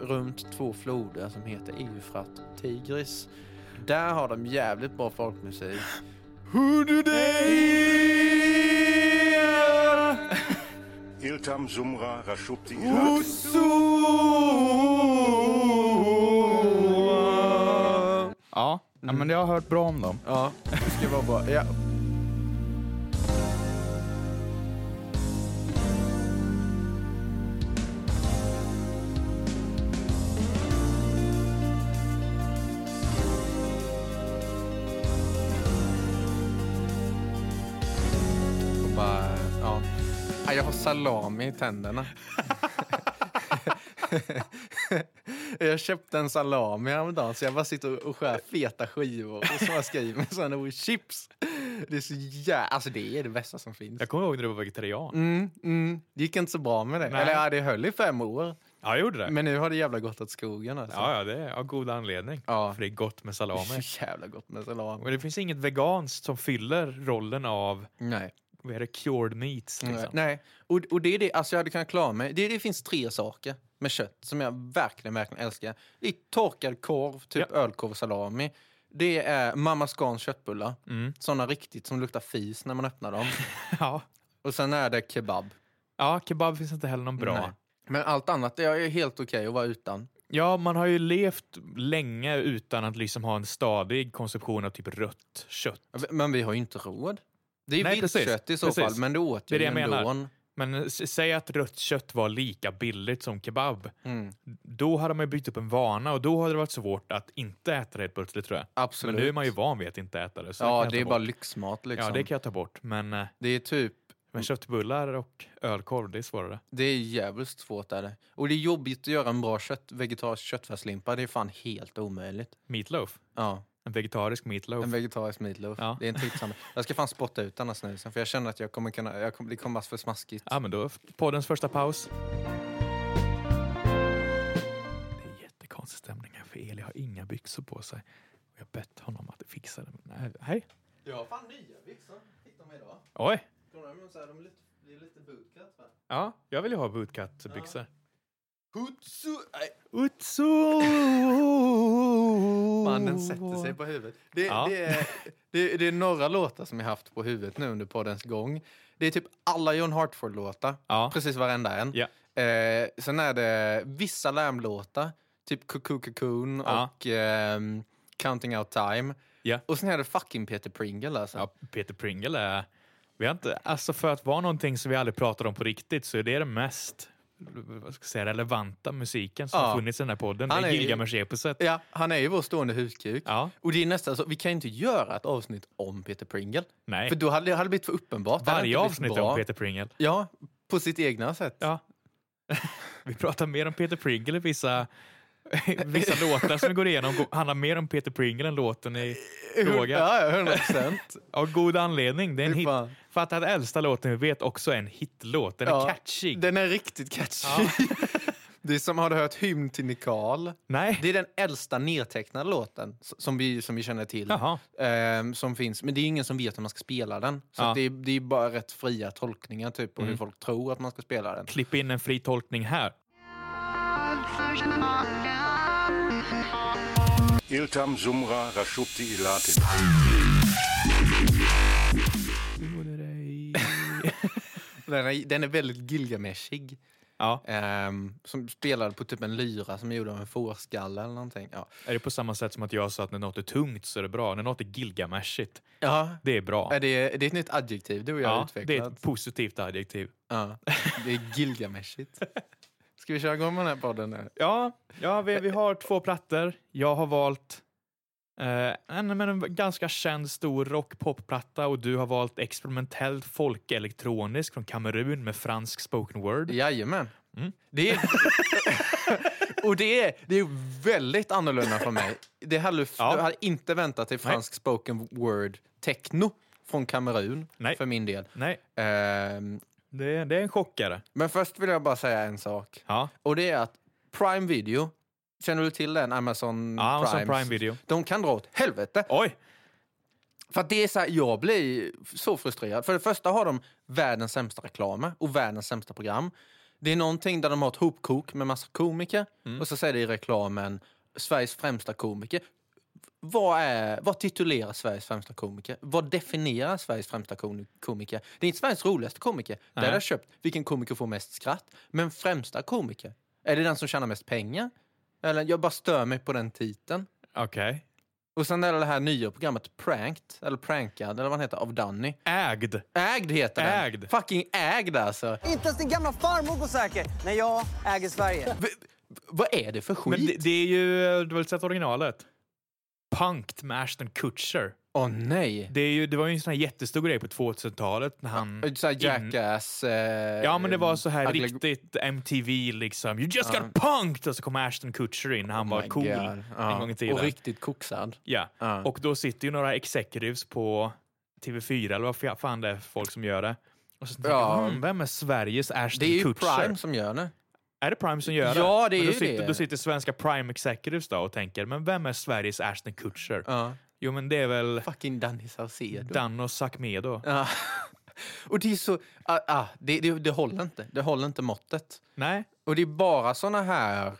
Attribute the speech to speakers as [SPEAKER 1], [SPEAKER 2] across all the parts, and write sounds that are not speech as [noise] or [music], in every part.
[SPEAKER 1] runt två floder som heter Eufrat och Tigris. Där har de jävligt bra folkmusik. Who do they hear?
[SPEAKER 2] Iltam Zumra Rashubti Irak.
[SPEAKER 3] Ja, ja,
[SPEAKER 1] Mm.
[SPEAKER 3] men jag har hört bra om dem.
[SPEAKER 1] Ja, det ska vara bra. Ja. Och bara, ja. Ja, Jag har salami i tänderna. [laughs] Jag köpte en salami häromdagen så jag bara sitter och skär feta skivor och smaskar i mig sådana och chips. Det är så jävla... Alltså det är det bästa som finns.
[SPEAKER 4] Jag kommer ihåg när du var vegetarian.
[SPEAKER 1] Mm, mm. Det gick inte så bra med det.
[SPEAKER 4] Nej.
[SPEAKER 1] Eller ja, det höll i fem år.
[SPEAKER 4] Ja, jag gjorde det.
[SPEAKER 1] Men nu har det jävla gått åt skogen alltså.
[SPEAKER 4] ja, ja, det är av god anledning.
[SPEAKER 1] Ja.
[SPEAKER 4] För det är gott med
[SPEAKER 1] det
[SPEAKER 4] salami.
[SPEAKER 1] är så jävla gott med salami.
[SPEAKER 4] Och det finns inget veganskt som fyller rollen av
[SPEAKER 1] Nej.
[SPEAKER 4] vad är det, cured meats. Liksom.
[SPEAKER 1] [laughs] Nej. Och, och det är det, alltså jag hade kunnat klara mig. Det, det finns tre saker med kött som jag verkligen, verkligen älskar. Det är torkad korv, typ ölkorv och salami. Det är Mamma Scans köttbullar. Mm. Sådana riktigt som luktar fis när man öppnar
[SPEAKER 4] [laughs]
[SPEAKER 1] dem.
[SPEAKER 4] Ja.
[SPEAKER 1] och sen är det kebab.
[SPEAKER 4] ja, kebab finns inte heller någon bra.
[SPEAKER 1] Nej. Men allt annat, jag är helt okej att vara utan.
[SPEAKER 4] Ja, man har ju levt länge utan att liksom ha en stadig konsumtion av typ rött kött.
[SPEAKER 1] Men vi har ju inte råd. Det är
[SPEAKER 4] Nej,
[SPEAKER 1] vilt
[SPEAKER 4] precis.
[SPEAKER 1] kött i så
[SPEAKER 4] Precis.
[SPEAKER 1] fall, men det åt
[SPEAKER 4] Det
[SPEAKER 1] ju
[SPEAKER 4] är det jag
[SPEAKER 1] ändå.
[SPEAKER 4] menar. Men s- säg att rött kött var lika billigt som kebab.
[SPEAKER 1] Mm.
[SPEAKER 4] Då hade man ju byggt upp en vana och då hade det varit svårt att inte äta det helt plötsligt tror jag.
[SPEAKER 1] Absolut.
[SPEAKER 4] Men nu är man ju van vid att inte äta det. Så kan
[SPEAKER 1] Ja,
[SPEAKER 4] jag
[SPEAKER 1] det
[SPEAKER 4] ta
[SPEAKER 1] är
[SPEAKER 4] bort.
[SPEAKER 1] bara lyxmat liksom.
[SPEAKER 4] Ja, det kan jag ta bort. Men, eh,
[SPEAKER 1] det är typ
[SPEAKER 4] men köttbullar och ölkorv, det är svårare.
[SPEAKER 1] Det är jävligt svårt är det. Och det är jobbigt att göra en bra kött, vegetarisk köttfärslimpa. Det är fan helt omöjligt.
[SPEAKER 4] Meatloaf.
[SPEAKER 1] Ja,
[SPEAKER 4] En vegetarisk meatloaf.
[SPEAKER 1] en vegetarisk meatloaf.
[SPEAKER 4] Ja.
[SPEAKER 1] Det är en tipsande. Jag ska fan spotta ut den här snusen för jag känner att jag kommer kunna, jag kommer, det kommer vara för smaskigt.
[SPEAKER 4] Ja, men då poddens första paus. Det är jättekonstig stämning här för Eli har inga byxor på sig. Och jag har bett honom att fixa det. Men nej, hej.
[SPEAKER 1] Jag har fan nya byxor. Fick dem idag.
[SPEAKER 4] Oj!
[SPEAKER 1] De är lite, det är lite bootcut va?
[SPEAKER 4] Ja, jag vill ju ha bootcut-byxor.
[SPEAKER 1] Hutsu! Nej,
[SPEAKER 4] Utsu!
[SPEAKER 1] Fan, den sätter sig på huvudet. Det,
[SPEAKER 4] Ja.
[SPEAKER 1] det, är, det, det är några låtar som jag haft på huvudet nu under poddens gång. Det är typ alla John Hartford-låtar.
[SPEAKER 4] Ja.
[SPEAKER 1] Precis varenda en.
[SPEAKER 4] Ja.
[SPEAKER 1] Eh, sen är det vissa Lamb-låtar. Typ Cuckoo Cocoon
[SPEAKER 4] Ja.
[SPEAKER 1] och ehm, Counting Out Time.
[SPEAKER 4] Ja.
[SPEAKER 1] Och sen är det fucking Peter Pringle alltså.
[SPEAKER 4] ja, Peter Pringle är... Vi har inte, alltså för att vara någonting som vi aldrig pratar om på riktigt så är det den mest vad ska jag säga, relevanta musiken som
[SPEAKER 1] Ja.
[SPEAKER 4] har funnits i den här podden.
[SPEAKER 1] Han
[SPEAKER 4] det är
[SPEAKER 1] är ju-
[SPEAKER 4] Gilgamesh-eposet.
[SPEAKER 1] Ja, han är ju vår stående huskuk.
[SPEAKER 4] Ja.
[SPEAKER 1] Och det är nästan så, vi kan ju inte göra ett avsnitt om Peter Pringle.
[SPEAKER 4] Nej.
[SPEAKER 1] För då hade det hade blivit för uppenbart. Det hade inte
[SPEAKER 4] Varje
[SPEAKER 1] blivit
[SPEAKER 4] avsnitt är
[SPEAKER 1] bra.
[SPEAKER 4] om Peter Pringle.
[SPEAKER 1] Ja, på sitt egna sätt.
[SPEAKER 4] Ja. [laughs] Vi pratar mer om Peter Pringle i vissa, vissa låtar som vi går igenom. Går- handlar mer om Peter Pringle än låten i fråga.
[SPEAKER 1] Ja, ja, 100
[SPEAKER 4] [laughs]
[SPEAKER 1] procent.
[SPEAKER 4] Av god anledning. Det är en
[SPEAKER 1] Fy
[SPEAKER 4] hit.
[SPEAKER 1] fan.
[SPEAKER 4] För att den äldsta låten vi vet också är en hitlåt. Den är
[SPEAKER 1] Ja,
[SPEAKER 4] catchy.
[SPEAKER 1] Den är riktigt catchy. [laughs] Det är som, har du hört hymn till Nikal?
[SPEAKER 4] Nej.
[SPEAKER 1] Det är den äldsta nedtecknade låten s- som vi, som vi känner till.
[SPEAKER 4] Jaha.
[SPEAKER 1] ehm, som finns. Men det är ingen som vet hur man ska spela den. Så
[SPEAKER 4] Ja.
[SPEAKER 1] att det, är, det är bara rätt fria tolkningar typ, och hur folk tror att man ska spela den.
[SPEAKER 4] Klipp in en fri tolkning här.
[SPEAKER 2] Iltam Zumra Rashubti Ilatim.
[SPEAKER 1] [laughs] Den är, den är väldigt Gilgameshig.
[SPEAKER 4] Ja.
[SPEAKER 1] Ehm, som spelade på typ en lyra som är gjord av en fårskalle eller någonting. Ja.
[SPEAKER 4] Är det på samma sätt som att jag sa att när något är tungt så är det bra. När något är gilgameshigt,
[SPEAKER 1] Ja.
[SPEAKER 4] det är bra.
[SPEAKER 1] Är det, det är ett nytt adjektiv du och jag har
[SPEAKER 4] ja,
[SPEAKER 1] utvecklat.
[SPEAKER 4] det är ett positivt adjektiv.
[SPEAKER 1] Ja, det är [laughs] Gilgameshigt. Ska vi köra igång med den här podden nu?
[SPEAKER 4] Ja, ja vi, vi har två plattor. Jag har valt eh, en, men en ganska känd stor rock-popplatta och du har valt experimentell folkelektronisk från Kamerun med fransk spoken word.
[SPEAKER 1] Jajamän. Mm. Det är... [laughs] Och det är, det är väldigt annorlunda från mig. Det hade, du-
[SPEAKER 4] Ja.
[SPEAKER 1] jag hade inte väntat dig fransk spoken word techno från Kamerun
[SPEAKER 4] Nej.
[SPEAKER 1] för min del.
[SPEAKER 4] Nej,
[SPEAKER 1] Ehm,
[SPEAKER 4] det, det är en chockare.
[SPEAKER 1] men först vill jag bara säga en sak.
[SPEAKER 4] Ja,
[SPEAKER 1] Och det är att Prime Video, känner du till den? Amazon,
[SPEAKER 4] Ja, Amazon
[SPEAKER 1] Primes-
[SPEAKER 4] Prime Video.
[SPEAKER 1] De kan dra åt helvete.
[SPEAKER 4] oj!
[SPEAKER 1] För att det är så här, jag blir så frustrerad. För det första har de världens sämsta reklamer och världens sämsta program. Det är någonting där de har ett hopkok med massa komiker
[SPEAKER 4] Mm.
[SPEAKER 1] och så säger det i reklamen Sveriges främsta komiker. Vad, är, vad titulerar Sveriges främsta komiker? Vad definierar Sveriges främsta kon- komiker? Det är inte Sveriges roligaste komiker. Där
[SPEAKER 4] Nej.
[SPEAKER 1] har jag köpt vilken komiker får mest skratt. Men främsta komiker? Är det den som tjänar mest pengar? Eller jag bara stör mig på den titeln.
[SPEAKER 4] Okej.
[SPEAKER 1] Och sen är det det här nya programmet Pranked, eller Prankad, eller vad han heter, av Danny.
[SPEAKER 4] Ägd.
[SPEAKER 1] Ägd heter den.
[SPEAKER 4] Ägd.
[SPEAKER 1] Fucking ägd alltså.
[SPEAKER 5] Inte ens din gamla farmor går säker när jag äger Sverige.
[SPEAKER 1] V- v- vad är det för skit?
[SPEAKER 4] Men det, det är ju, du har väl sett originalet? Punkt med Ashton Kutcher.
[SPEAKER 1] Åh nej.
[SPEAKER 4] Det, är ju, det var ju en sån här jättestor grej på 2000-talet när han...
[SPEAKER 1] Såhär jackass... Eh,
[SPEAKER 4] Mm. Ja, men det var så här
[SPEAKER 1] ugly-
[SPEAKER 4] riktigt MTV liksom. You just got punked! Och så kom Ashton Kutcher in. Han var
[SPEAKER 1] Oh My
[SPEAKER 4] cool
[SPEAKER 1] God.
[SPEAKER 4] en gång i
[SPEAKER 1] Och
[SPEAKER 4] tiden.
[SPEAKER 1] riktigt koksad.
[SPEAKER 4] Ja.
[SPEAKER 1] Ja.
[SPEAKER 4] Och då sitter ju några executives på TV4 eller vad fa- fan det är för folk som gör det. Och så tänker
[SPEAKER 1] Ja.
[SPEAKER 4] jag, "Hmm, vem är Sveriges Ashton
[SPEAKER 1] Det är ju
[SPEAKER 4] Kutcher?
[SPEAKER 1] Prime som gör det.
[SPEAKER 4] Är det Prime som gör det?
[SPEAKER 1] Ja, det är
[SPEAKER 4] men då
[SPEAKER 1] ju
[SPEAKER 4] sitter,
[SPEAKER 1] det.
[SPEAKER 4] Då sitter svenska Prime Executives då och tänker, men vem är Sveriges Ashton Kutcher?
[SPEAKER 1] Ja.
[SPEAKER 4] Jo, men det är väl
[SPEAKER 1] Fucking Danny Saucedo.
[SPEAKER 4] Danno Sakmedo.
[SPEAKER 1] Ja. [laughs] Och det är så... Ah, ah, det, det, det håller inte. Det håller inte måttet.
[SPEAKER 4] Nej,
[SPEAKER 1] Och det är bara såna här...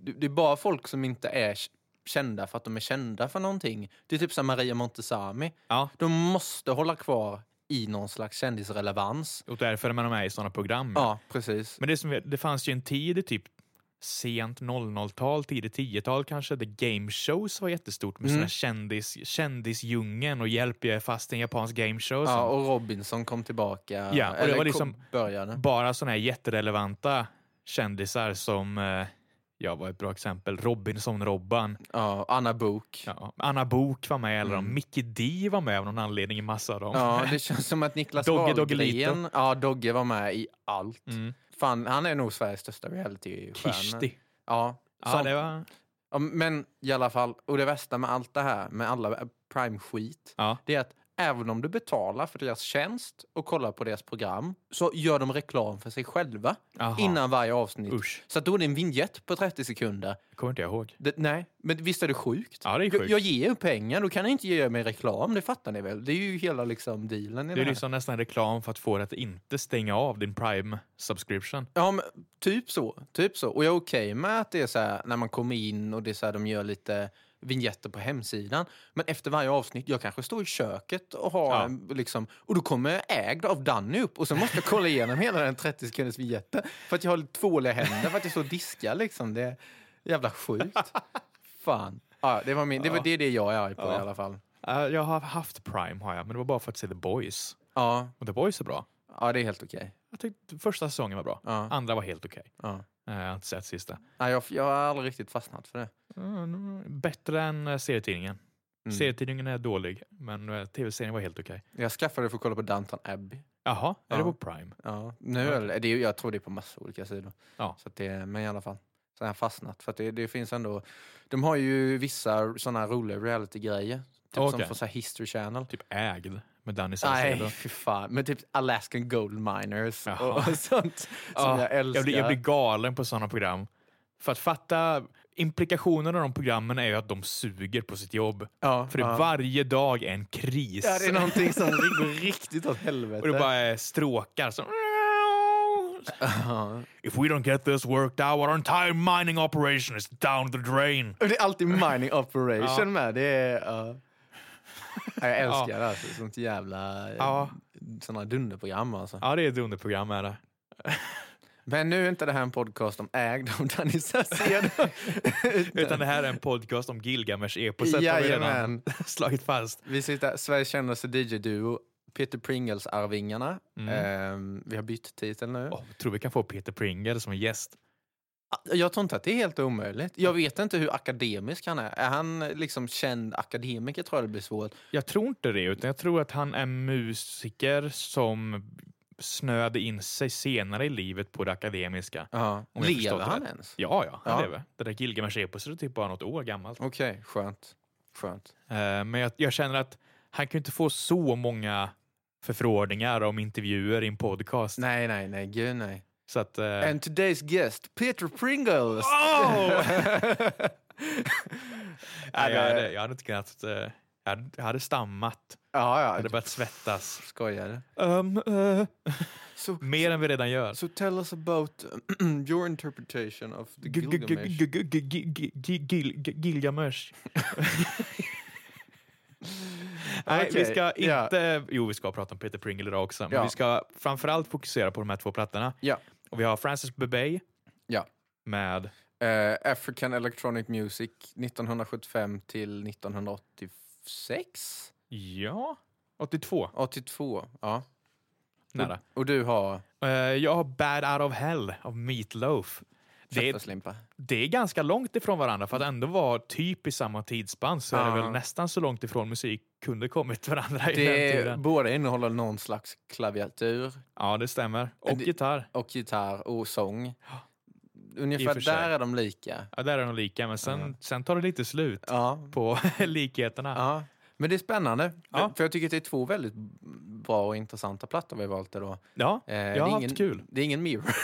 [SPEAKER 1] Det det är bara folk som inte är k- kända för att de är kända för någonting. Det är typ som Maria Montazami.
[SPEAKER 4] Ja.
[SPEAKER 1] De måste hålla kvar i någon slags kändisrelevans.
[SPEAKER 4] och därför är man med i sådana program.
[SPEAKER 1] Ja, precis.
[SPEAKER 4] Men det, som, vi- det fanns ju en tid i typ sent 00-tal, tidigt 10-tal kanske, där game shows var jättestort med mm. såna kändis, kändisdjungeln och hjälp, jag är fast i en japansk game show.
[SPEAKER 1] Ja,
[SPEAKER 4] som
[SPEAKER 1] och Robinson kom tillbaka.
[SPEAKER 4] Ja, och det
[SPEAKER 1] eller
[SPEAKER 4] var
[SPEAKER 1] kom-
[SPEAKER 4] liksom-
[SPEAKER 1] började.
[SPEAKER 4] Bara såna här jätterelevanta kändisar som, eh, ja, var ett bra exempel, Robinson-Robban.
[SPEAKER 1] Ja, Anna Bok. Ja.
[SPEAKER 4] Ja, Anna Bok var med, eller mm. Mickey D var med av någon anledning i massa av dem. [laughs]
[SPEAKER 1] det känns som att Niklas
[SPEAKER 4] Dogge
[SPEAKER 1] Wahlgren...
[SPEAKER 4] Doggelito.
[SPEAKER 1] Ja, Dogge var med i allt.
[SPEAKER 4] Mm.
[SPEAKER 1] Fan, han är nog Sveriges största reality-stjärna.
[SPEAKER 4] Kishti.
[SPEAKER 1] Ja,
[SPEAKER 4] Ja,
[SPEAKER 1] som-
[SPEAKER 4] det var...
[SPEAKER 1] Ja, men i alla fall, och det värsta med allt det här, med alla Prime-skit,
[SPEAKER 4] Ja.
[SPEAKER 1] det är att även om du betalar för deras tjänst och kollar på deras program så gör de reklam för sig själva
[SPEAKER 4] Aha.
[SPEAKER 1] innan varje avsnitt.
[SPEAKER 4] Usch.
[SPEAKER 1] Så att då är det en vignett på 30 sekunder.
[SPEAKER 4] Kommer inte jag ihåg.
[SPEAKER 1] Det, nej, men visst är det sjukt?
[SPEAKER 4] Ja, det är
[SPEAKER 1] Jag,
[SPEAKER 4] sjukt.
[SPEAKER 1] jag ger ju pengar, då kan jag inte ge mig reklam, det fattar ni väl? Det är ju hela liksom dealen i
[SPEAKER 4] Det
[SPEAKER 1] det
[SPEAKER 4] är
[SPEAKER 1] här.
[SPEAKER 4] liksom nästan reklam för att få dig att inte stänga av din Prime subscription.
[SPEAKER 1] Ja, men, typ så. Typ så. Och jag är okej med att det är så här när man kommer in och det är så här, de gör lite vignetter på hemsidan. Men efter varje avsnitt, jag kanske står i köket och har
[SPEAKER 4] Ja.
[SPEAKER 1] en, liksom, och då kommer jag ägd av Danny upp och så måste jag kolla igenom hela den 30 sekunders vignetten för att jag har lite tvåliga händer för att jag står och diskar liksom. Det är jävla sjukt. Fan. Ja, det, var min, det, var, det är det jag är arg på i alla fall.
[SPEAKER 4] Eh, jag har haft Prime, har jag, men det var bara för att se The Boys.
[SPEAKER 1] Ja,
[SPEAKER 4] Och The Boys är bra.
[SPEAKER 1] ja det är helt okej.
[SPEAKER 4] Jag tyckte första säsongen var bra.
[SPEAKER 1] Ja.
[SPEAKER 4] Andra var helt okej.
[SPEAKER 1] Ja.
[SPEAKER 4] Eh, jag har inte sett sista.
[SPEAKER 1] Ja, jag, jag har aldrig riktigt fastnat för det.
[SPEAKER 4] Mm, bättre än eh, serietidningen. Mm. Serietidningen är dålig, men eh, tv-serien var helt okej.
[SPEAKER 1] Jag skaffade det för att kolla på Downton Abbey.
[SPEAKER 4] Jaha, är
[SPEAKER 1] Ja.
[SPEAKER 4] det på Prime?
[SPEAKER 1] Ja, nu är det, det är, ju- jag tror det är på massa olika sidor.
[SPEAKER 4] Ja.
[SPEAKER 1] Så att det, men i alla fall. Så jag har fastnat. För att det, det finns ändå, de har ju vissa sådana roliga reality-grejer. Typ som
[SPEAKER 4] Okej.
[SPEAKER 1] från så här History Channel.
[SPEAKER 4] Typ Ägd med Danny Saucedo.
[SPEAKER 1] Nej, fy fan. Men typ Alaskan Gold Miners
[SPEAKER 4] Jaha.
[SPEAKER 1] och, och sånt. Som
[SPEAKER 4] Ja,
[SPEAKER 1] Ah, jag älskar.
[SPEAKER 4] Jag blir, jag blir galen på sådana program. För att fatta implikationerna av de programmen är ju att de suger på sitt jobb.
[SPEAKER 1] Ja,
[SPEAKER 4] För det
[SPEAKER 1] ja.
[SPEAKER 4] varje dag är en kris.
[SPEAKER 1] Ja, det är någonting
[SPEAKER 4] [laughs]
[SPEAKER 1] som går riktigt åt helvete.
[SPEAKER 4] Och det bara är stråkar som...
[SPEAKER 1] Ja.
[SPEAKER 4] If we don't get this worked out, our entire mining operation is down the drain.
[SPEAKER 1] Och det är alltid
[SPEAKER 4] [laughs]
[SPEAKER 1] mining operation
[SPEAKER 4] Ja.
[SPEAKER 1] med. Det är, ja. Ja, Jag älskar
[SPEAKER 4] Ja.
[SPEAKER 1] det alltså. Sånt jävla
[SPEAKER 4] Ja.
[SPEAKER 1] sådana dunderprogram alltså.
[SPEAKER 4] Ja, det är ett underprogram är det.
[SPEAKER 1] Men nu är inte det här en podcast om ägd av Danny [laughs] Saucedo.
[SPEAKER 4] Utan det här är en podcast om Gilgamesh-eposet har vi redan
[SPEAKER 1] Jajamän.
[SPEAKER 4] [laughs] slagit fast.
[SPEAKER 1] Vi sitter, Sveriges kändaste DJ-duo, Peter Pringles-Arvingarna. Ehm, vi har bytt titel nu.
[SPEAKER 4] Åh, tror vi kan få Peter Pringle som en gäst.
[SPEAKER 1] Ah, Jag tror inte att det är helt omöjligt. Jag vet inte hur akademisk han är. Är han liksom känd akademiker tror jag det blir svårt.
[SPEAKER 4] Jag tror inte det, utan jag tror att han är musiker som snöade in sig senare i livet på det akademiska.
[SPEAKER 1] Ja.
[SPEAKER 4] Om jag
[SPEAKER 1] Lever
[SPEAKER 4] förstått det
[SPEAKER 1] han
[SPEAKER 4] rätt.
[SPEAKER 1] ens?
[SPEAKER 4] Ja, ja, han
[SPEAKER 1] Ja.
[SPEAKER 4] lever. Det där Gilgamesh-eposet är typ bara något år gammalt.
[SPEAKER 1] Okej, skönt. Skönt.
[SPEAKER 4] Eh, Men jag, jag känner att han kan ju inte få så många förfrågningar om intervjuer i en podcast.
[SPEAKER 1] Nej, nej, nej. Gud nej.
[SPEAKER 4] Så att, eh,
[SPEAKER 1] And today's guest, Peter Pringles!
[SPEAKER 4] Åh!
[SPEAKER 1] Ja,
[SPEAKER 4] nej,
[SPEAKER 1] det-
[SPEAKER 4] jag, hade, jag hade inte kunnat eh, Jag hade- jag hade stammat, jag
[SPEAKER 1] Ja,
[SPEAKER 4] hade
[SPEAKER 1] ja.
[SPEAKER 4] börjat svettas.
[SPEAKER 1] Skojar du?
[SPEAKER 4] Um, eh,
[SPEAKER 1] Så-
[SPEAKER 4] [laughs] Mer än vi redan gör.
[SPEAKER 1] So tell us about [clears throat] your interpretation of the
[SPEAKER 4] G- g- g-
[SPEAKER 1] Gilgamesh.
[SPEAKER 4] g- g- g- g- g- g- Gil- g-
[SPEAKER 1] [laughs]
[SPEAKER 4] Gilgamesh. Nej, vi
[SPEAKER 1] Okej,
[SPEAKER 4] ska
[SPEAKER 1] ja.
[SPEAKER 4] inte... Jo, vi ska prata om Peter Pringle idag också, men
[SPEAKER 1] Ja.
[SPEAKER 4] vi ska framförallt fokusera på de här två plattorna.
[SPEAKER 1] Ja.
[SPEAKER 4] Och vi har Francis Bebey
[SPEAKER 1] Ja.
[SPEAKER 4] med...
[SPEAKER 1] Eh, African Electronic Music 1975 till 1986?
[SPEAKER 4] Ja? 82,
[SPEAKER 1] 82, ja.
[SPEAKER 4] nära.
[SPEAKER 1] Och du har
[SPEAKER 4] Eh, jag har Bad Out of Hell av Meat Loaf. Det är,
[SPEAKER 1] köttfärslimpa?
[SPEAKER 4] det är ganska långt ifrån varandra, för att ändå vara typ i samma tidsspann så är det
[SPEAKER 1] Ja.
[SPEAKER 4] väl nästan så långt ifrån musik kunde kommit varandra i den
[SPEAKER 1] Det
[SPEAKER 4] tiden.
[SPEAKER 1] båda innehåller någon slags klaviatur
[SPEAKER 4] Ja, det stämmer. Och
[SPEAKER 1] det-
[SPEAKER 4] gitarr.
[SPEAKER 1] och gitarr och sång.
[SPEAKER 4] I och för
[SPEAKER 1] Ungefär
[SPEAKER 4] sig.
[SPEAKER 1] där är de lika.
[SPEAKER 4] Ja, där är de lika, men sen, sen tar det lite slut
[SPEAKER 1] Ja.
[SPEAKER 4] på [laughs] likheterna.
[SPEAKER 1] ja. Men det är spännande,
[SPEAKER 4] Ja.
[SPEAKER 1] för jag tycker att det är två väldigt bra och intressanta plattor vi har valt idag.
[SPEAKER 4] Ja,
[SPEAKER 1] Eh, det
[SPEAKER 4] jag
[SPEAKER 1] är
[SPEAKER 4] har haft
[SPEAKER 1] ingen,
[SPEAKER 4] kul.
[SPEAKER 1] Det är ingen mirror. [laughs]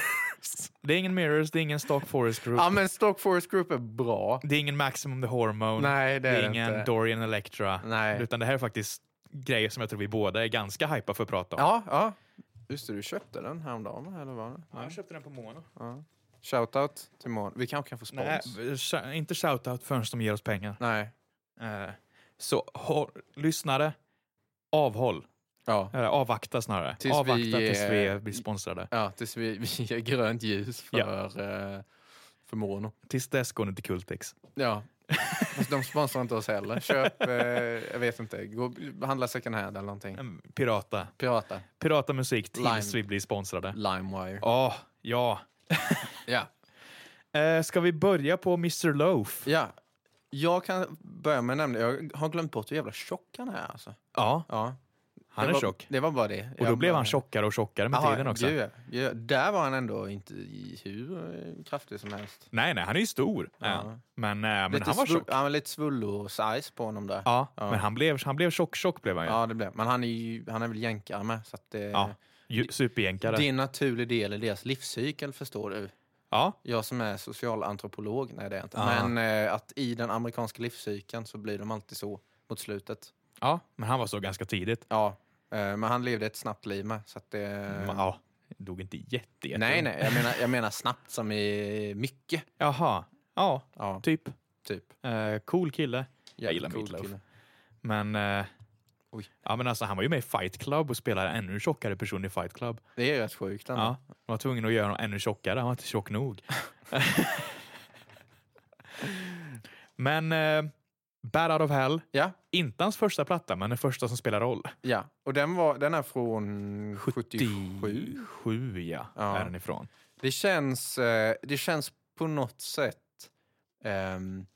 [SPEAKER 4] Det är ingen Mirrors, det är ingen Stock Forest Group,
[SPEAKER 1] ja, men Stock Forest Group är bra.
[SPEAKER 4] det är ingen Maximum the Hormone,
[SPEAKER 1] Nej, det är det
[SPEAKER 4] ingen
[SPEAKER 1] inte.
[SPEAKER 4] Dorian Electra.
[SPEAKER 1] Nej.
[SPEAKER 4] Utan det här är faktiskt grejer som jag tror vi båda är ganska hypa för att prata om.
[SPEAKER 1] Ja, ja. Just det, du köpte den häromdagen, eller vad?
[SPEAKER 4] jag köpte den på Mono.
[SPEAKER 1] Shoutout till Mon. Vi kanske kan få spons.
[SPEAKER 4] Nej, sh- inte shoutout förrän de ger oss pengar.
[SPEAKER 1] Nej.
[SPEAKER 4] Eh, Så hå- lyssnare, avhåll.
[SPEAKER 1] Ja.
[SPEAKER 4] Eh, avvakta snarare.
[SPEAKER 1] Tills vi eh,
[SPEAKER 4] Avvakta tills vi
[SPEAKER 1] ger-
[SPEAKER 4] blir sponsrade.
[SPEAKER 1] ja, tills vi, vi ger grönt ljus för,
[SPEAKER 4] Ja.
[SPEAKER 1] eh, för Mono.
[SPEAKER 4] Tills dess går ni till Kultix.
[SPEAKER 1] Ja. Fast de sponsrar inte oss heller. Köp, eh, jag vet inte, gå, handla second hand eller någonting.
[SPEAKER 4] Mm, Pirata.
[SPEAKER 1] Pirata,
[SPEAKER 4] Pirata musik tills
[SPEAKER 1] Lime.
[SPEAKER 4] vi blir sponsrade.
[SPEAKER 1] Limewire.
[SPEAKER 4] Åh, ja.
[SPEAKER 1] Ja.
[SPEAKER 4] Eh, ska vi börja på Mr Loaf?
[SPEAKER 1] ja. Jag kan börja med att nämna, jag har glömt bort hur jävla tjock han är alltså.
[SPEAKER 4] Ja,
[SPEAKER 1] Ja.
[SPEAKER 4] han
[SPEAKER 1] det
[SPEAKER 4] är
[SPEAKER 1] var,
[SPEAKER 4] tjock.
[SPEAKER 1] Det var bara det.
[SPEAKER 4] Och då blev han tjockare och tjockare med tiden också.
[SPEAKER 1] Gud, ja. Där var han ändå inte i- hur eh, kraftig som helst.
[SPEAKER 4] Nej, nej, han är ju stor.
[SPEAKER 1] Ja.
[SPEAKER 4] Men, eh, men
[SPEAKER 1] lite
[SPEAKER 4] han var
[SPEAKER 1] svull-
[SPEAKER 4] tjock.
[SPEAKER 1] ja, men lite svullo-size på honom där.
[SPEAKER 4] Ja, men han blev, han blev tjock, tjock blev han ju.
[SPEAKER 1] Ja, det blev. Men han är, ju, han är väl jänkare med. Så att det,
[SPEAKER 4] Ja. Ju- Superjänkare.
[SPEAKER 1] det är en naturlig del i deras livscykel, förstår du.
[SPEAKER 4] Ja,
[SPEAKER 1] Jag som är socialantropolog, nej det är jag inte.
[SPEAKER 4] Ah.
[SPEAKER 1] Men eh, att i den amerikanska livscykeln så blir de alltid så mot slutet.
[SPEAKER 4] ja, men han var så ganska tidigt.
[SPEAKER 1] Ja, eh, men han levde ett snabbt liv med. Så att det,
[SPEAKER 4] Ja, dog inte jätte, jätte
[SPEAKER 1] nej, nej, jag menar, jag menar snabbt som i mycket.
[SPEAKER 4] Jaha, ja,
[SPEAKER 1] Ja,
[SPEAKER 4] typ.
[SPEAKER 1] typ.
[SPEAKER 4] Eh, cool kille.
[SPEAKER 1] Jävligt
[SPEAKER 4] gillar Meat Loaf.
[SPEAKER 1] kille.
[SPEAKER 4] Men, eh,
[SPEAKER 1] Oj.
[SPEAKER 4] ja, men alltså, han var ju med i Fight Club och spelade en ännu tjockare person i Fight Club.
[SPEAKER 1] Det är rätt sjukt ändå.
[SPEAKER 4] Ja, de var tvungna att göra honom ännu tjockare, han var inte tjock nog.
[SPEAKER 1] [laughs]
[SPEAKER 4] men eh, Bad Out of Hell,
[SPEAKER 1] Ja,
[SPEAKER 4] inte hans första platta, men den första som spelar roll.
[SPEAKER 1] ja. Och den, var, den är från 77.
[SPEAKER 4] 77 ja,
[SPEAKER 1] Ja.
[SPEAKER 4] är den ifrån.
[SPEAKER 1] Det känns, eh, det känns på något sätt ehm,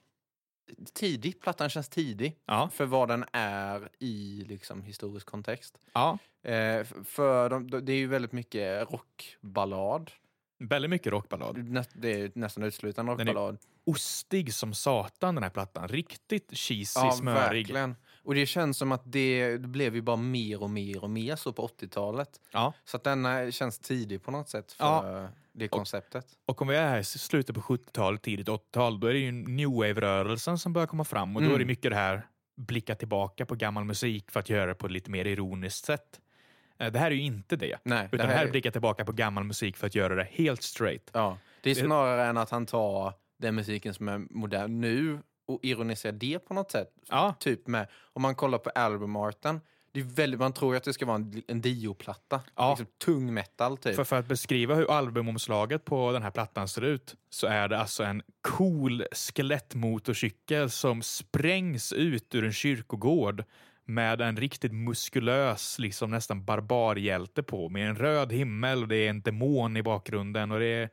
[SPEAKER 1] tidig. Plattan känns tidig
[SPEAKER 4] Ja,
[SPEAKER 1] för vad den är i liksom, historisk kontext.
[SPEAKER 4] ja.
[SPEAKER 1] Eh, f- för de, de, det är ju väldigt mycket rockballad.
[SPEAKER 4] Väldigt mycket rockballad.
[SPEAKER 1] Nä, det är ju nästan uteslutande
[SPEAKER 4] Den är
[SPEAKER 1] rockballad.
[SPEAKER 4] Ostig som satan den här plattan. Riktigt cheesy,
[SPEAKER 1] Ja,
[SPEAKER 4] smörig.
[SPEAKER 1] verkligen. Och det känns som att det, det blev ju bara mer och mer och mer så på 80-talet.
[SPEAKER 4] Ja.
[SPEAKER 1] Så att denna känns tidig på något sätt för det konceptet.
[SPEAKER 4] Och om vi är här i slutet på 70-talet, tidigt 80-tal, då är det ju new wave-rörelsen som börjar komma fram. Och då är det
[SPEAKER 1] Mm.
[SPEAKER 4] mycket det här blicka tillbaka på gammal musik för att göra det på ett lite mer ironiskt sätt. Eh, Det här är ju inte det.
[SPEAKER 1] Nej,
[SPEAKER 4] Utan det här är blicka tillbaka på gammal musik för att göra det helt straight.
[SPEAKER 1] Ja, det är snarare än att han tar den musiken som är modern nu och ironiserar det på något sätt.
[SPEAKER 4] Ja.
[SPEAKER 1] Typ med, om man kollar på albumarten, det är väldigt, man tror ju att det ska vara en, en Dio-platta.
[SPEAKER 4] Ja.
[SPEAKER 1] Liksom tung metal typ.
[SPEAKER 4] För, för att beskriva hur albumomslaget på den här plattan ser ut så är det alltså en cool skelettmotorcykel som sprängs ut ur en kyrkogård med en riktigt muskulös, liksom nästan barbarhjälte på med en röd himmel och det är en demon i bakgrunden och det, är,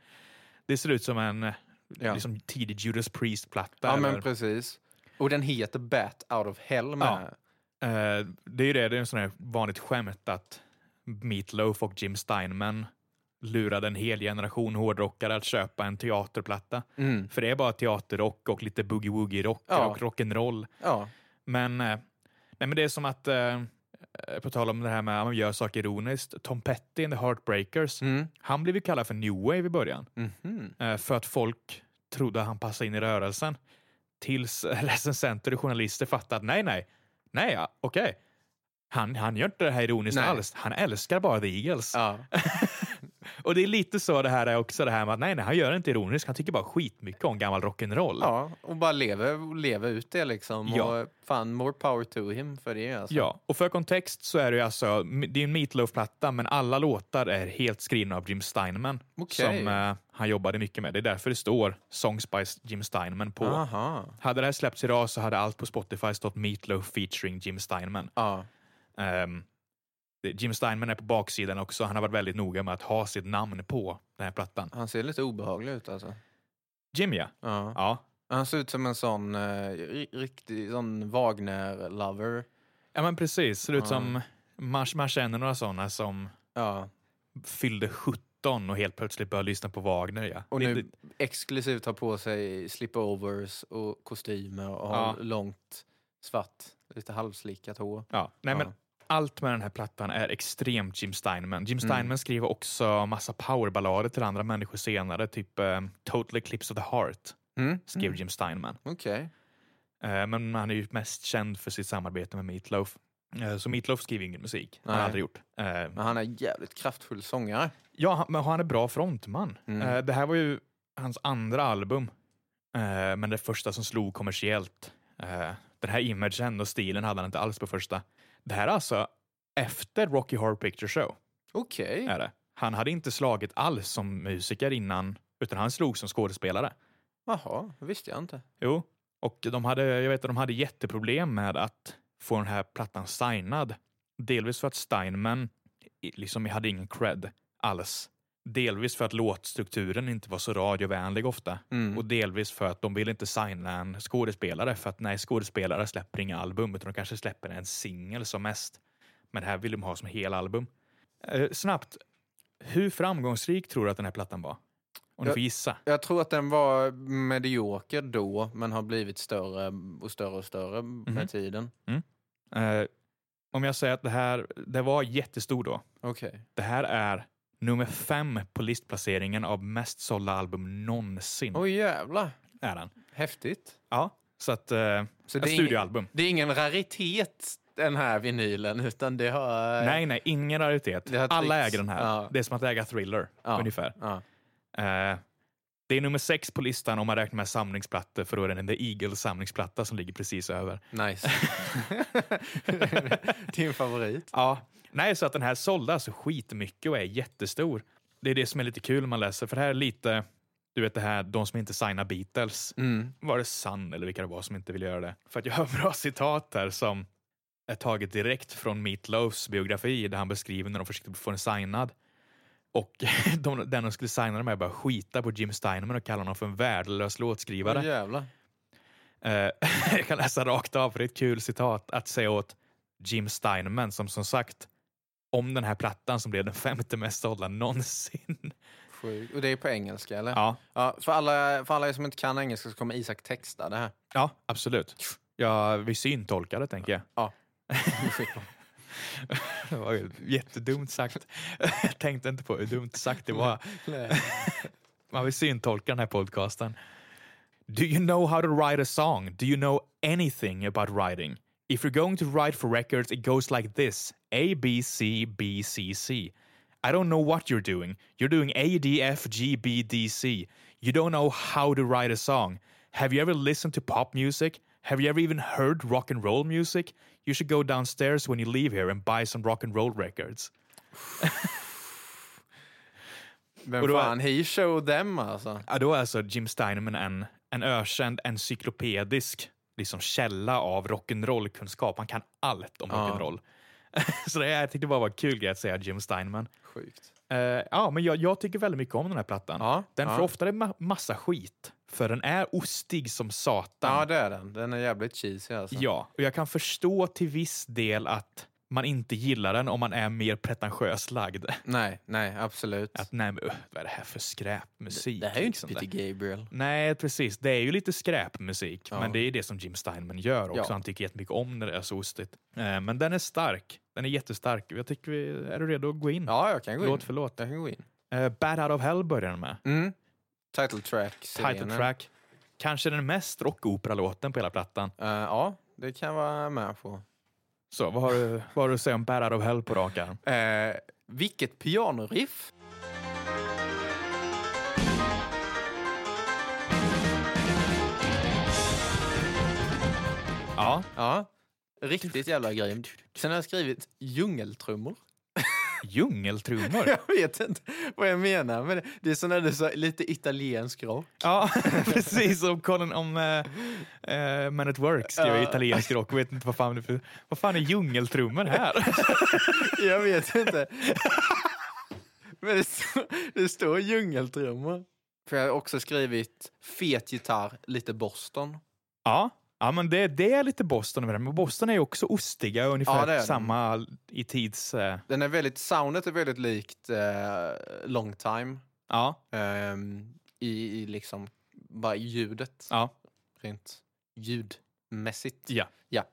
[SPEAKER 4] det ser ut som en
[SPEAKER 1] Ja.
[SPEAKER 4] liksom tidig Judas Priest-platta.
[SPEAKER 1] ja,
[SPEAKER 4] eller-
[SPEAKER 1] men precis. Och den heter Bat Out of Hell med.
[SPEAKER 4] Eh, det är ju det, det är en sån här vanligt skämt att Meat Loaf och Jim Steinman lurade en hel generation hårdrockare att köpa en teaterplatta.
[SPEAKER 1] Mm.
[SPEAKER 4] För det är bara teaterrock och lite boogie-woogie-rock
[SPEAKER 1] Ja.
[SPEAKER 4] och rock'n'roll.
[SPEAKER 1] Ja.
[SPEAKER 4] Men, eh, nej, men det är som att, eh, eh, på tal om det här med att man gör saker ironiskt, Tom Petty and the Heartbreakers,
[SPEAKER 1] Mm.
[SPEAKER 4] han blev ju kallad för New Wave i början.
[SPEAKER 1] Mhm.
[SPEAKER 4] Eh, för att folk [laughs] trodde han passade in i rörelsen. Tills recensenter och journalister fattade att nej, nej, Nej, ja, okej. Han, han gör inte det här ironiskt
[SPEAKER 1] Nej.
[SPEAKER 4] alls. Han älskar bara The Eagles.
[SPEAKER 1] Ja.
[SPEAKER 4] [laughs] Och det är lite så det här är också det här med att nej, nej, han gör det inte ironiskt. Han tycker bara skitmycket om gammal rock'n'roll.
[SPEAKER 1] ja, och bara lever, lever ut det liksom.
[SPEAKER 4] Ja.
[SPEAKER 1] Och fan, more power to him för det alltså.
[SPEAKER 4] Ja, och för kontext så är det ju alltså, det är en Meat Loaf-platta, men alla låtar är helt skrivna av Jim Steinman.
[SPEAKER 1] Okej.
[SPEAKER 4] Som eh, han jobbade mycket med. Det är därför det står Songs by Jim Steinman på.
[SPEAKER 1] Aha.
[SPEAKER 4] Hade det här släppts idag så hade allt på Spotify stått Meat Loaf featuring Jim Steinman.
[SPEAKER 1] Ja.
[SPEAKER 4] Ehm, det- Jim Steinman är på baksidan också. Han har varit väldigt noga med att ha sitt namn på den här plattan.
[SPEAKER 1] Han ser lite obehaglig ut alltså.
[SPEAKER 4] Jim, ja.
[SPEAKER 1] Ja.
[SPEAKER 4] Ja,
[SPEAKER 1] Han ser ut som en sån eh, ri- riktig sån Wagner-lover.
[SPEAKER 4] ja men precis. Ser ut
[SPEAKER 1] Ja.
[SPEAKER 4] som man, man känner några sådana som
[SPEAKER 1] Ja.
[SPEAKER 4] fyllde 17 och helt plötsligt började lyssna på Wagner. Ja.
[SPEAKER 1] Och
[SPEAKER 4] Det-
[SPEAKER 1] nu
[SPEAKER 4] det-
[SPEAKER 1] exklusivt har på sig slipovers och kostymer och har
[SPEAKER 4] Ja.
[SPEAKER 1] långt svart, lite halvslickat hår.
[SPEAKER 4] Ja. Nej, men
[SPEAKER 1] Ja.
[SPEAKER 4] allt med den här plattan är extremt Jim Steinman.
[SPEAKER 1] Mm.
[SPEAKER 4] Jim Steinman skriver också massa powerballader till andra människor senare, typ eh, Total Eclipse of the Heart
[SPEAKER 1] Mm.
[SPEAKER 4] skrev Jim Steinman.
[SPEAKER 1] Okej.
[SPEAKER 4] Eh, men han är ju mest känd för sitt samarbete med Meat Loaf. Eh, så Meat Loaf skriver ingen musik. Han
[SPEAKER 1] Nej.
[SPEAKER 4] har aldrig gjort. Eh,
[SPEAKER 1] Men han är en jävligt kraftfull sångare.
[SPEAKER 4] ja, han, men han är bra frontman. Eh, det här var ju hans andra album, eh, men det första som slog kommersiellt. Eh, den här imagen och stilen hade han inte alls på första. Det här är alltså efter Rocky Horror Picture Show.
[SPEAKER 1] Okej.
[SPEAKER 4] är det. Han hade inte slagit alls som musiker innan, utan han slog som skådespelare.
[SPEAKER 1] Jaha, det visste jag inte.
[SPEAKER 4] Jo, och de hade, jag vet att de hade jätteproblem med att få den här plattan signad. Delvis för att Steinman i- liksom hade ingen cred alls. Delvis för att låtstrukturen inte var så radiovänlig ofta. Och delvis för att de ville inte signa en skådespelare för att nej, skådespelare släpper inga album utan de kanske släpper en singel som mest. Men det här vill de ha som hel album. Eh, snabbt, hur framgångsrik tror du att den här plattan var? Om du
[SPEAKER 1] Jag-
[SPEAKER 4] får gissa.
[SPEAKER 1] Jag tror att den var medioker då, men har blivit större och större och större med tiden.
[SPEAKER 4] Eh, om jag säger att det här det var jättestor då.
[SPEAKER 1] Okej.
[SPEAKER 4] Det här är nummer fem på listplaceringen av mest sålda album någonsin.
[SPEAKER 1] Oj jävlar,
[SPEAKER 4] Är den.
[SPEAKER 1] häftigt.
[SPEAKER 4] Ja, så att... Eh,
[SPEAKER 1] Så
[SPEAKER 4] ett
[SPEAKER 1] det är
[SPEAKER 4] studioalbum.
[SPEAKER 1] Det är ingen raritet den här vinylen, utan det har...
[SPEAKER 4] Nej, nej, ingen raritet.
[SPEAKER 1] Det har
[SPEAKER 4] Alla
[SPEAKER 1] tryckts.
[SPEAKER 4] äger den här.
[SPEAKER 1] Ja.
[SPEAKER 4] Det är som att äga Thriller,
[SPEAKER 1] Ja.
[SPEAKER 4] ungefär.
[SPEAKER 1] Ja.
[SPEAKER 4] Eh, det är nummer sex på listan om man räknar med samlingsplattor, för då är det en The Eagles samlingsplatta som ligger
[SPEAKER 1] [laughs]
[SPEAKER 4] precis över.
[SPEAKER 1] Nice. Din favorit.
[SPEAKER 4] Ja. Nej, så att den här sålde alltså skitmycket och är jättestor. Det är det som är lite kul när man läser, för det här är lite, du vet det här, de som inte signar Beatles.
[SPEAKER 1] Mm.
[SPEAKER 4] Var det Sun eller vilka det var som inte ville göra det? För att jag har [laughs] bra citat här som är taget direkt från Meat Loafs biografi där han beskriver när de försökte få den signad. Och [laughs] de, den de skulle signa dem med bara skita på Jim Steinman och kalla honom för en värdelös låtskrivare.
[SPEAKER 1] Åh jävlar.
[SPEAKER 4] Eh, [laughs] jag kan läsa rakt av, för det är ett kul citat att säga åt Jim Steinman som som sagt om den här plattan som blev den femte mest sålda någonsin. [laughs]
[SPEAKER 1] Sjukt. Och det är på engelska eller?
[SPEAKER 4] Ja,
[SPEAKER 1] Ja, för, alla, för alla er som inte kan engelska så kommer Isak texta det här.
[SPEAKER 4] ja absolut. Ja, vi syntolkar det, tänker jag. [laughs]
[SPEAKER 1] [laughs] Ja.
[SPEAKER 4] det var ju jättedumt sagt. [laughs] jag tänkte inte på hur dumt sagt det var. Man vill syntolka den här podcasten. Do you know how to write a song? Do you know anything about writing? If you're going to write for records, it goes like this. A, B, C, B, C, C. I don't know what you're doing. You're doing A, D, F, G, B, D, C. You don't know how to write a song. Have you ever listened to pop music? Have you ever even heard rock and roll music? You should go downstairs when you leave here and buy some rock and roll records.
[SPEAKER 1] Men
[SPEAKER 4] Och då-
[SPEAKER 1] fan, he showed them alltså.
[SPEAKER 4] Ja, då är alltså Jim Steinman en, en ökänd encyklopedisk liksom, källa av rock'n'roll-kunskap. Han kan allt om rock'n'roll. [laughs] Så det här, jag tyckte bara var en kul grej att säga Jim Steinman.
[SPEAKER 1] Sjukt.
[SPEAKER 4] Eh, ja, men jag, jag tycker väldigt mycket om den här plattan.
[SPEAKER 1] Ja,
[SPEAKER 4] den
[SPEAKER 1] ja.
[SPEAKER 4] får ofta en ma- massa skit, för den är ostig som satan.
[SPEAKER 1] Ja, det är den. Den är jävligt cheesy alltså.
[SPEAKER 4] Ja, och jag kan förstå till viss del att man inte gillar den om man är mer pretentiöst lagd.
[SPEAKER 1] Nej, nej, absolut.
[SPEAKER 4] Att nej, men, öh, vad är det här för skräpmusik?
[SPEAKER 1] det här är ju inte
[SPEAKER 4] liksom?
[SPEAKER 1] Peter Gabriel.
[SPEAKER 4] Nej, precis. Det är ju lite skräpmusik, men det är det som Jim Steinman gör också.
[SPEAKER 1] Ja.
[SPEAKER 4] Han tycker jättemycket om när det är så ostigt. Eh, Men den är stark. Den är jättestark. Jag tycker vi... Är du redo att gå in?
[SPEAKER 1] Ja, jag kan gå in.
[SPEAKER 4] Låt för låt.
[SPEAKER 1] Jag kan gå in.
[SPEAKER 4] Eh, Bad Out of Hell börjar den med.
[SPEAKER 1] Mm. Title track.
[SPEAKER 4] Title track.
[SPEAKER 1] Eh,
[SPEAKER 4] Kanske den mest rockoperalåten på hela plattan.
[SPEAKER 1] ja, det kan jag vara med på.
[SPEAKER 4] Så, vad har, du, vad har du att säga om Bad Out of Hell på rak arm?
[SPEAKER 1] Eh, vilket pianoriff!
[SPEAKER 4] Ja,
[SPEAKER 1] Ja, riktigt jävla grymt. Sen har jag skrivit djungeltrummor.
[SPEAKER 4] djungeltrummor.
[SPEAKER 1] Jag vet inte vad jag menar men det är sån där, det är så lite italiensk rock.
[SPEAKER 4] Ja, [laughs] precis. Som Colin om eh, eh, Men It Works. Det är
[SPEAKER 1] Ja.
[SPEAKER 4] italiensk rock. Jag Vet inte vad fan det är för... Vad fan är djungeltrummor här?
[SPEAKER 1] Jag vet [laughs] inte. Men det, står- det står djungeltrummor. För jag har också skrivit fet gitarr, lite Boston.
[SPEAKER 4] ja. Ja, men det, det är lite Boston över det. Men Boston är ju också ostiga, ungefär
[SPEAKER 1] Ja, det är de.
[SPEAKER 4] samma i tids... Eh,
[SPEAKER 1] Den är väldigt, soundet är väldigt likt eh, Long Time.
[SPEAKER 4] ja,
[SPEAKER 1] ehm, i, I liksom bara ljudet.
[SPEAKER 4] ja.
[SPEAKER 1] Rent ljudmässigt.
[SPEAKER 4] Ja.
[SPEAKER 1] Ja.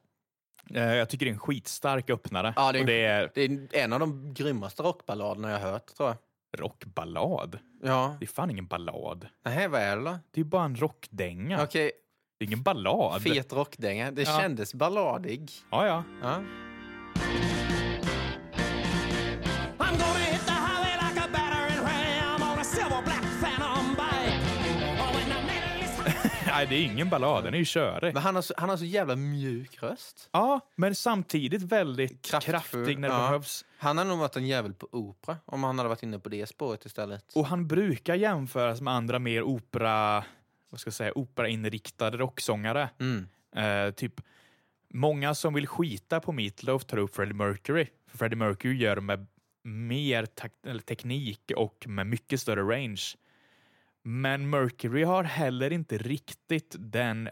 [SPEAKER 4] Eh, Jag tycker det är en skitstark öppnare.
[SPEAKER 1] Ja, det är-
[SPEAKER 4] Och det är
[SPEAKER 1] Det är en av de grymmaste rockballaderna jag har hört tror jag.
[SPEAKER 4] rockballad.
[SPEAKER 1] Ja.
[SPEAKER 4] Det är fan ingen ballad.
[SPEAKER 1] Nej, vad är det då?
[SPEAKER 4] Det är bara en rockdänga.
[SPEAKER 1] Okej,
[SPEAKER 4] Det är ingen ballad.
[SPEAKER 1] fet rockdänga. Det
[SPEAKER 4] Ja.
[SPEAKER 1] kändes balladig.
[SPEAKER 4] Ja, ja.
[SPEAKER 1] Ja.
[SPEAKER 6] I'm gonna hit the highway like a battering ram on a silver black phantom bike. Oh, and the metal is hot.
[SPEAKER 4] Nej, det är ingen ballad. Den är ju körig.
[SPEAKER 1] Men han har, så, han har så jävla mjuk röst.
[SPEAKER 4] Ja, men samtidigt väldigt
[SPEAKER 1] Kraftfull,
[SPEAKER 4] kraftig när det
[SPEAKER 1] ja.
[SPEAKER 4] behövs.
[SPEAKER 1] Han hade nog varit en jävel på opera om han hade varit inne på det spåret istället.
[SPEAKER 4] Och han brukar jämföras med andra mer opera, vad ska jag säga, operainriktade rocksångare.
[SPEAKER 1] Mm.
[SPEAKER 4] Eh, typ Många som vill skita på Meat Loaf tar upp Freddie Mercury. För Freddie Mercury gör det med mer tak- eller teknik och med mycket större range. Men Mercury har heller inte riktigt den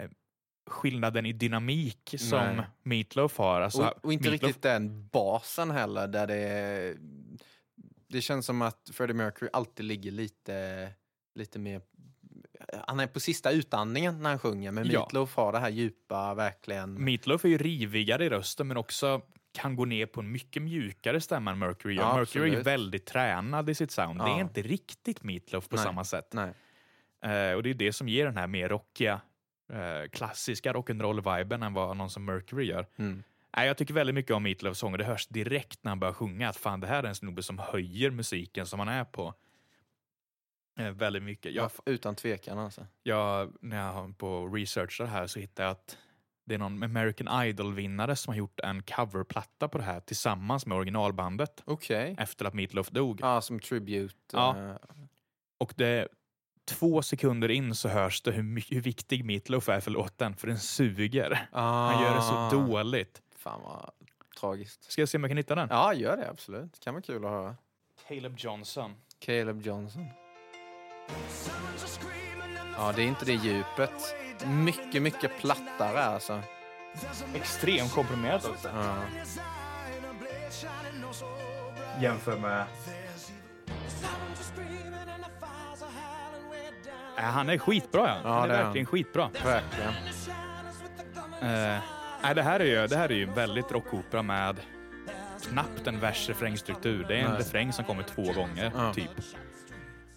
[SPEAKER 4] skillnaden i dynamik som
[SPEAKER 1] Nej.
[SPEAKER 4] Meat Loaf har. Alltså,
[SPEAKER 1] Och, och inte
[SPEAKER 4] Meat Loaf-
[SPEAKER 1] riktigt den basen heller där det... Det känns som att Freddie Mercury alltid ligger lite, lite mer... Han är på sista utandningen när han sjunger men
[SPEAKER 4] Ja.
[SPEAKER 1] Meat Loaf har det här djupa verkligen.
[SPEAKER 4] Meatloaf är ju rivigare i rösten men också kan gå ner på en mycket mjukare stämma än Mercury. gör.
[SPEAKER 1] Ja,
[SPEAKER 4] Mercury är ju
[SPEAKER 1] absolut.
[SPEAKER 4] väldigt tränad i sitt sound. Det är
[SPEAKER 1] Ja.
[SPEAKER 4] inte riktigt Meatloaf på
[SPEAKER 1] Nej.
[SPEAKER 4] samma sätt.
[SPEAKER 1] Nej.
[SPEAKER 4] Eh, och det är det som ger den här mer rockiga, eh, klassiska rock'n'roll-viben än vad någon som Mercury gör.
[SPEAKER 1] Mm.
[SPEAKER 4] Nej, jag tycker väldigt mycket om Meatloafs sånger. Det hörs direkt när han börjar sjunga att fan, det här är en snubbe som höjer musiken som han är på. Eh, väldigt mycket. Jag,
[SPEAKER 1] Ja, f- utan tvekan alltså.
[SPEAKER 4] jag, när jag har på researchar här så hittar jag att det är någon American Idol-vinnare som har gjort en coverplatta på det här tillsammans med originalbandet
[SPEAKER 1] Okej.
[SPEAKER 4] efter att Meatloaf dog.
[SPEAKER 1] Ja, som tribute.
[SPEAKER 4] Ja.
[SPEAKER 1] eh,
[SPEAKER 4] Och det, två sekunder in så hörs det hur, my- hur viktig Meatloaf är för låten, för den suger. Han gör det
[SPEAKER 1] ah.
[SPEAKER 4] så dåligt.
[SPEAKER 1] Fan vad tragiskt.
[SPEAKER 4] Ska jag se om jag kan hitta den?
[SPEAKER 1] Ja, gör det absolut. Det kan vara kul att höra.
[SPEAKER 4] Caleb Johnson.
[SPEAKER 1] Caleb Johnson.
[SPEAKER 6] Sirens are screaming and the
[SPEAKER 1] Ja, det är inte det
[SPEAKER 6] fires are
[SPEAKER 1] djupet.
[SPEAKER 6] highway down
[SPEAKER 1] Mycket,
[SPEAKER 6] in the
[SPEAKER 1] mycket
[SPEAKER 6] valley
[SPEAKER 1] plattare
[SPEAKER 6] tonight.
[SPEAKER 1] alltså.
[SPEAKER 6] There's a
[SPEAKER 4] Extremt komprimerat också.
[SPEAKER 1] Ja.
[SPEAKER 6] man in his eye and a blade shining no so bright.
[SPEAKER 4] Jämför med...
[SPEAKER 6] There's even- Sirens are screaming and the fires are howling way
[SPEAKER 4] Äh,
[SPEAKER 6] down
[SPEAKER 4] han är skitbra, ja. han är
[SPEAKER 1] det är han.
[SPEAKER 4] verkligen skitbra.
[SPEAKER 1] Verkligen.
[SPEAKER 6] in the shadows with the gun in his
[SPEAKER 4] Eh,
[SPEAKER 6] eye.
[SPEAKER 4] nej, det, här är ju, det här är ju väldigt rockopera med knappt en vers-refrängstruktur. Det är en
[SPEAKER 1] Nej.
[SPEAKER 4] refräng som kommer två gånger,
[SPEAKER 1] Ja.
[SPEAKER 4] typ.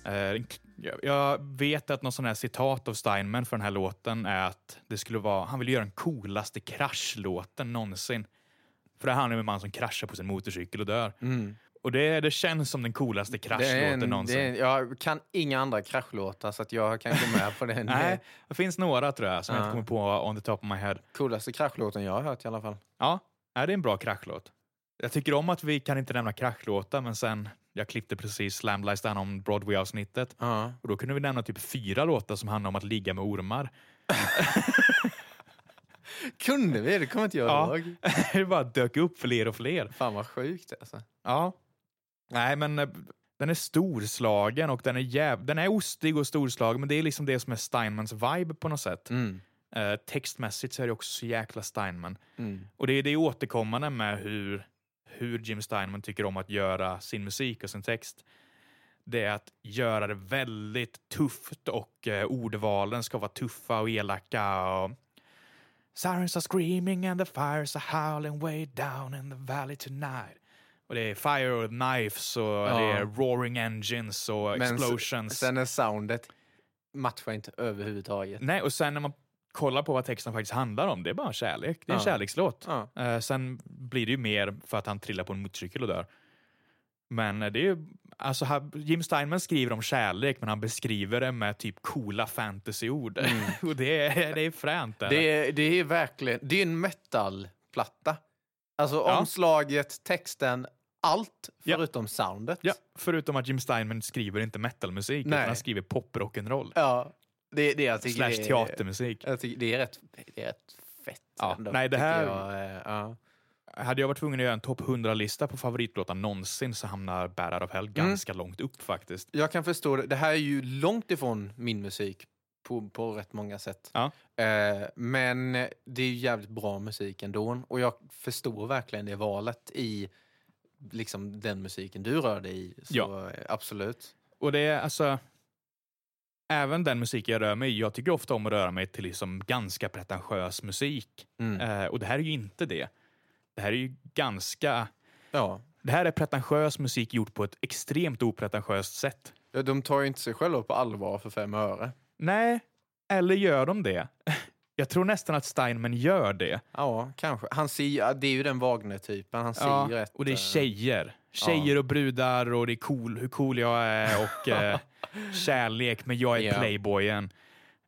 [SPEAKER 4] Eh, en k- jag- jag vet att någon sån här citat av Steinman för den här låten är att det skulle vara, han ville göra den coolaste kraschlåten någonsin. För det handlar om en man som kraschar på sin motorcykel och dör. Och det, det känns som den coolaste
[SPEAKER 1] Mm. Det är
[SPEAKER 4] kraschlåten
[SPEAKER 1] en,
[SPEAKER 4] någonsin.
[SPEAKER 1] det är en, jag kan inga andra kraschlåtar så att jag kan gå med på [laughs] den. eh, Det
[SPEAKER 4] Nej,
[SPEAKER 1] är
[SPEAKER 4] det finns några tror jag som jag
[SPEAKER 1] Ja.
[SPEAKER 4] inte kommer på on the top of my head.
[SPEAKER 1] coolaste kraschlåten jag har hört i alla fall.
[SPEAKER 4] Ja, är det är en bra kraschlåt. Jag tycker om att vi kan inte nämna kraschlåtar, men sen jag klippte precis Slam Lies Down om Broadway-avsnittet
[SPEAKER 1] Ja.
[SPEAKER 4] och då kunde vi nämna typ fyra låtar som handlar om att ligga med ormar. [laughs]
[SPEAKER 1] Kunde vi? Det kommer inte jag
[SPEAKER 4] Ja.
[SPEAKER 1] ihåg.
[SPEAKER 4] det bara dök upp fler och fler.
[SPEAKER 1] Fan vad sjukt alltså.
[SPEAKER 4] Ja. Nej, men eh, den är storslagen och den är jäv... Den är ostig och storslagen, men det är liksom det som är Steinmans vibe på något sätt.
[SPEAKER 1] Mm.
[SPEAKER 4] Eh, textmässigt så är det också så jäkla Steinman.
[SPEAKER 1] Mm.
[SPEAKER 4] Och det är det återkommande med hur, hur Jim Steinman tycker om att göra sin musik och sin text. Det är att göra det väldigt tufft och eh, ordvalen ska vara tuffa och elaka. Och... Sirens are screaming and the fires are howling way down in the valley tonight. Och det är fire och knives och det är roaring engines och
[SPEAKER 1] Men s-
[SPEAKER 4] explosions.
[SPEAKER 1] Sen är soundet matchar inte överhuvudtaget.
[SPEAKER 4] Nej, och sen när man kollar på vad texten faktiskt handlar om, det är bara kärlek. Det är en
[SPEAKER 1] Ja.
[SPEAKER 4] kärlekslåt.
[SPEAKER 1] Ja.
[SPEAKER 4] Eh, sen blir det ju mer för att han trillar på en motorcykel och dör. Men eh, det är ju, alltså här, Jim Steinman skriver om kärlek, men han beskriver det med typ coola fantasyord. [laughs] och det är, det är fränt. Det
[SPEAKER 1] Mm. Det är, det är verkligen, det är en metalplatta. Alltså
[SPEAKER 4] Ja.
[SPEAKER 1] omslaget, texten, allt
[SPEAKER 4] Ja.
[SPEAKER 1] förutom soundet.
[SPEAKER 4] Ja, förutom att Jim Steinman skriver inte metalmusik, utan
[SPEAKER 1] Nej.
[SPEAKER 4] han skriver poprock'n'roll.
[SPEAKER 1] Ja, det, det jag tycker
[SPEAKER 4] Slash
[SPEAKER 1] det är-
[SPEAKER 4] teatermusik.
[SPEAKER 1] Jag tycker det är rätt, det är rätt fett.
[SPEAKER 4] Ja, nej, det
[SPEAKER 1] tycker
[SPEAKER 4] här-
[SPEAKER 1] Jag, eh, ja.
[SPEAKER 4] Hade jag varit tvungen att göra en topp 100-lista på favoritlåtar någonsin så hamnar Bärar av Hell
[SPEAKER 1] Mm.
[SPEAKER 4] ganska långt upp faktiskt.
[SPEAKER 1] jag kan förstå det. Det här är ju långt ifrån min musik på, på rätt många sätt.
[SPEAKER 4] Ja.
[SPEAKER 1] Eh, men det är ju jävligt bra musik ändå. Och jag förstår verkligen det valet i liksom, den musiken du rör dig i. Så
[SPEAKER 4] Ja.
[SPEAKER 1] eh, absolut.
[SPEAKER 4] Och det är alltså... Även den musik jag rör mig i, jag tycker ofta om att röra mig till liksom ganska pretentiös musik.
[SPEAKER 1] Mm.
[SPEAKER 4] Eh, och det här är ju inte det. Det här är ju ganska...
[SPEAKER 1] Ja.
[SPEAKER 4] Det här är pretentiös musik gjord på ett extremt opretentiöst sätt.
[SPEAKER 1] Ja, De tar ju inte sig själva på allvar för fem öre.
[SPEAKER 4] Nej, eller gör de det? [laughs] Jag tror nästan att Steinman gör det.
[SPEAKER 1] Ja, kanske. Han ser, ja, det är ju den Wagner-typen. Han ser
[SPEAKER 4] Ja,
[SPEAKER 1] ju rätt...
[SPEAKER 4] och det är
[SPEAKER 1] eh,
[SPEAKER 4] tjejer. Tjejer och brudar och det är cool, hur cool jag är
[SPEAKER 1] [laughs]
[SPEAKER 4] och eh, kärlek, men jag är
[SPEAKER 1] Ja.
[SPEAKER 4] playboyen.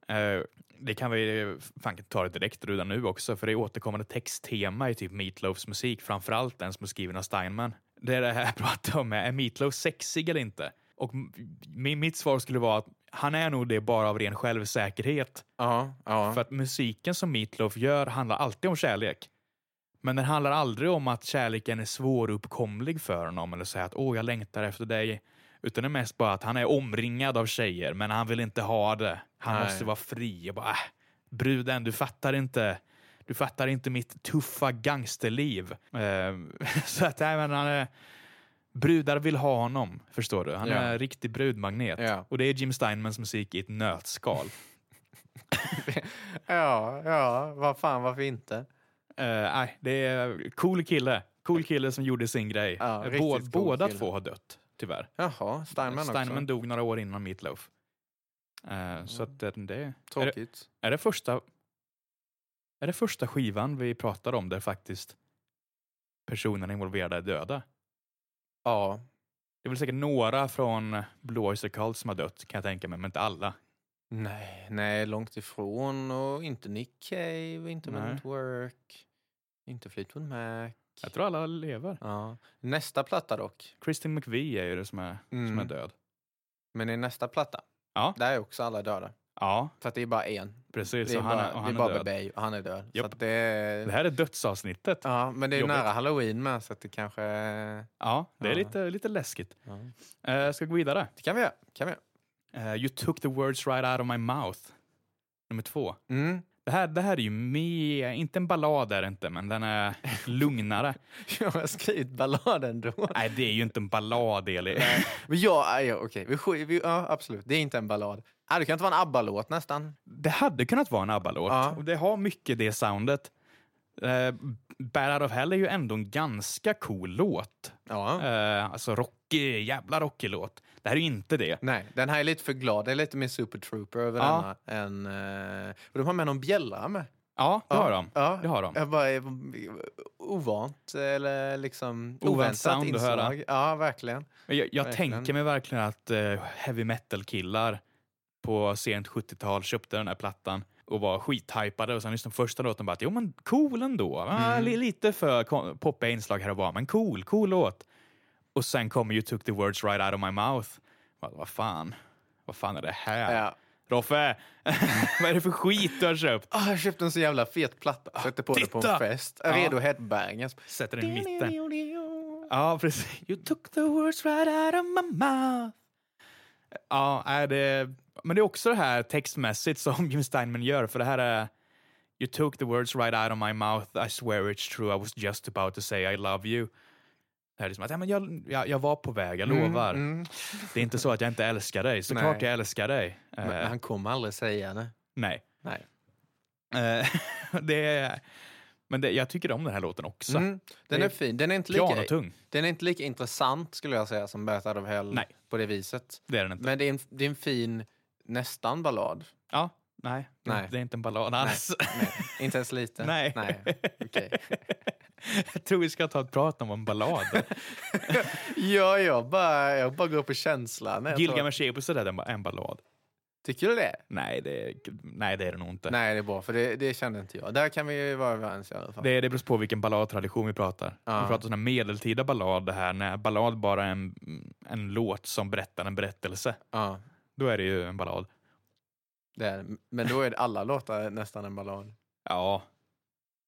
[SPEAKER 4] Eh, det kan vi fan ta det direkt redan nu också, för det är återkommande texttema i typ Meatloafs musik, framförallt den som är skriven av Steinman. Det är det här jag pratar om, är Meatloaf sexig eller inte? Och m- min- mitt svar skulle vara att han är nog det bara av ren självsäkerhet.
[SPEAKER 1] Ja, ja.
[SPEAKER 4] För att musiken som Meatloaf gör handlar alltid om kärlek. Men den handlar aldrig om att kärleken är svåruppkomlig för honom eller säga att åh, jag längtar efter dig. Utan det är mest bara att han är omringad av tjejer, men han vill inte ha det. Han
[SPEAKER 1] Nej.
[SPEAKER 4] måste vara fri. Och bara, äh, bruden, du fattar inte. Du fattar inte mitt tuffa gangsterliv. Eh, [laughs] så att, nej, men han är... Brudar vill ha honom, förstår du. Han
[SPEAKER 1] Ja.
[SPEAKER 4] är en riktig brudmagnet.
[SPEAKER 1] Ja.
[SPEAKER 4] Och det är Jim Steinmans musik i ett nötskal.
[SPEAKER 1] ja, ja. Vad fan, varför inte?
[SPEAKER 4] Eh, nej, det är cool kille. Cool kille som gjorde sin grej.
[SPEAKER 1] Ja,
[SPEAKER 4] Eh,
[SPEAKER 1] riktigt
[SPEAKER 4] Bå,
[SPEAKER 1] cool
[SPEAKER 4] båda
[SPEAKER 1] kille.
[SPEAKER 4] två har dött, tyvärr.
[SPEAKER 1] Jaha, Steinman,
[SPEAKER 4] Steinman
[SPEAKER 1] också.
[SPEAKER 4] dog några år innan Meatloaf. Eh, så
[SPEAKER 1] Mm.
[SPEAKER 4] att det, det, är, det,
[SPEAKER 1] Tråkigt.
[SPEAKER 4] är det första... Är det första skivan vi pratar om där faktiskt personerna involverade är döda?
[SPEAKER 1] Ja.
[SPEAKER 4] Det är väl säkert några från Blue Oyster Cult som har dött, kan jag tänka mig, men inte alla.
[SPEAKER 1] Nej, nej, långt ifrån. Och inte Nick Cave, inte
[SPEAKER 4] Nej.
[SPEAKER 1] Men at Work, inte Fleetwood Mac.
[SPEAKER 4] Jag tror alla lever.
[SPEAKER 1] Ja. Nästa platta dock.
[SPEAKER 4] Christine McVie är ju det som är, som är
[SPEAKER 1] Mm.
[SPEAKER 4] död.
[SPEAKER 1] Men i nästa platta,
[SPEAKER 4] Ja.
[SPEAKER 1] där är också alla döda.
[SPEAKER 4] Ja,
[SPEAKER 1] För att det är bara en.
[SPEAKER 4] precis.
[SPEAKER 1] Det är
[SPEAKER 4] och han,
[SPEAKER 1] bara,
[SPEAKER 4] är- och
[SPEAKER 1] det
[SPEAKER 4] han
[SPEAKER 1] är
[SPEAKER 4] är
[SPEAKER 1] bara
[SPEAKER 4] död.
[SPEAKER 1] Bebe och han är död.
[SPEAKER 4] Japp.
[SPEAKER 1] Så att det,
[SPEAKER 4] Det här är dödsavsnittet.
[SPEAKER 1] ja, men det är ju
[SPEAKER 4] Jobbigt.
[SPEAKER 1] nära halloween med så att det kanske...
[SPEAKER 4] Ja, det är
[SPEAKER 1] Ja.
[SPEAKER 4] lite, lite läskigt.
[SPEAKER 1] Ja.
[SPEAKER 4] Eh, jag ska gå vidare.
[SPEAKER 1] Det kan vi göra. Kan vi göra.
[SPEAKER 4] Eh, you took the words right out of my mouth. Nummer två.
[SPEAKER 1] Mm. [laughs]
[SPEAKER 4] Det här, det här är ju mer, inte en ballad är det inte, men
[SPEAKER 1] [laughs]
[SPEAKER 4] den är lugnare.
[SPEAKER 1] Jag har skrivit balladen då.
[SPEAKER 4] Nej, det är ju inte en ballad, Eli.
[SPEAKER 1] Men ja, ja okej. Vi, skit- vi, ja, absolut. Det är inte en ballad. Ja, det kan inte vara en ABBA-låt nästan.
[SPEAKER 4] Det hade kunnat vara en ABBA-låt.
[SPEAKER 1] Ja.
[SPEAKER 4] Och det har mycket det soundet. Uh, Bad Out of Hell är ju ändå en ganska cool låt.
[SPEAKER 1] Ja.
[SPEAKER 4] Eh, alltså rockig, jävla rockig låt. Det här är ju inte det.
[SPEAKER 1] Nej, den här är lite för glad. Det är lite mer Super Trooper över
[SPEAKER 4] Ja.
[SPEAKER 1] denna. Än, eh, och de har med någon bjällra med.
[SPEAKER 4] Ja, det har de.
[SPEAKER 1] Ja.
[SPEAKER 4] Det har de.
[SPEAKER 1] Jag bara, eh, ovant eller liksom
[SPEAKER 4] Ovant
[SPEAKER 1] oväntat
[SPEAKER 4] sound att höra.
[SPEAKER 1] inslag. Ja, verkligen.
[SPEAKER 4] Men Jag, jag
[SPEAKER 1] Verkligen.
[SPEAKER 4] tänker mig verkligen att eh, heavy metal-killar på sent 70-tal köpte den här plattan och var skithypade och sen lyssnade på första låten och bara att jo men cool ändå. Ah,
[SPEAKER 1] Mm.
[SPEAKER 4] li- lite för ko- poppiga inslag här och var, men cool, cool låt. Och sen kommer You took the words right out of my mouth. Vad, vad fan, vad fan är det här?
[SPEAKER 1] Ja.
[SPEAKER 4] Roffe, [laughs] vad är det för skit du har köpt?
[SPEAKER 1] Ah, jag köpte en så jävla fet platta. Sätter på det på
[SPEAKER 4] Ah, titta!
[SPEAKER 1] en fest. Är Redo headbangas.
[SPEAKER 4] Sätter den i mitten. Ja, precis. You took the words right out of my mouth. Ja, är det... Men det är också det här textmässigt som Jim Steinman gör, för det här är... You took the words right out of my mouth, I swear it's true, I was just about to say I love you. Det här är liksom att, ja, men jag, jag, jag var på väg, jag lovar.
[SPEAKER 1] Mm.
[SPEAKER 4] Det är inte så att jag inte älskar dig, såklart
[SPEAKER 1] Nej.
[SPEAKER 4] jag älskar dig. Eh,
[SPEAKER 1] Men han kommer aldrig säga det.
[SPEAKER 4] nej.
[SPEAKER 1] Nej.
[SPEAKER 4] Eh, [laughs] det är, men det, jag tycker om den här låten också.
[SPEAKER 1] Mm. Den
[SPEAKER 4] Det
[SPEAKER 1] är,
[SPEAKER 4] är
[SPEAKER 1] fin. Den är, inte lika,
[SPEAKER 4] Pianotung,
[SPEAKER 1] den är inte lika intressant skulle jag säga som Bad Out of Hell
[SPEAKER 4] Nej.
[SPEAKER 1] på det viset.
[SPEAKER 4] det är den inte.
[SPEAKER 1] Men det är en, det är en fin nästan ballad.
[SPEAKER 4] ja, Nej,
[SPEAKER 1] Nej.
[SPEAKER 4] det är inte en ballad alls.
[SPEAKER 1] Nej, inte ens lite.
[SPEAKER 4] [laughs] Nej.
[SPEAKER 1] [laughs] okej.
[SPEAKER 4] [laughs] Jag tror vi ska ta ett prat om
[SPEAKER 1] [laughs]
[SPEAKER 4] en ballad.
[SPEAKER 1] Ja, jag bara, jag bara går på känslan. Jag tror-
[SPEAKER 4] Gilgamesh är på sådär en ba- en ballad.
[SPEAKER 1] Tycker du det?
[SPEAKER 4] Nej det, nej, det är det nog inte.
[SPEAKER 1] Nej, det är bra, för det, det kände inte jag. Där kan vi ju vara överens i alla fall.
[SPEAKER 4] Det, det beror på vilken balladtradition vi pratar.
[SPEAKER 1] Ja.
[SPEAKER 4] Vi pratar såna medeltida ballader här, när ballad bara är en, en låt som berättar en berättelse.
[SPEAKER 1] Ja,
[SPEAKER 4] Då är det ju en ballad.
[SPEAKER 1] det är, det. men då är det alla låtar nästan en ballad.
[SPEAKER 4] Ja,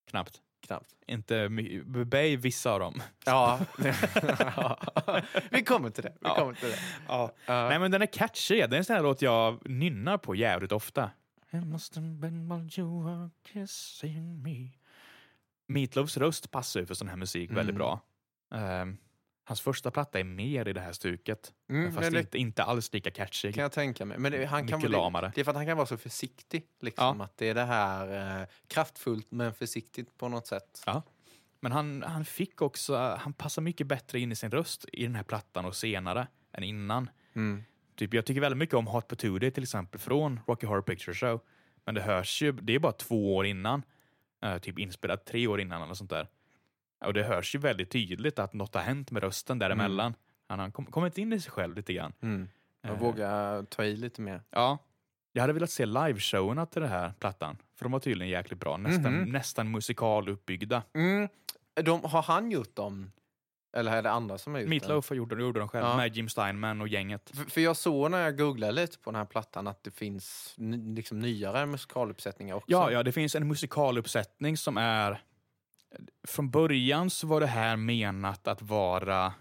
[SPEAKER 4] knappt. [laughs]
[SPEAKER 1] Knappt.
[SPEAKER 4] Inte my- Bey, vissa av dem.
[SPEAKER 1] Ja. [laughs] vi kommer till det. Vi
[SPEAKER 4] Ja.
[SPEAKER 1] kommer till det.
[SPEAKER 4] Ja.
[SPEAKER 1] Ja.
[SPEAKER 4] Nej men den är catchy, det är en sån här låt jag nynnar på jävligt ofta. It must have been while you were kissing me. Meatloafs röst passar ju för sån här musik
[SPEAKER 1] Mm.
[SPEAKER 4] väldigt bra. Ehm, hans första platta är mer i det här stuket.
[SPEAKER 1] Mm,
[SPEAKER 4] fast
[SPEAKER 1] men det-
[SPEAKER 4] inte, inte alls lika catchy.
[SPEAKER 1] kan jag tänka mig. Men det, han kan
[SPEAKER 4] Mycket
[SPEAKER 1] väl-
[SPEAKER 4] lamare.
[SPEAKER 1] Det är för att han kan vara så försiktig. Liksom, Att det är det här eh, kraftfullt men försiktigt på något sätt.
[SPEAKER 4] Ja. Men han, han fick också, han passar mycket bättre in i sin röst i den här plattan och senare än innan. Typ, jag tycker väldigt mycket om Hot Potato till exempel från Rocky Horror Picture Show. Men det hörs ju, det är bara två år innan. Eh, typ inspelat tre år innan eller sånt där. Och det hörs ju väldigt tydligt att något har hänt med rösten däremellan. Han har kom, kommit in i sig själv lite grann.
[SPEAKER 1] Mm. Jag
[SPEAKER 4] Eh.
[SPEAKER 1] vågar ta i lite mer.
[SPEAKER 4] Ja. Jag hade velat se liveshowerna till den här plattan. För de var tydligen jäkligt bra. Nästan, nästan musikaluppbyggda.
[SPEAKER 1] Mm. De, har han gjort dem? Eller är det andra som har gjort dem?
[SPEAKER 4] Meatloaf gjorde, gjorde de själva
[SPEAKER 1] Ja.
[SPEAKER 4] med Jim Steinman och gänget.
[SPEAKER 1] För, för jag såg när jag googlade lite på den här plattan att det finns ny, liksom nyare musikaluppsättningar också.
[SPEAKER 4] Ja, ja, det finns en musikaluppsättning som är... Från början så var det här menat att vara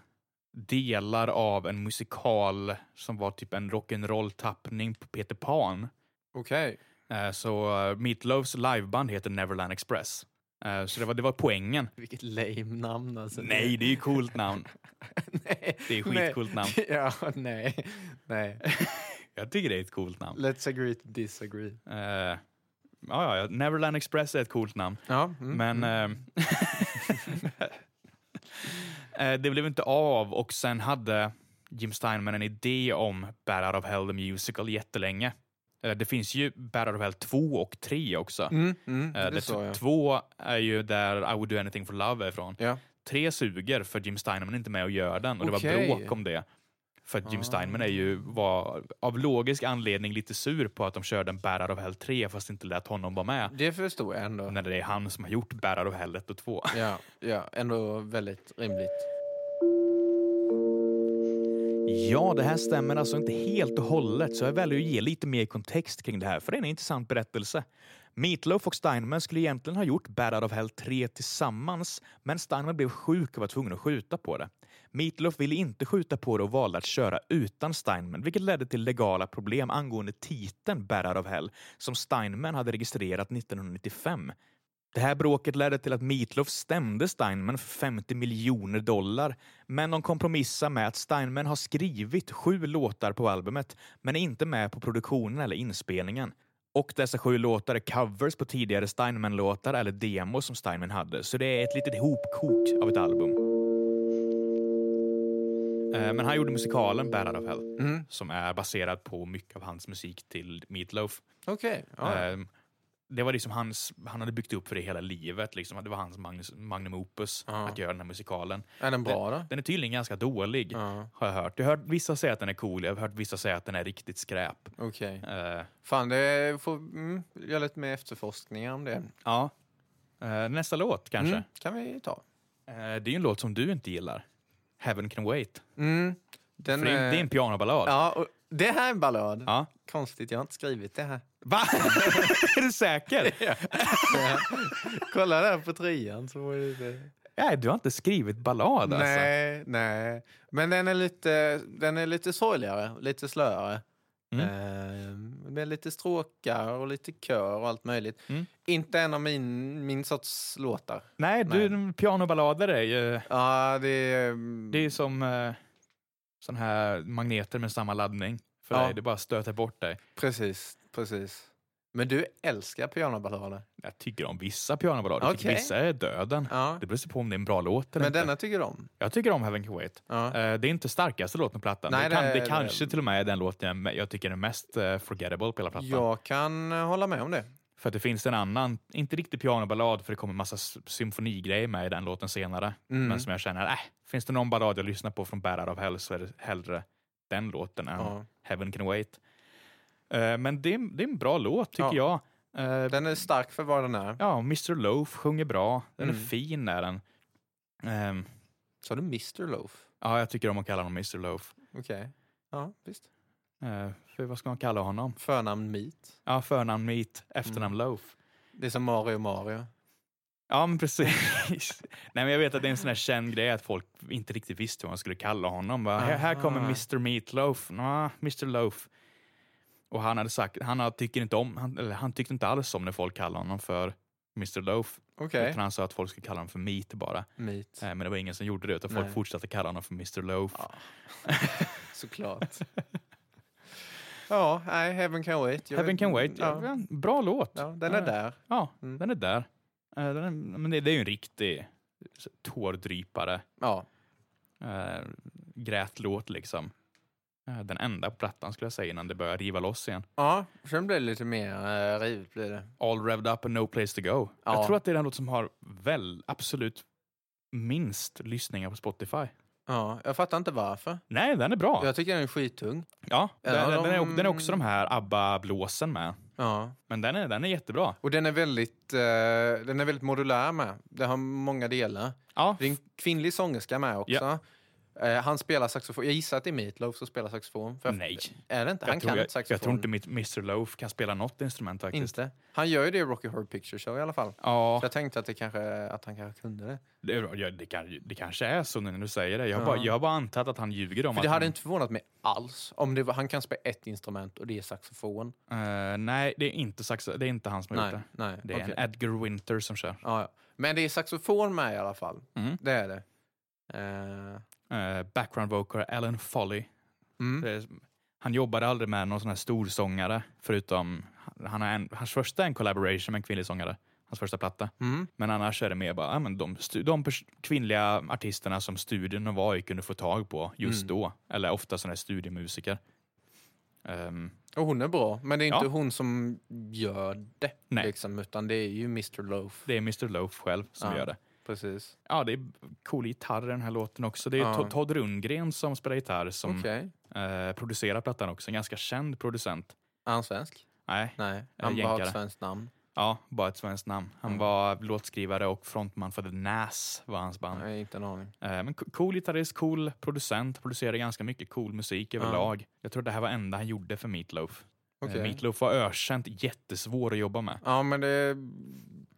[SPEAKER 4] delar av en musikal som var typ en rock'n'roll-tappning på Peter Pan.
[SPEAKER 1] Okej.
[SPEAKER 4] Eh, Så eh, Meatloafs liveband heter Neverland Express. Eh, Så det var, det var poängen.
[SPEAKER 1] Vilket lame namn alltså.
[SPEAKER 4] Nej, det är ju coolt namn.
[SPEAKER 1] [laughs] nej.
[SPEAKER 4] Det är skitcoolt namn.
[SPEAKER 1] Nej. Ja, nej. nej.
[SPEAKER 4] Jag tycker det är ett coolt namn.
[SPEAKER 1] Let's agree to disagree.
[SPEAKER 4] Eh, Ja, ja, ja, Neverland Express är ett coolt namn.
[SPEAKER 1] Ja, mm.
[SPEAKER 4] Men... ehm, [laughs] eh, eh, det blev inte av och sen hade Jim Steinman en idé om Battle of Hell the Musical jättelänge. Eh, Det finns ju Battle of Hell 2 och 3 också.
[SPEAKER 1] Mm, mm,
[SPEAKER 4] Eh,
[SPEAKER 1] det
[SPEAKER 4] det
[SPEAKER 1] sa jag.
[SPEAKER 4] 2 är ju där I would do anything for love är ifrån.
[SPEAKER 1] Ja.
[SPEAKER 4] 3 suger för Jim Steinman är inte med och gör den och det
[SPEAKER 1] Okej. Ah.
[SPEAKER 4] var bråk om det. För att Jim Steinman är ju, var av logisk anledning lite sur på att de körde en Battle of Hell 3 fast inte lät honom vara med
[SPEAKER 1] Det förstår jag ändå.
[SPEAKER 4] när det är han som har gjort Bärar och Hellet och två.
[SPEAKER 1] Ja, ja, ändå väldigt rimligt.
[SPEAKER 4] Ja, det här stämmer alltså inte helt och hållet så jag väljer att ge lite mer kontext kring det här för det är en intressant berättelse. Meatloaf och Steinman skulle egentligen ha gjort Bad Out of Hell 3 tillsammans men Steinman blev sjuk och var tvungen att skjuta på det. Meatloaf ville inte skjuta på det och valde att köra utan Steinman vilket ledde till legala problem angående titeln Bad Out of Hell som Steinman hade registrerat 1995. Det här bråket ledde till att Meatloaf stämde Steinman för 50 miljoner dollar. Men de kompromissar med att Steinman har skrivit sju låtar på albumet men är inte med på produktionen eller inspelningen. Och dessa sju låtar är covers på tidigare Steinman-låtar eller demos som Steinman hade. Så det är ett litet hopkok av ett album. Eh, Men han gjorde musikalen Bad Out of Hell som är baserad på mycket av hans musik till Meatloaf.
[SPEAKER 1] Okej. ja.
[SPEAKER 4] Ehm, det var liksom hans, han hade byggt upp för det hela livet. Liksom. Det var hans magnus, magnum opus att göra den här musikalen.
[SPEAKER 1] Är den bra då?
[SPEAKER 4] Den är tydligen ganska dålig, har jag hört. Jag har hört vissa säga att den är cool, jag har hört vissa säga att den är riktigt skräp.
[SPEAKER 1] Okej.
[SPEAKER 4] Eh,
[SPEAKER 1] Fan, det får mm, göra lite mer efterforskningar om det.
[SPEAKER 4] ja. Eh, nästa låt kanske.
[SPEAKER 1] Mm, kan vi ta. Mm.
[SPEAKER 4] Eh, det är ju en låt som du inte gillar. Heaven can wait.
[SPEAKER 1] Den,
[SPEAKER 4] För det, är,
[SPEAKER 1] eh,
[SPEAKER 4] det är en pianoballad.
[SPEAKER 1] ja, och det här är en ballad.
[SPEAKER 4] Ja.
[SPEAKER 1] Konstigt, jag har inte skrivit det här.
[SPEAKER 4] Va? [laughs] är du säker?
[SPEAKER 1] Kolla där på trean så var det lite...
[SPEAKER 4] Nej, du har inte skrivit ballad alltså.
[SPEAKER 1] Nej, nej. Men den är lite, den är lite sorgligare, lite slöare.
[SPEAKER 4] Mm.
[SPEAKER 1] Eh, med lite stråkar och lite kör och allt möjligt.
[SPEAKER 4] Mm.
[SPEAKER 1] Inte en av min, min sorts låtar.
[SPEAKER 4] Nej, du, pianoballader är ju...
[SPEAKER 1] Ja, det är... mm,
[SPEAKER 4] Det är som eh, sån här magneter med samma laddning. För
[SPEAKER 1] Ja.
[SPEAKER 4] dig, det bara stöter bort dig.
[SPEAKER 1] Precis, precis. Men du älskar pianoballader.
[SPEAKER 4] Jag tycker om vissa pianoballader. Jag tycker
[SPEAKER 1] Okej.
[SPEAKER 4] Vissa är döden.
[SPEAKER 1] Ja.
[SPEAKER 4] Det beror sig på om det är en bra låt eller
[SPEAKER 1] Men
[SPEAKER 4] inte.
[SPEAKER 1] denna tycker du om?
[SPEAKER 4] Jag tycker om Heaven Can Wait.
[SPEAKER 1] Ja.
[SPEAKER 4] Eh, Det är inte starkaste låten på plattan.
[SPEAKER 1] Nej,
[SPEAKER 4] det, kan,
[SPEAKER 1] det-
[SPEAKER 4] det,
[SPEAKER 1] det-
[SPEAKER 4] kanske till och med är den låten jag, jag tycker är mest eh, forgettable på hela plattan.
[SPEAKER 1] Jag kan eh, hålla med om det.
[SPEAKER 4] För att det finns en annan, inte riktigt pianoballad, för det kommer massa s- symfonigrejer med i den låten senare. Men som jag känner, äh, finns det någon ballad jag lyssnar på från Bärar av Hell så är det hellre den låten än
[SPEAKER 1] Ja.
[SPEAKER 4] Heaven Can Wait. Eh, men det är, en- det är en bra låt tycker jag. Eh,
[SPEAKER 1] Den är stark för vad den är.
[SPEAKER 4] ja, Mr Loaf sjunger bra. Den är fin är den. Ehm,
[SPEAKER 1] Sa du Mr Loaf?
[SPEAKER 4] ja, jag tycker om att kalla honom Mr Loaf.
[SPEAKER 1] Okej. Ja, visst.
[SPEAKER 4] Eh, för vad ska man kalla honom?
[SPEAKER 1] Förnamn Meat.
[SPEAKER 4] Ja, förnamn Meat, efternamn Loaf.
[SPEAKER 1] Det är som Mario Mario.
[SPEAKER 4] Ja, men precis. [laughs] Nej, men jag vet att det är en sån här känd grej att folk inte riktigt visste vad man skulle kalla honom. Bara, här, här kommer
[SPEAKER 1] Aha.
[SPEAKER 4] Mr Meatloaf. Nah, Mr Loaf. Och han hade sagt, han hade- tycker inte om, han, eller han tyckte inte alls om när folk kallade honom för Mr Loaf.
[SPEAKER 1] Okej.
[SPEAKER 4] Utan han sa att folk skulle kalla honom för Meat bara.
[SPEAKER 1] Meat.
[SPEAKER 4] Eh, Men det var ingen som gjorde det utan folk
[SPEAKER 1] Nej.
[SPEAKER 4] fortsatte kalla honom för Mr Loaf.
[SPEAKER 1] Såklart. [laughs] ja, nej, Heaven Can Wait. Jag
[SPEAKER 4] Heaven
[SPEAKER 1] vet-
[SPEAKER 4] Can Wait,
[SPEAKER 1] Ja.
[SPEAKER 4] ja. bra låt.
[SPEAKER 1] Ja, den är
[SPEAKER 4] Eh,
[SPEAKER 1] där.
[SPEAKER 4] Ja,
[SPEAKER 1] Mm.
[SPEAKER 4] den är där. Eh, Den är, men det, det är ju en riktig tårdrypare.
[SPEAKER 1] Ja.
[SPEAKER 4] eh, grätlåt liksom. Eh, den enda på plattan skulle jag säga innan det börjar riva loss igen.
[SPEAKER 1] ja, sen blir det lite mer eh, rivigt. Blir det.
[SPEAKER 4] All revved up and no place to go.
[SPEAKER 1] Ja.
[SPEAKER 4] Jag tror att det är den låt som har väl absolut minst lyssningar på Spotify.
[SPEAKER 1] Ja, jag fattar inte varför.
[SPEAKER 4] Nej, den är bra.
[SPEAKER 1] Jag tycker den är skittung.
[SPEAKER 4] Ja, den,
[SPEAKER 1] Ja,
[SPEAKER 4] den, den, är,
[SPEAKER 1] de-
[SPEAKER 4] den är också de här ABBA-blåsen med.
[SPEAKER 1] Ja.
[SPEAKER 4] Men den är, den är jättebra.
[SPEAKER 1] Och den är väldigt, eh, den är väldigt modulär med. Den har många delar.
[SPEAKER 4] Ja,
[SPEAKER 1] Det är en kvinnlig sångerska med också. Eh, han spelar saxofon. Jag gissar att det är Meatloaf som spelar saxofon. För
[SPEAKER 4] nej.
[SPEAKER 1] Är det inte? Han
[SPEAKER 4] Jag tror,
[SPEAKER 1] kan
[SPEAKER 4] jag,
[SPEAKER 1] inte saxofon.
[SPEAKER 4] jag tror inte mitt Mr Loaf kan spela något instrument faktiskt.
[SPEAKER 1] Inte. Han gör ju det i Rocky Horror Picture Show i alla fall.
[SPEAKER 4] Ja,
[SPEAKER 1] Jag tänkte att, det kanske, att han kanske kunde det.
[SPEAKER 4] det, ja, det, kan, det kanske är så nu när du säger det. Jag har bara, jag har bara antagit att han ljuger om
[SPEAKER 1] För
[SPEAKER 4] att
[SPEAKER 1] det hade
[SPEAKER 4] han,
[SPEAKER 1] inte förvånat mig alls om det var, han kan spela ett instrument och det är saxofon.
[SPEAKER 4] Eh, nej, det är inte saxo. Det är inte han som har
[SPEAKER 1] Nej,
[SPEAKER 4] gjort det.
[SPEAKER 1] nej,
[SPEAKER 4] Det är
[SPEAKER 1] okej.
[SPEAKER 4] en Edgar Winter som kör.
[SPEAKER 1] Ja, ja. Men det är saxofon med i alla fall.
[SPEAKER 4] Mm.
[SPEAKER 1] Det är det. Eh,
[SPEAKER 4] Eh, background vocal Alan Folly.
[SPEAKER 1] Mm.
[SPEAKER 4] Det är, han jobbade aldrig med någon sån här storsångare förutom han har en, hans första är en collaboration med en kvinnlig sångare. Hans första platta.
[SPEAKER 1] Mm.
[SPEAKER 4] Men annars är det mer bara ja, men de, stu- de pers- kvinnliga artisterna som studion och var kunde få tag på just
[SPEAKER 1] Mm.
[SPEAKER 4] då. Eller ofta sådana här studiemusiker. Ehm,
[SPEAKER 1] och hon är bra, men det är inte
[SPEAKER 4] Ja.
[SPEAKER 1] hon som gör det.
[SPEAKER 4] Nej.
[SPEAKER 1] Liksom, utan det är ju Mr Loaf.
[SPEAKER 4] det är Mr Loaf själv som
[SPEAKER 1] Ja.
[SPEAKER 4] gör det.
[SPEAKER 1] Precis.
[SPEAKER 4] Ja, det är cool gitarr i den här låten också. Det är
[SPEAKER 1] Ja.
[SPEAKER 4] Todd- Todd Rundgren som spelar gitarr som
[SPEAKER 1] Okej.
[SPEAKER 4] eh, producerar plattan också. En ganska känd producent.
[SPEAKER 1] Är han svensk?
[SPEAKER 4] Nej,
[SPEAKER 1] Nej, han bara har
[SPEAKER 4] jänkare.
[SPEAKER 1] ett svenskt namn.
[SPEAKER 4] ja, bara ett svenskt namn. Han
[SPEAKER 1] Mm.
[SPEAKER 4] var låtskrivare och frontman för The Nas var hans band.
[SPEAKER 1] Jag har inte en aning.
[SPEAKER 4] Eh, men co- cool gitarrist, cool producent, producerade ganska mycket cool musik överlag. Jag tror det här var enda han gjorde för Meatloaf.
[SPEAKER 1] Okej.
[SPEAKER 4] Eh, Meatloaf var ökänt jättesvår att jobba med.
[SPEAKER 1] Ja, men det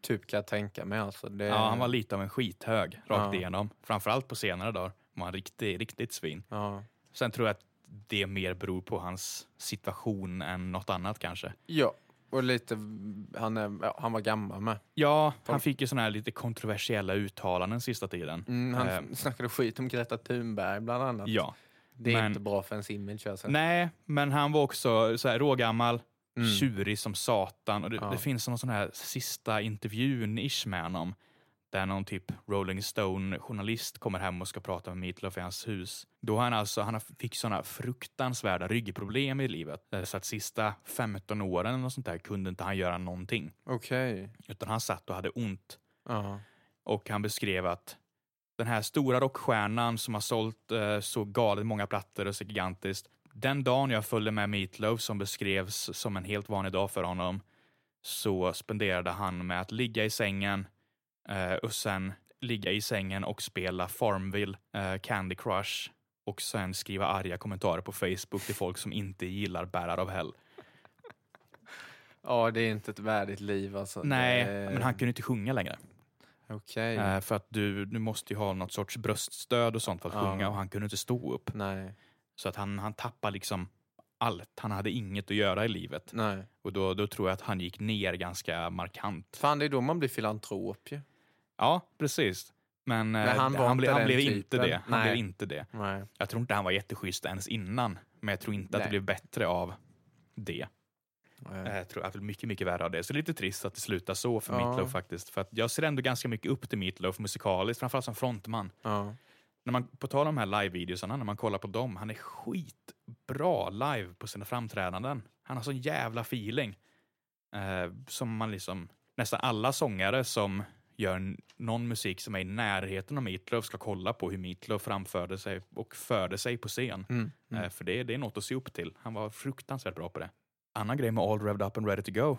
[SPEAKER 1] typ kan jag tänka mig. Alltså. Det,
[SPEAKER 4] Ja, han var lite av en skithög rakt
[SPEAKER 1] Ja.
[SPEAKER 4] igenom. Framförallt på senare dagar var han riktigt, riktigt svin.
[SPEAKER 1] ja.
[SPEAKER 4] Sen tror jag att det mer beror på hans situation än något annat kanske.
[SPEAKER 1] ja, och lite... Han, är, ja, han var gammal med.
[SPEAKER 4] Ja, han fick ju såna här lite kontroversiella uttalanden sista tiden.
[SPEAKER 1] Mm, han
[SPEAKER 4] Eh,
[SPEAKER 1] snackade skit om Greta Thunberg bland annat.
[SPEAKER 4] ja.
[SPEAKER 1] det är
[SPEAKER 4] men-
[SPEAKER 1] inte bra för ens image. Alltså.
[SPEAKER 4] Nej, men han var också så här rågammal, tjurig som satan. Och det,
[SPEAKER 1] Mm. Ja.
[SPEAKER 4] det finns någon sån här sista intervjun-ish med honom. Där någon typ Rolling Stone-journalist kommer hem och ska prata med Meatloaf i hans hus. Då har han alltså, han har- fick såna fruktansvärda ryggproblem i livet. Eh, Så att sista 15 åren eller något sånt där kunde inte han göra någonting.
[SPEAKER 1] Okej.
[SPEAKER 4] Utan han satt och hade ont.
[SPEAKER 1] Ja.
[SPEAKER 4] Och han beskrev att den här stora rockstjärnan som har sålt eh, så galet många plattor och så gigantiskt. Den dagen jag följde med Meatloaf som beskrevs som en helt vanlig dag för honom så spenderade han med att ligga i sängen eh, och sen ligga i sängen och spela Farmville, eh, Candy Crush och sen skriva arga kommentarer på Facebook till folk som inte gillar Bärar av Hell.
[SPEAKER 1] ja, det är inte ett värdigt liv. Alltså.
[SPEAKER 4] Nej,
[SPEAKER 1] Det-
[SPEAKER 4] men han kunde inte sjunga längre.
[SPEAKER 1] Okej.
[SPEAKER 4] Eh, för att du, du måste ju ha något sorts bröststöd och sånt för att
[SPEAKER 1] Ja.
[SPEAKER 4] sjunga och han kunde inte stå upp.
[SPEAKER 1] Nej.
[SPEAKER 4] Så att han, han tappade liksom allt. Han hade inget att göra i livet.
[SPEAKER 1] Nej.
[SPEAKER 4] Och då, då tror jag att han gick ner ganska markant.
[SPEAKER 1] Fan, det är då man blir filantrop ju.
[SPEAKER 4] Ja, precis. Men, eh,
[SPEAKER 1] han
[SPEAKER 4] han,
[SPEAKER 1] var inte
[SPEAKER 4] blev, han
[SPEAKER 1] den
[SPEAKER 4] blev
[SPEAKER 1] typen.
[SPEAKER 4] inte det. Han
[SPEAKER 1] Nej.
[SPEAKER 4] blev inte det.
[SPEAKER 1] Nej.
[SPEAKER 4] Jag tror inte han var jätteschysst ens innan. Men jag tror inte att
[SPEAKER 1] Nej.
[SPEAKER 4] det blev bättre av det. Eh, tror jag är väl mycket, mycket värre av det. Så det är lite trist att det slutar så för
[SPEAKER 1] Ja.
[SPEAKER 4] Meatloaf faktiskt. För att jag ser ändå ganska mycket upp till Meatloaf musikaliskt, framförallt som frontman.
[SPEAKER 1] Ja.
[SPEAKER 4] När man, på tal om de här live-videosarna, när man kollar på dem, han är skitbra live på sina framträdanden. Han har sån jävla feeling. Eh, som man liksom, nästan alla sångare som gör n- någon musik som är i närheten av Meatloaf ska kolla på hur Meatloaf framförde sig och förde sig på scen. Eh, för det, det är något att se upp till. Han var fruktansvärt bra på det. Annan grej med All Revved Up and Ready to Go.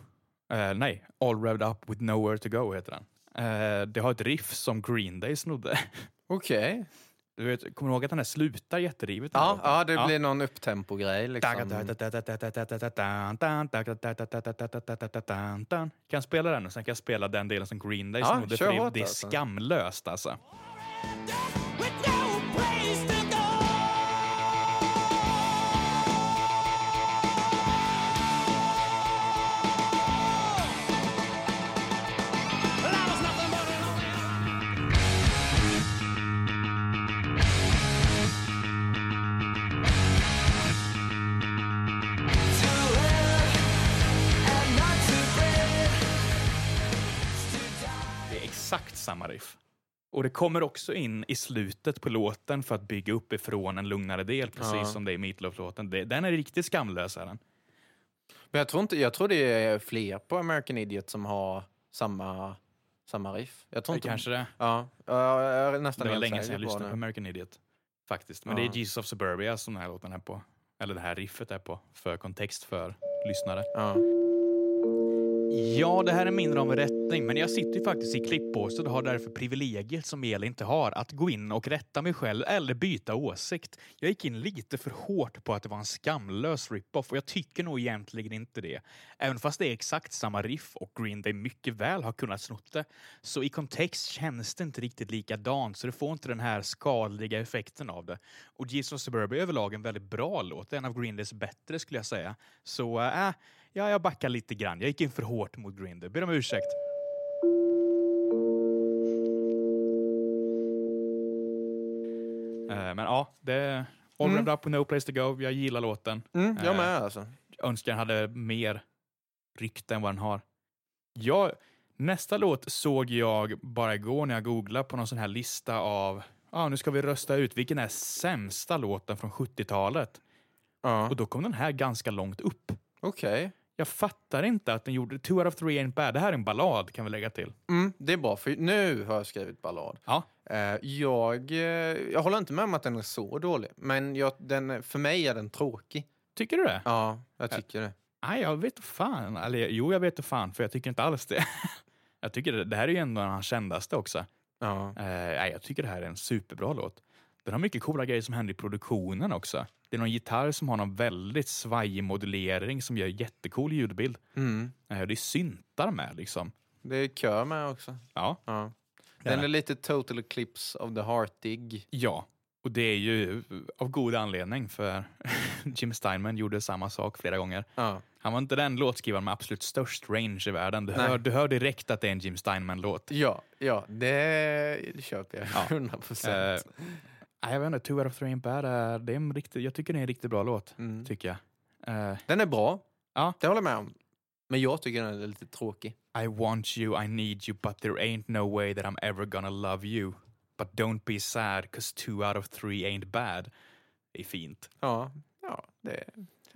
[SPEAKER 4] Eh, nej, All Revved Up with Nowhere to Go heter den. Eh, det har ett riff som Green Day snodde. [laughs]
[SPEAKER 1] Okej.
[SPEAKER 4] Du vet, kommer du ihåg att den här slutar jätterivet? den
[SPEAKER 1] Ja,
[SPEAKER 4] låten?
[SPEAKER 1] ja, det blir någon upptempo-grej. Liksom.
[SPEAKER 4] Kan jag spela den och sen kan jag spela den delen som Green Day
[SPEAKER 1] Ja,
[SPEAKER 4] snodde
[SPEAKER 1] kör
[SPEAKER 4] för det-
[SPEAKER 1] hårt
[SPEAKER 4] det är
[SPEAKER 1] alltså.
[SPEAKER 4] skamlöst alltså.
[SPEAKER 6] With no place to go. Well, I was nothing but an old
[SPEAKER 4] Det är exakt samma riff. Och det kommer också in i slutet på låten för att bygga upp ifrån en lugnare del, precis
[SPEAKER 1] Ja.
[SPEAKER 4] som det är i Meatloaf-låten. Det- Den är riktigt skamlös. Är den.
[SPEAKER 1] Men jag tror, inte, jag tror det är fler på American Idiot som har samma, samma riff. Jag tror
[SPEAKER 4] Det
[SPEAKER 1] inte...
[SPEAKER 4] kanske det.
[SPEAKER 1] Ja, jag jag är nästan
[SPEAKER 4] Det var
[SPEAKER 1] helt
[SPEAKER 4] länge
[SPEAKER 1] säker
[SPEAKER 4] sedan jag
[SPEAKER 1] på
[SPEAKER 4] lyssnade på
[SPEAKER 1] det.
[SPEAKER 4] American Idiot. Faktiskt. Men
[SPEAKER 1] Ja.
[SPEAKER 4] det är Jesus of Suburbia som den här låten är på. Eller det här riffet är på. För kontext för lyssnare.
[SPEAKER 1] Ja.
[SPEAKER 4] Ja, det här är mindre om rättning, men jag sitter ju faktiskt i klippbåset och har därför privilegiet som Eli inte har att gå in och rätta mig själv eller byta åsikt. Jag gick in lite för hårt på att det var en skamlös rip-off och jag tycker nog egentligen inte det. Även fast det är exakt samma riff och Green Day mycket väl har kunnat snott det. Så i kontext känns det inte riktigt likadant så du får inte den här skadliga effekten av det. Och Jesus Suburbia är överlag en väldigt bra låt, en av Green Days bättre skulle jag säga. Så äh, Ja, jag backar lite grann. Jag gick in för hårt mot Grinder. Ber om ursäkt. Eh, Men ja, det... All wrapped up with no place to go. Jag gillar låten.
[SPEAKER 1] Mm, jag
[SPEAKER 4] Eh,
[SPEAKER 1] med alltså.
[SPEAKER 4] Önskar den hade mer rykte än vad den har. Jag, nästa låt såg jag bara igår när jag googlade på någon sån här lista av ah, nu ska vi rösta ut vilken är sämsta låten från 70-talet.
[SPEAKER 1] Ja.
[SPEAKER 4] Och då kom den här ganska långt upp.
[SPEAKER 1] Okej.
[SPEAKER 4] Jag fattar inte att den gjorde... Two out of three ain't bad. Det här är en ballad kan vi lägga till.
[SPEAKER 1] Mm, det är bra, för nu har jag skrivit ballad.
[SPEAKER 4] Ja.
[SPEAKER 1] Eh, jag, eh, jag håller inte med om att den är så dålig, men jag, den, för mig är den tråkig.
[SPEAKER 4] Tycker du det?
[SPEAKER 1] Ja, jag tycker det.
[SPEAKER 4] Nej, jag vet fan. Eller jo, jag vet fan, för jag tycker inte alls det. [laughs] jag tycker det, det här är ju en av hans kändaste också.
[SPEAKER 1] Ja.
[SPEAKER 4] Eh, nej, jag tycker det här är en superbra låt. Den har mycket coola grejer som händer i produktionen också. Det är någon gitarr som har någon väldigt svajig modulering som gör jättecool ljudbild.
[SPEAKER 1] Mm.
[SPEAKER 4] Eh, det är syntar med liksom.
[SPEAKER 1] Det är kör med också.
[SPEAKER 4] Ja,
[SPEAKER 1] Ja.
[SPEAKER 4] Ja.
[SPEAKER 1] Den är lite total eclipse of the heartig.
[SPEAKER 4] Ja, och det är ju eh, av god anledning för [laughs] Jim Steinman gjorde samma sak flera gånger.
[SPEAKER 1] Ja.
[SPEAKER 4] Han var inte den låtskrivaren med absolut störst range i världen. Du, hör, du hör direkt att det är en Jim Steinman-låt.
[SPEAKER 1] Ja, ja, det köper jag. [laughs]
[SPEAKER 4] Ja.
[SPEAKER 1] 100 procent.
[SPEAKER 4] Eh, nej, jag vet inte, Two out of three ain't bad. eh, Det är en riktig, jag tycker det är en riktigt bra låt.
[SPEAKER 1] Mm.
[SPEAKER 4] Tycker jag. Eh,
[SPEAKER 1] Den är bra.
[SPEAKER 4] Ja.
[SPEAKER 1] Det håller jag med om. Men jag tycker den är lite tråkig.
[SPEAKER 4] I want you, I need you, but there ain't no way that I'm ever gonna love you. But don't be sad, cause two out of three ain't bad. Det är fint.
[SPEAKER 1] Ja, ja det...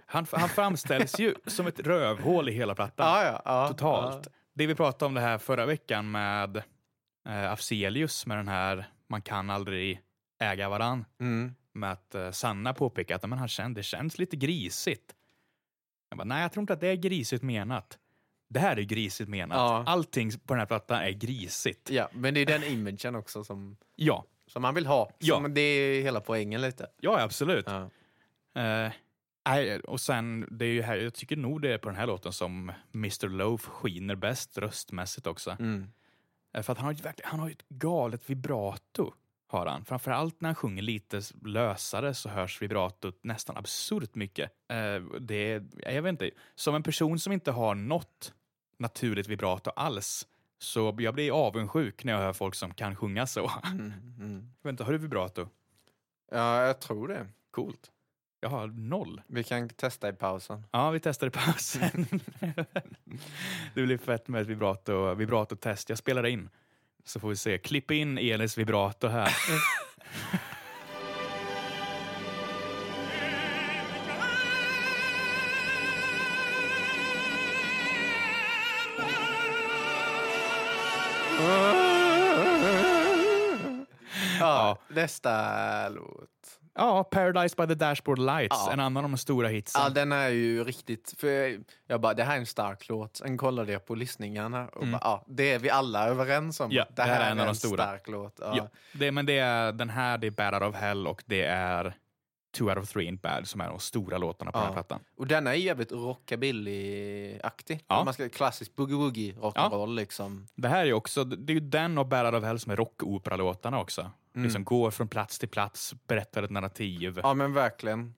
[SPEAKER 4] Han, han framställs ju som ett rövhål i hela plattan.
[SPEAKER 1] Ja, ja, ja,
[SPEAKER 4] totalt.
[SPEAKER 1] Ja.
[SPEAKER 4] Det vi pratade om det här förra veckan med eh, Afzelius med den här man kan aldrig äga varann.
[SPEAKER 1] Mm.
[SPEAKER 4] Med att eh, Sanna påpekade att "Nej, men han kände, det känns lite grisigt. Jag bara, nej jag tror inte att det är grisigt menat. Det här är ju grisigt menat.
[SPEAKER 1] Ja.
[SPEAKER 4] Allting på den här plattan är grisigt.
[SPEAKER 1] ja, men det är den imagen också som,
[SPEAKER 4] Ja,
[SPEAKER 1] som man vill ha.
[SPEAKER 4] Ja.
[SPEAKER 1] Som, det är hela poängen lite.
[SPEAKER 4] ja absolut.
[SPEAKER 1] Ja.
[SPEAKER 4] Eh, nej, och sen, det är ju här, jag tycker nog det är på den här låten som Mr Loaf skiner bäst röstmässigt också.
[SPEAKER 1] Mm.
[SPEAKER 4] Eh, För att han har ju verkligen, han har ju ett galet vibrato. Har han. Framförallt när han sjunger lite s- lösare så hörs vibratot nästan absurt mycket. Eh, det är, jag vet inte. Som en person som inte har något naturligt vibrato alls så jag blir avundsjuk när jag hör folk som kan sjunga så. Jag vet inte, har du vibrato?
[SPEAKER 1] ja, jag tror det.
[SPEAKER 4] Coolt. Jag har noll.
[SPEAKER 1] Vi kan testa i [laughs] pausen.
[SPEAKER 4] Ja, vi testar i pausen. det blir fett med ett vibrato, vibrato-test. Jag spelar in. Så får vi se. Klipp in Elins vibrato här.
[SPEAKER 1] Ja. Nästa låt.
[SPEAKER 4] ja, Paradise by the Dashboard Lights.
[SPEAKER 1] Ja.
[SPEAKER 4] En annan av de stora hitsen.
[SPEAKER 1] Ja, den är ju riktigt... För jag, jag bara, det här är en stark låt. Sen kollade jag på lyssningarna och bara, ja, det är vi alla överens om.
[SPEAKER 4] Mm. Ja,
[SPEAKER 1] det här är en,
[SPEAKER 4] av de
[SPEAKER 1] en
[SPEAKER 4] stora.
[SPEAKER 1] stark låt. Ja.
[SPEAKER 4] Ja, det, men det är den här, det är Bad Out of Hell och det är Two Out of Three Ain't Bad som är de stora låtarna på
[SPEAKER 1] Ja.
[SPEAKER 4] den här plattan.
[SPEAKER 1] Och den är jävligt rockabilly-aktig.
[SPEAKER 4] Ja.
[SPEAKER 1] Man ska, klassisk boogie-woogie rock'n'roll liksom.
[SPEAKER 4] Det här är också, det är ju den och Bad Out of Hell som är rockoperalåtarna också. Liksom går från plats till plats, berättar ett narrativ. Ja,
[SPEAKER 1] Mm. Ja, men verkligen.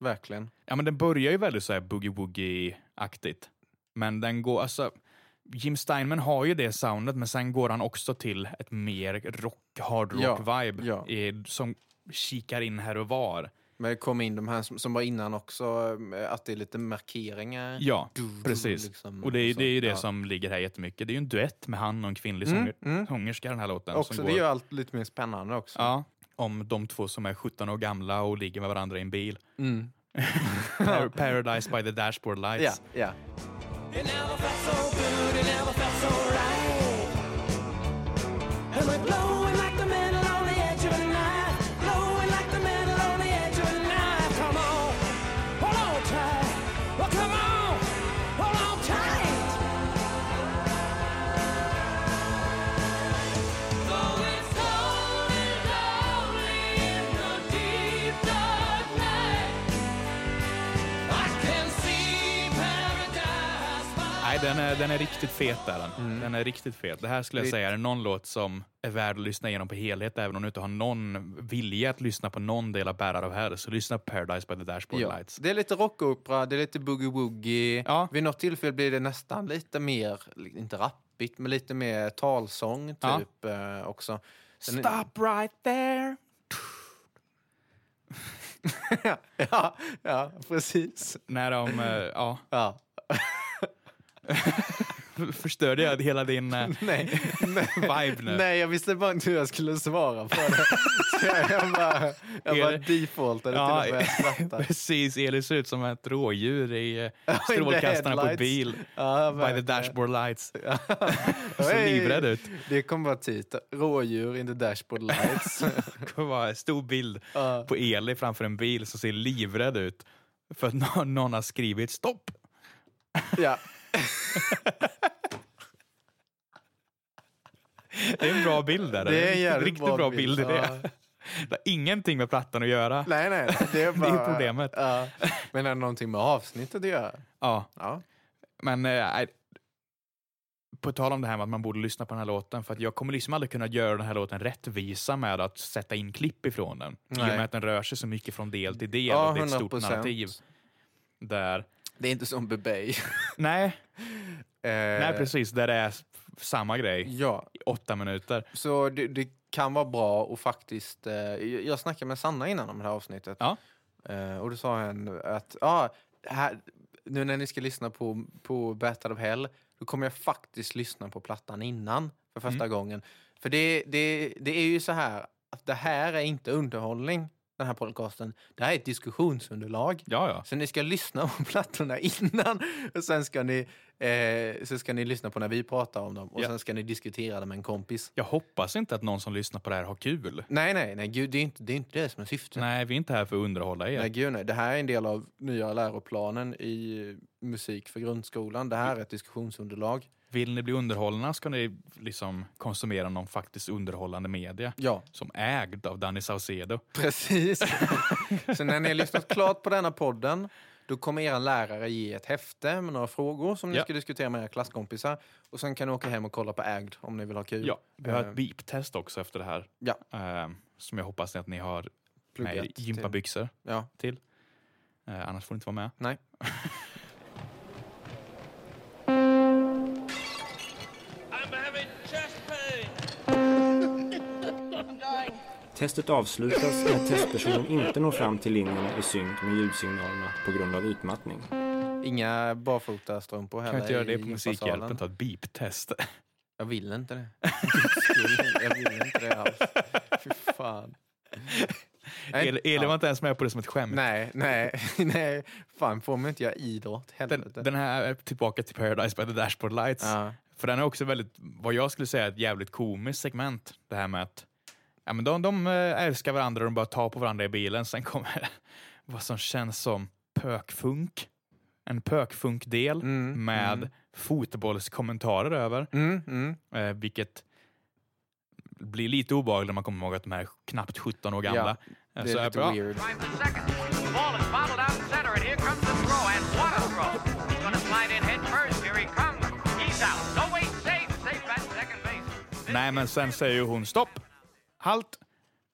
[SPEAKER 1] Verkligen.
[SPEAKER 4] men den börjar ju väldigt så här boogie-woogie-aktigt. Men den går, alltså Jim Steinman har ju det soundet, men sen går han också till ett mer rock, hard
[SPEAKER 1] Ja,
[SPEAKER 4] rock-vibe
[SPEAKER 1] ja.
[SPEAKER 4] i- som kikar in här och var.
[SPEAKER 1] Men det kom in de här som, som var innan också, eh, att det är lite markeringar.
[SPEAKER 4] Ja,
[SPEAKER 1] Du-
[SPEAKER 4] precis.
[SPEAKER 1] du, liksom,
[SPEAKER 4] och det är,
[SPEAKER 1] så.
[SPEAKER 4] det är ju det
[SPEAKER 1] Ja. Mm,
[SPEAKER 4] som ligger här jättemycket. Det är ju en duett med han och en kvinnlig sånger, sångerska, den här låten.
[SPEAKER 1] Också,
[SPEAKER 4] som
[SPEAKER 1] det
[SPEAKER 4] går,
[SPEAKER 1] gör allt lite mer spännande också.
[SPEAKER 4] ja, om de två som är 17 år gamla och ligger med varandra i en bil. [laughs] Par- Paradise by the dashboard lights.
[SPEAKER 1] Mm. Ja, ja.
[SPEAKER 6] It never felt so good, it never felt so right. And we're blowing like the metal on the edge of a knife. Blowing like the metal on the edge of a knife. Come on, hold on tight. Well, come on, hold on tight. Going slowly, slowly in the deep dark night. I can see paradise by
[SPEAKER 4] Nej, den är, den är riktigt fet. Där, den.
[SPEAKER 1] Mm.
[SPEAKER 4] den är riktigt fet. Det här skulle jag
[SPEAKER 1] Lite-
[SPEAKER 4] säga är någon låt som är värd att lyssna igenom på helhet, även om du inte har någon vilja att lyssna på någon del av Bärar av här. Så lyssna på Paradise by the dashboard
[SPEAKER 1] Ja.
[SPEAKER 4] lights.
[SPEAKER 1] Det är lite rockopera, det är lite boogie-woogie.
[SPEAKER 4] Ja.
[SPEAKER 1] Vid något tillfälle blir det nästan lite mer, inte rappigt, men lite mer talsång
[SPEAKER 4] Ja.
[SPEAKER 1] typ eh, också. Den är-
[SPEAKER 4] Stop right there!
[SPEAKER 1] [laughs] ja, ja, precis.
[SPEAKER 4] När de, eh, ja,
[SPEAKER 1] Ja.
[SPEAKER 4] Förstörde jag hela din eh,
[SPEAKER 1] [laughs] Nej. Nej.
[SPEAKER 4] [laughs] vibe nu?
[SPEAKER 1] Nej, jag visste bara inte hur jag skulle svara på det. Så jag- jag bara, jag
[SPEAKER 4] Är
[SPEAKER 1] bara
[SPEAKER 4] det-
[SPEAKER 1] defaultade till
[SPEAKER 4] Ja,
[SPEAKER 1] att börja skratta. [laughs]
[SPEAKER 4] [laughs] precis. Elin ser ut som ett rådjur i eh, strålkastarna på
[SPEAKER 1] headlights.
[SPEAKER 4] bil.
[SPEAKER 1] Ja,
[SPEAKER 4] By the
[SPEAKER 1] verkligen.
[SPEAKER 4] dashboard lights. Så
[SPEAKER 1] Hej!
[SPEAKER 4] livrädd ut.
[SPEAKER 1] Det kommer vara titeln. Rådjur in the dashboard lights.
[SPEAKER 4] [laughs]
[SPEAKER 1] [laughs]
[SPEAKER 4] Det kommer vara en stor bild
[SPEAKER 1] Ja.
[SPEAKER 4] på Eli framför en bil som ser livrädd ut för att nå- någon har skrivit stopp.
[SPEAKER 1] ja.
[SPEAKER 4] Det är en bra bild. Där.
[SPEAKER 1] Det är en
[SPEAKER 4] riktigt,
[SPEAKER 1] jävligt
[SPEAKER 4] riktigt
[SPEAKER 1] bra
[SPEAKER 4] bra
[SPEAKER 1] bild,
[SPEAKER 4] bild. i det. [laughs] det har ingenting med plattan att göra.
[SPEAKER 1] Nej, nej. [laughs] Det är, bara,
[SPEAKER 4] problemet.
[SPEAKER 1] Ja. Men är det någonting med avsnittet att göra?
[SPEAKER 4] Ja.
[SPEAKER 1] Ja.
[SPEAKER 4] Men eh, nej. på tal om det här med att man borde lyssna på den här låten, för att jag kommer liksom aldrig kunna göra den här låten rättvisa med att sätta in klipp ifrån den. I och
[SPEAKER 1] Nej.
[SPEAKER 4] med att den rör sig så mycket från del till del
[SPEAKER 1] Ja,
[SPEAKER 4] och det är ett stort
[SPEAKER 1] 100%.
[SPEAKER 4] narrativ. Där,
[SPEAKER 1] Det är inte som Bebey.
[SPEAKER 4] nej, nej,
[SPEAKER 1] Eh,
[SPEAKER 4] precis, där det är s- samma grej
[SPEAKER 1] [laughs]
[SPEAKER 4] i
[SPEAKER 1] Ja,
[SPEAKER 4] åtta minuter.
[SPEAKER 1] så det, det kan vara bra och faktiskt... Eh, jag jag snackade med Sanna innan om det här avsnittet.
[SPEAKER 4] Ja.
[SPEAKER 1] Eh, och då sa han att ja, här, nu när ni ska lyssna på, på Battle of Hell då kommer jag faktiskt lyssna på plattan innan för första gången. För det, det, det är ju så här att det här är inte underhållning, den här podcasten. Det här är ett diskussionsunderlag.
[SPEAKER 4] Ja, ja.
[SPEAKER 1] Så ni ska lyssna på [laughs] plattorna innan och sen ska ni, eh, så ska ni lyssna på när vi pratar om dem och
[SPEAKER 4] Ja.
[SPEAKER 1] sen ska ni diskutera det med en kompis.
[SPEAKER 4] Jag hoppas inte att någon som lyssnar på det här har kul.
[SPEAKER 1] Nej, nej, nej, gud, det är inte det, är inte det som är syftet.
[SPEAKER 4] Nej, vi är inte här för att underhålla er.
[SPEAKER 1] Nej, gud, nej. Det här är en del av nya läroplanen i musik för grundskolan. Det här är ett
[SPEAKER 4] [laughs]
[SPEAKER 1] diskussionsunderlag.
[SPEAKER 4] Vill ni bli underhållna ska ni liksom konsumera någon faktiskt underhållande media.
[SPEAKER 1] Ja, Typ.
[SPEAKER 4] Som ägd av Danny Saucedo.
[SPEAKER 1] precis. [laughs] så när ni har lyssnat klart på denna podden då kommer era lärare ge ett häfte med några frågor som ni
[SPEAKER 4] Ja.
[SPEAKER 1] ska diskutera med era klasskompisar. Och sen kan ni åka hem och kolla på Ägd om ni vill ha kul.
[SPEAKER 4] Ja, vi har ett
[SPEAKER 1] Eh,
[SPEAKER 4] beep-test också efter det här.
[SPEAKER 1] ja.
[SPEAKER 4] eh, som jag hoppas att ni har
[SPEAKER 1] Pluggat
[SPEAKER 4] med er
[SPEAKER 1] till.
[SPEAKER 4] gympabyxor
[SPEAKER 1] Ja,
[SPEAKER 4] till. Eh, annars får ni inte vara med.
[SPEAKER 1] nej.
[SPEAKER 6] I'm having chest pain. I'm dying.
[SPEAKER 7] Testet avslutas när testpersonen inte når fram till linjerna i synk med ljudsignalerna på grund av utmattning.
[SPEAKER 1] Inga barfota strumpor heller
[SPEAKER 4] Kan vi inte göra
[SPEAKER 1] i
[SPEAKER 4] det på
[SPEAKER 1] gympasalen.
[SPEAKER 4] Musikhjälpen? Ta ett beep-test.
[SPEAKER 1] Jag vill inte det. [laughs] Skulle- jag vill inte det alls. Fy fan.
[SPEAKER 4] [laughs]
[SPEAKER 1] Nej,
[SPEAKER 4] El- Elin
[SPEAKER 1] ja.
[SPEAKER 4] var inte ens med på det som ett skämt.
[SPEAKER 1] Nej, nej, [laughs] nej. Fan, får man inte göra idrott?
[SPEAKER 4] Den,
[SPEAKER 1] Helvete.
[SPEAKER 4] den här är tillbaka till Paradise by the Dashboard Lights.
[SPEAKER 1] Ja.
[SPEAKER 4] För den är också väldigt, vad jag skulle säga, ett jävligt komiskt segment. Det här med att ja, men de, de eh, älskar varandra och de börjar ta på varandra i bilen. Sen kommer [laughs] vad som känns som pökfunk. En pökfunkdel
[SPEAKER 1] Mm,
[SPEAKER 4] med fotbollskommentarer över.
[SPEAKER 1] Mm, mm.
[SPEAKER 4] Eh, vilket blir lite obehagligt när man kommer ihåg att de här är knappt 17 år gamla.
[SPEAKER 1] Det
[SPEAKER 4] Eh,
[SPEAKER 1] är
[SPEAKER 4] så jag
[SPEAKER 1] lite
[SPEAKER 4] bara, [laughs]
[SPEAKER 1] weird.
[SPEAKER 8] Drives to second. The ball is bobbled out center, and here comes the throw, and what a throw! He's gonna slide in head first. Here he comes. He's out. No way, safe. Safe at second base.
[SPEAKER 4] Nej, men sen säger ju hon stopp, halt.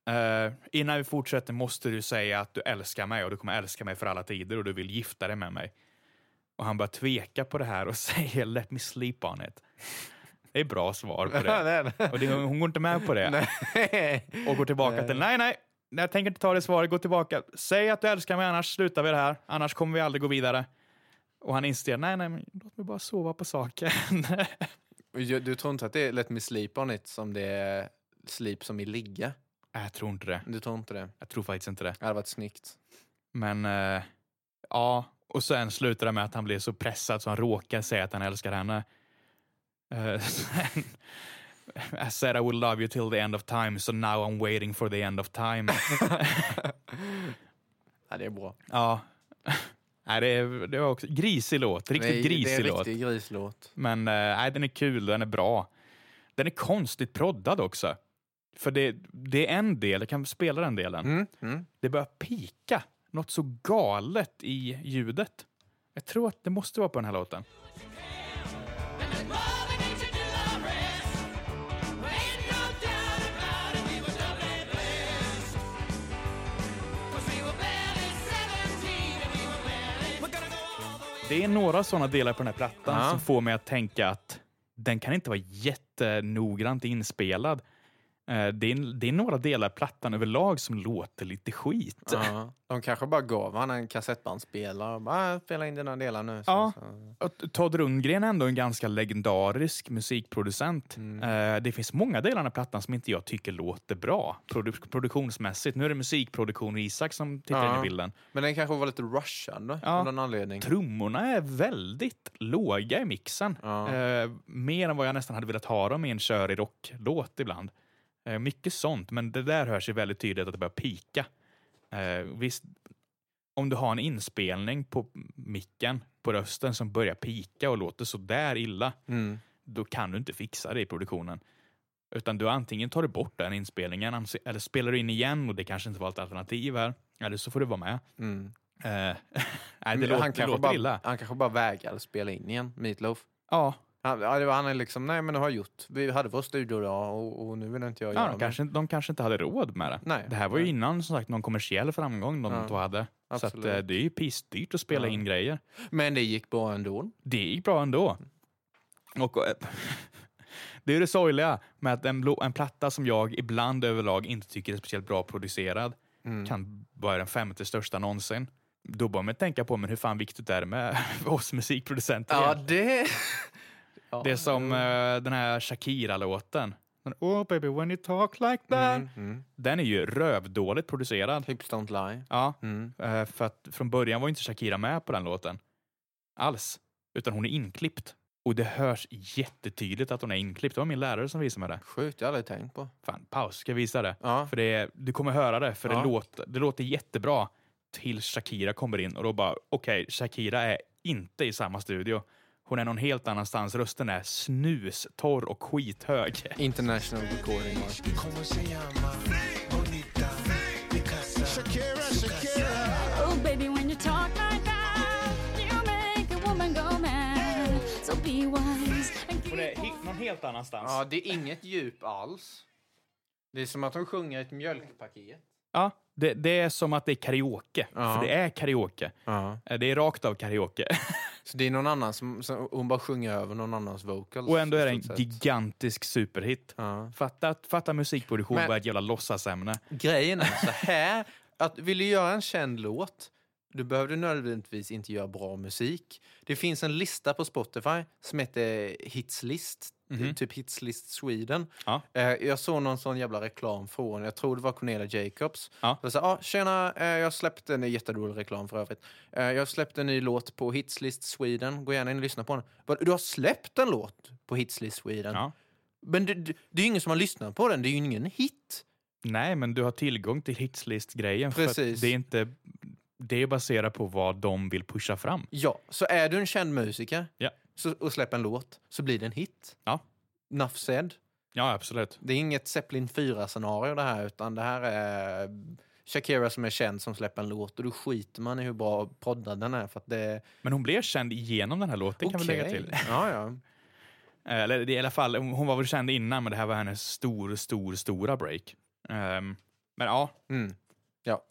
[SPEAKER 4] Eh, innan vi fortsätter måste du säga att du älskar mig och du kommer älska mig för alla tider och du vill gifta dig med mig. Och han börjar tveka på det här och [laughs] säger let me sleep on it. Det är bra svar på
[SPEAKER 1] [laughs] Ja, det
[SPEAKER 4] det.
[SPEAKER 1] är det.
[SPEAKER 4] Och det, hon går inte med på det och går tillbaka till nej, nej, jag tänker inte ta det svaret, gå tillbaka. Säg att du älskar mig annars slutar vi det här, annars kommer vi aldrig gå vidare. Och han inser nej, nej, men låt mig bara sova på saken. [laughs]
[SPEAKER 1] Jag- Du tror inte att det är Let me sleep on it som det är sleep som i ligga?
[SPEAKER 4] Nej, jag tror inte det.
[SPEAKER 1] Du tror inte det?
[SPEAKER 4] Jag tror faktiskt inte det.
[SPEAKER 1] Det hade varit snyggt.
[SPEAKER 4] Men eh, ja, och sen slutar det med att han blir så pressad så han råkar säga att han älskar henne. Eh, [laughs] sen, I said I would love you till the end of time, so now I'm waiting for the end
[SPEAKER 1] [laughs]
[SPEAKER 4] of time.
[SPEAKER 1] Ja, det är bra.
[SPEAKER 4] ja. Nej, det, är- det var också grisig låt. Riktigt
[SPEAKER 1] Nej, det är
[SPEAKER 4] grisig
[SPEAKER 1] en
[SPEAKER 4] låt.
[SPEAKER 1] riktig grislåt.
[SPEAKER 4] Men eh, nej, den är kul, den är bra. Den är konstigt proddad också. För det, det är en del, jag kan spela den delen. Det börjar pika något så galet i ljudet. Jag tror att det måste vara på den här låten. Det är några såna delar på den här plattan
[SPEAKER 1] Ja.
[SPEAKER 4] som får mig att tänka att den kan inte vara jättenoggrant inspelad. Eh, Det är, det är några delar på plattan överlag som låter lite skit.
[SPEAKER 1] Ja. De kanske bara gav han en kassettbandspelare och bara "Ah, spela in dina delar nu. Så-
[SPEAKER 4] Ja.
[SPEAKER 1] så-
[SPEAKER 4] Och Todd Rundgren är ändå en ganska legendarisk musikproducent.
[SPEAKER 1] Mm.
[SPEAKER 4] Eh, Det finns många delar av plattan som inte jag tycker låter bra produ- produktionsmässigt. Nu är det musikproduktion och Isak som tittar in
[SPEAKER 1] Ja.
[SPEAKER 4] i bilden.
[SPEAKER 1] Men den kanske var lite rushad då,
[SPEAKER 4] Ja.
[SPEAKER 1] av någon anledning.
[SPEAKER 4] Trummorna är väldigt låga i mixen.
[SPEAKER 1] Ja.
[SPEAKER 4] Eh, mer än vad jag nästan hade velat ha dem i en körig rocklåt ibland. Eh, mycket sånt, men det där hörs ju väldigt tydligt att det börjar pika. Eh, visst, om du har en inspelning på micken, på rösten, som börjar pika och låter så där illa,
[SPEAKER 1] Mm.
[SPEAKER 4] då kan du inte fixa det i produktionen. Utan du antingen tar du bort den inspelningen, ans- eller spelar du in igen och det kanske inte var ett alternativ här. Eller så får du vara med.
[SPEAKER 1] Mm.
[SPEAKER 4] Eh, [laughs] nej, det
[SPEAKER 1] Men
[SPEAKER 4] låter, det
[SPEAKER 1] kanske
[SPEAKER 4] låter
[SPEAKER 1] bara,
[SPEAKER 4] illa.
[SPEAKER 1] Han kanske bara vägrade spela in igen, Meatloaf.
[SPEAKER 4] Ja,
[SPEAKER 1] Han, ja, det var, han är liksom, nej men det har jag gjort. Vi hade vår studio då och, och nu vill inte jag
[SPEAKER 4] Ja,
[SPEAKER 1] göra
[SPEAKER 4] de,
[SPEAKER 1] mer."
[SPEAKER 4] kanske, de kanske inte hade råd med det.
[SPEAKER 1] Nej.
[SPEAKER 4] det här var ju
[SPEAKER 1] Nej.
[SPEAKER 4] innan som sagt någon kommersiell framgång de
[SPEAKER 1] Ja,
[SPEAKER 4] två hade. Så att,
[SPEAKER 1] absolut.
[SPEAKER 4] eh, det är ju pissdyrt att spela
[SPEAKER 1] Ja.
[SPEAKER 4] in grejer.
[SPEAKER 1] Men det gick bra ändå.
[SPEAKER 4] Det gick bra ändå. Och, eh, [laughs] det är det sorgliga med att en, blå- en platta som jag ibland överlag inte tycker är speciellt bra producerad kan vara den femte största någonsin. Då börjar man tänka på men hur fan viktigt är det med [laughs] oss musikproducenter?
[SPEAKER 1] Ja,
[SPEAKER 4] egentligen?
[SPEAKER 1] [laughs] det...
[SPEAKER 4] Det är som eh, den här Shakira-låten. Den, Oh baby when you talk like that. Den är ju rövdåligt producerad.
[SPEAKER 1] Mm, Hips don't lie.
[SPEAKER 4] Ja,
[SPEAKER 1] Mm.
[SPEAKER 4] eh, för att från början var ju inte Shakira med på den låten. Alls. Utan hon är inklippt. Och det hörs jättetydligt att hon är inklippt. Det var min lärare som visade mig det.
[SPEAKER 1] Sjukt, jag har aldrig tänkt på.
[SPEAKER 4] Fan, paus. Ska jag visa det?
[SPEAKER 1] Ja.
[SPEAKER 4] För det, är- du kommer höra det, för
[SPEAKER 1] Ja.
[SPEAKER 4] det, låter, det låter jättebra tills Shakira kommer in och då bara, okej, Shakira är inte i samma studio. Hon är någon helt annanstans. Rösten är snustorr och skithög. [laughs]
[SPEAKER 1] International recording. Mark.
[SPEAKER 9] Oh, baby, when you talk like that, you make a woman go mad. So be wise and
[SPEAKER 4] Hon
[SPEAKER 9] keep
[SPEAKER 4] är
[SPEAKER 9] on.
[SPEAKER 4] he- någon helt annanstans.
[SPEAKER 1] Ja, det är inget djup alls. Det är som att de sjunger ett mjölkpaket.
[SPEAKER 4] Ja, det, det är som att det är karaoke.
[SPEAKER 1] Ja.
[SPEAKER 4] För det är karaoke.
[SPEAKER 1] Ja.
[SPEAKER 4] Eh, Det är rakt av karaoke. [laughs]
[SPEAKER 1] Så det är någon annan som, som hon bara sjunger över någon annans vocals.
[SPEAKER 4] Och ändå är det en
[SPEAKER 1] i stort sett.
[SPEAKER 4] gigantisk superhit.
[SPEAKER 1] Ja.
[SPEAKER 4] Fatta, fatta musikproduktion
[SPEAKER 1] Men-
[SPEAKER 4] bara ett jävla låtsasämne.
[SPEAKER 1] Grejen är så här, att vill du göra en känd låt, du behöver du nödvändigtvis inte göra bra musik. Det finns en lista på Spotify som heter Hitslist, typ Hitslist Sweden.
[SPEAKER 4] Mhm. Ja.
[SPEAKER 1] Eh, jag såg någon sån jävla reklam från, jag tror det var Cornelia Jacobs.
[SPEAKER 4] Ja.
[SPEAKER 1] Jag sa, ah, tjena, eh, jag släppte en jätterolig reklam för övrigt. Eh, jag släppte en ny låt på Hitslist Sweden, gå gärna in och lyssna på den. Bara, Du har släppt en låt på Hitslist Sweden?
[SPEAKER 4] Ja.
[SPEAKER 1] Men det, det, det är ju ingen som har lyssnat på den, det är ju ingen hit.
[SPEAKER 4] Nej, men du har tillgång till hitslist-grejen. för att
[SPEAKER 1] Precis.
[SPEAKER 4] Det är, inte, det är baserat på vad de vill pusha fram.
[SPEAKER 1] Ja, så är du en känd musiker
[SPEAKER 4] Ja.
[SPEAKER 1] så, och släpper en låt så blir det en hit.
[SPEAKER 4] Ja.
[SPEAKER 1] Nuff said.
[SPEAKER 4] Ja, absolut.
[SPEAKER 1] Det är inget Zeppelin 4-scenario det här utan det här är Shakira som är känd som släpper en låt och då skiter man i hur bra poddad den är för att det är...
[SPEAKER 4] Men hon blev känd genom den här låten kan vi lägga
[SPEAKER 1] Okej. [laughs]
[SPEAKER 4] till. Eh,
[SPEAKER 1] Ja, ja.
[SPEAKER 4] Eller det är i alla fall, hon hon var väl känd innan, men det här var hennes stor, stor, stora break. Ehm, men ja,
[SPEAKER 1] Mm. ja.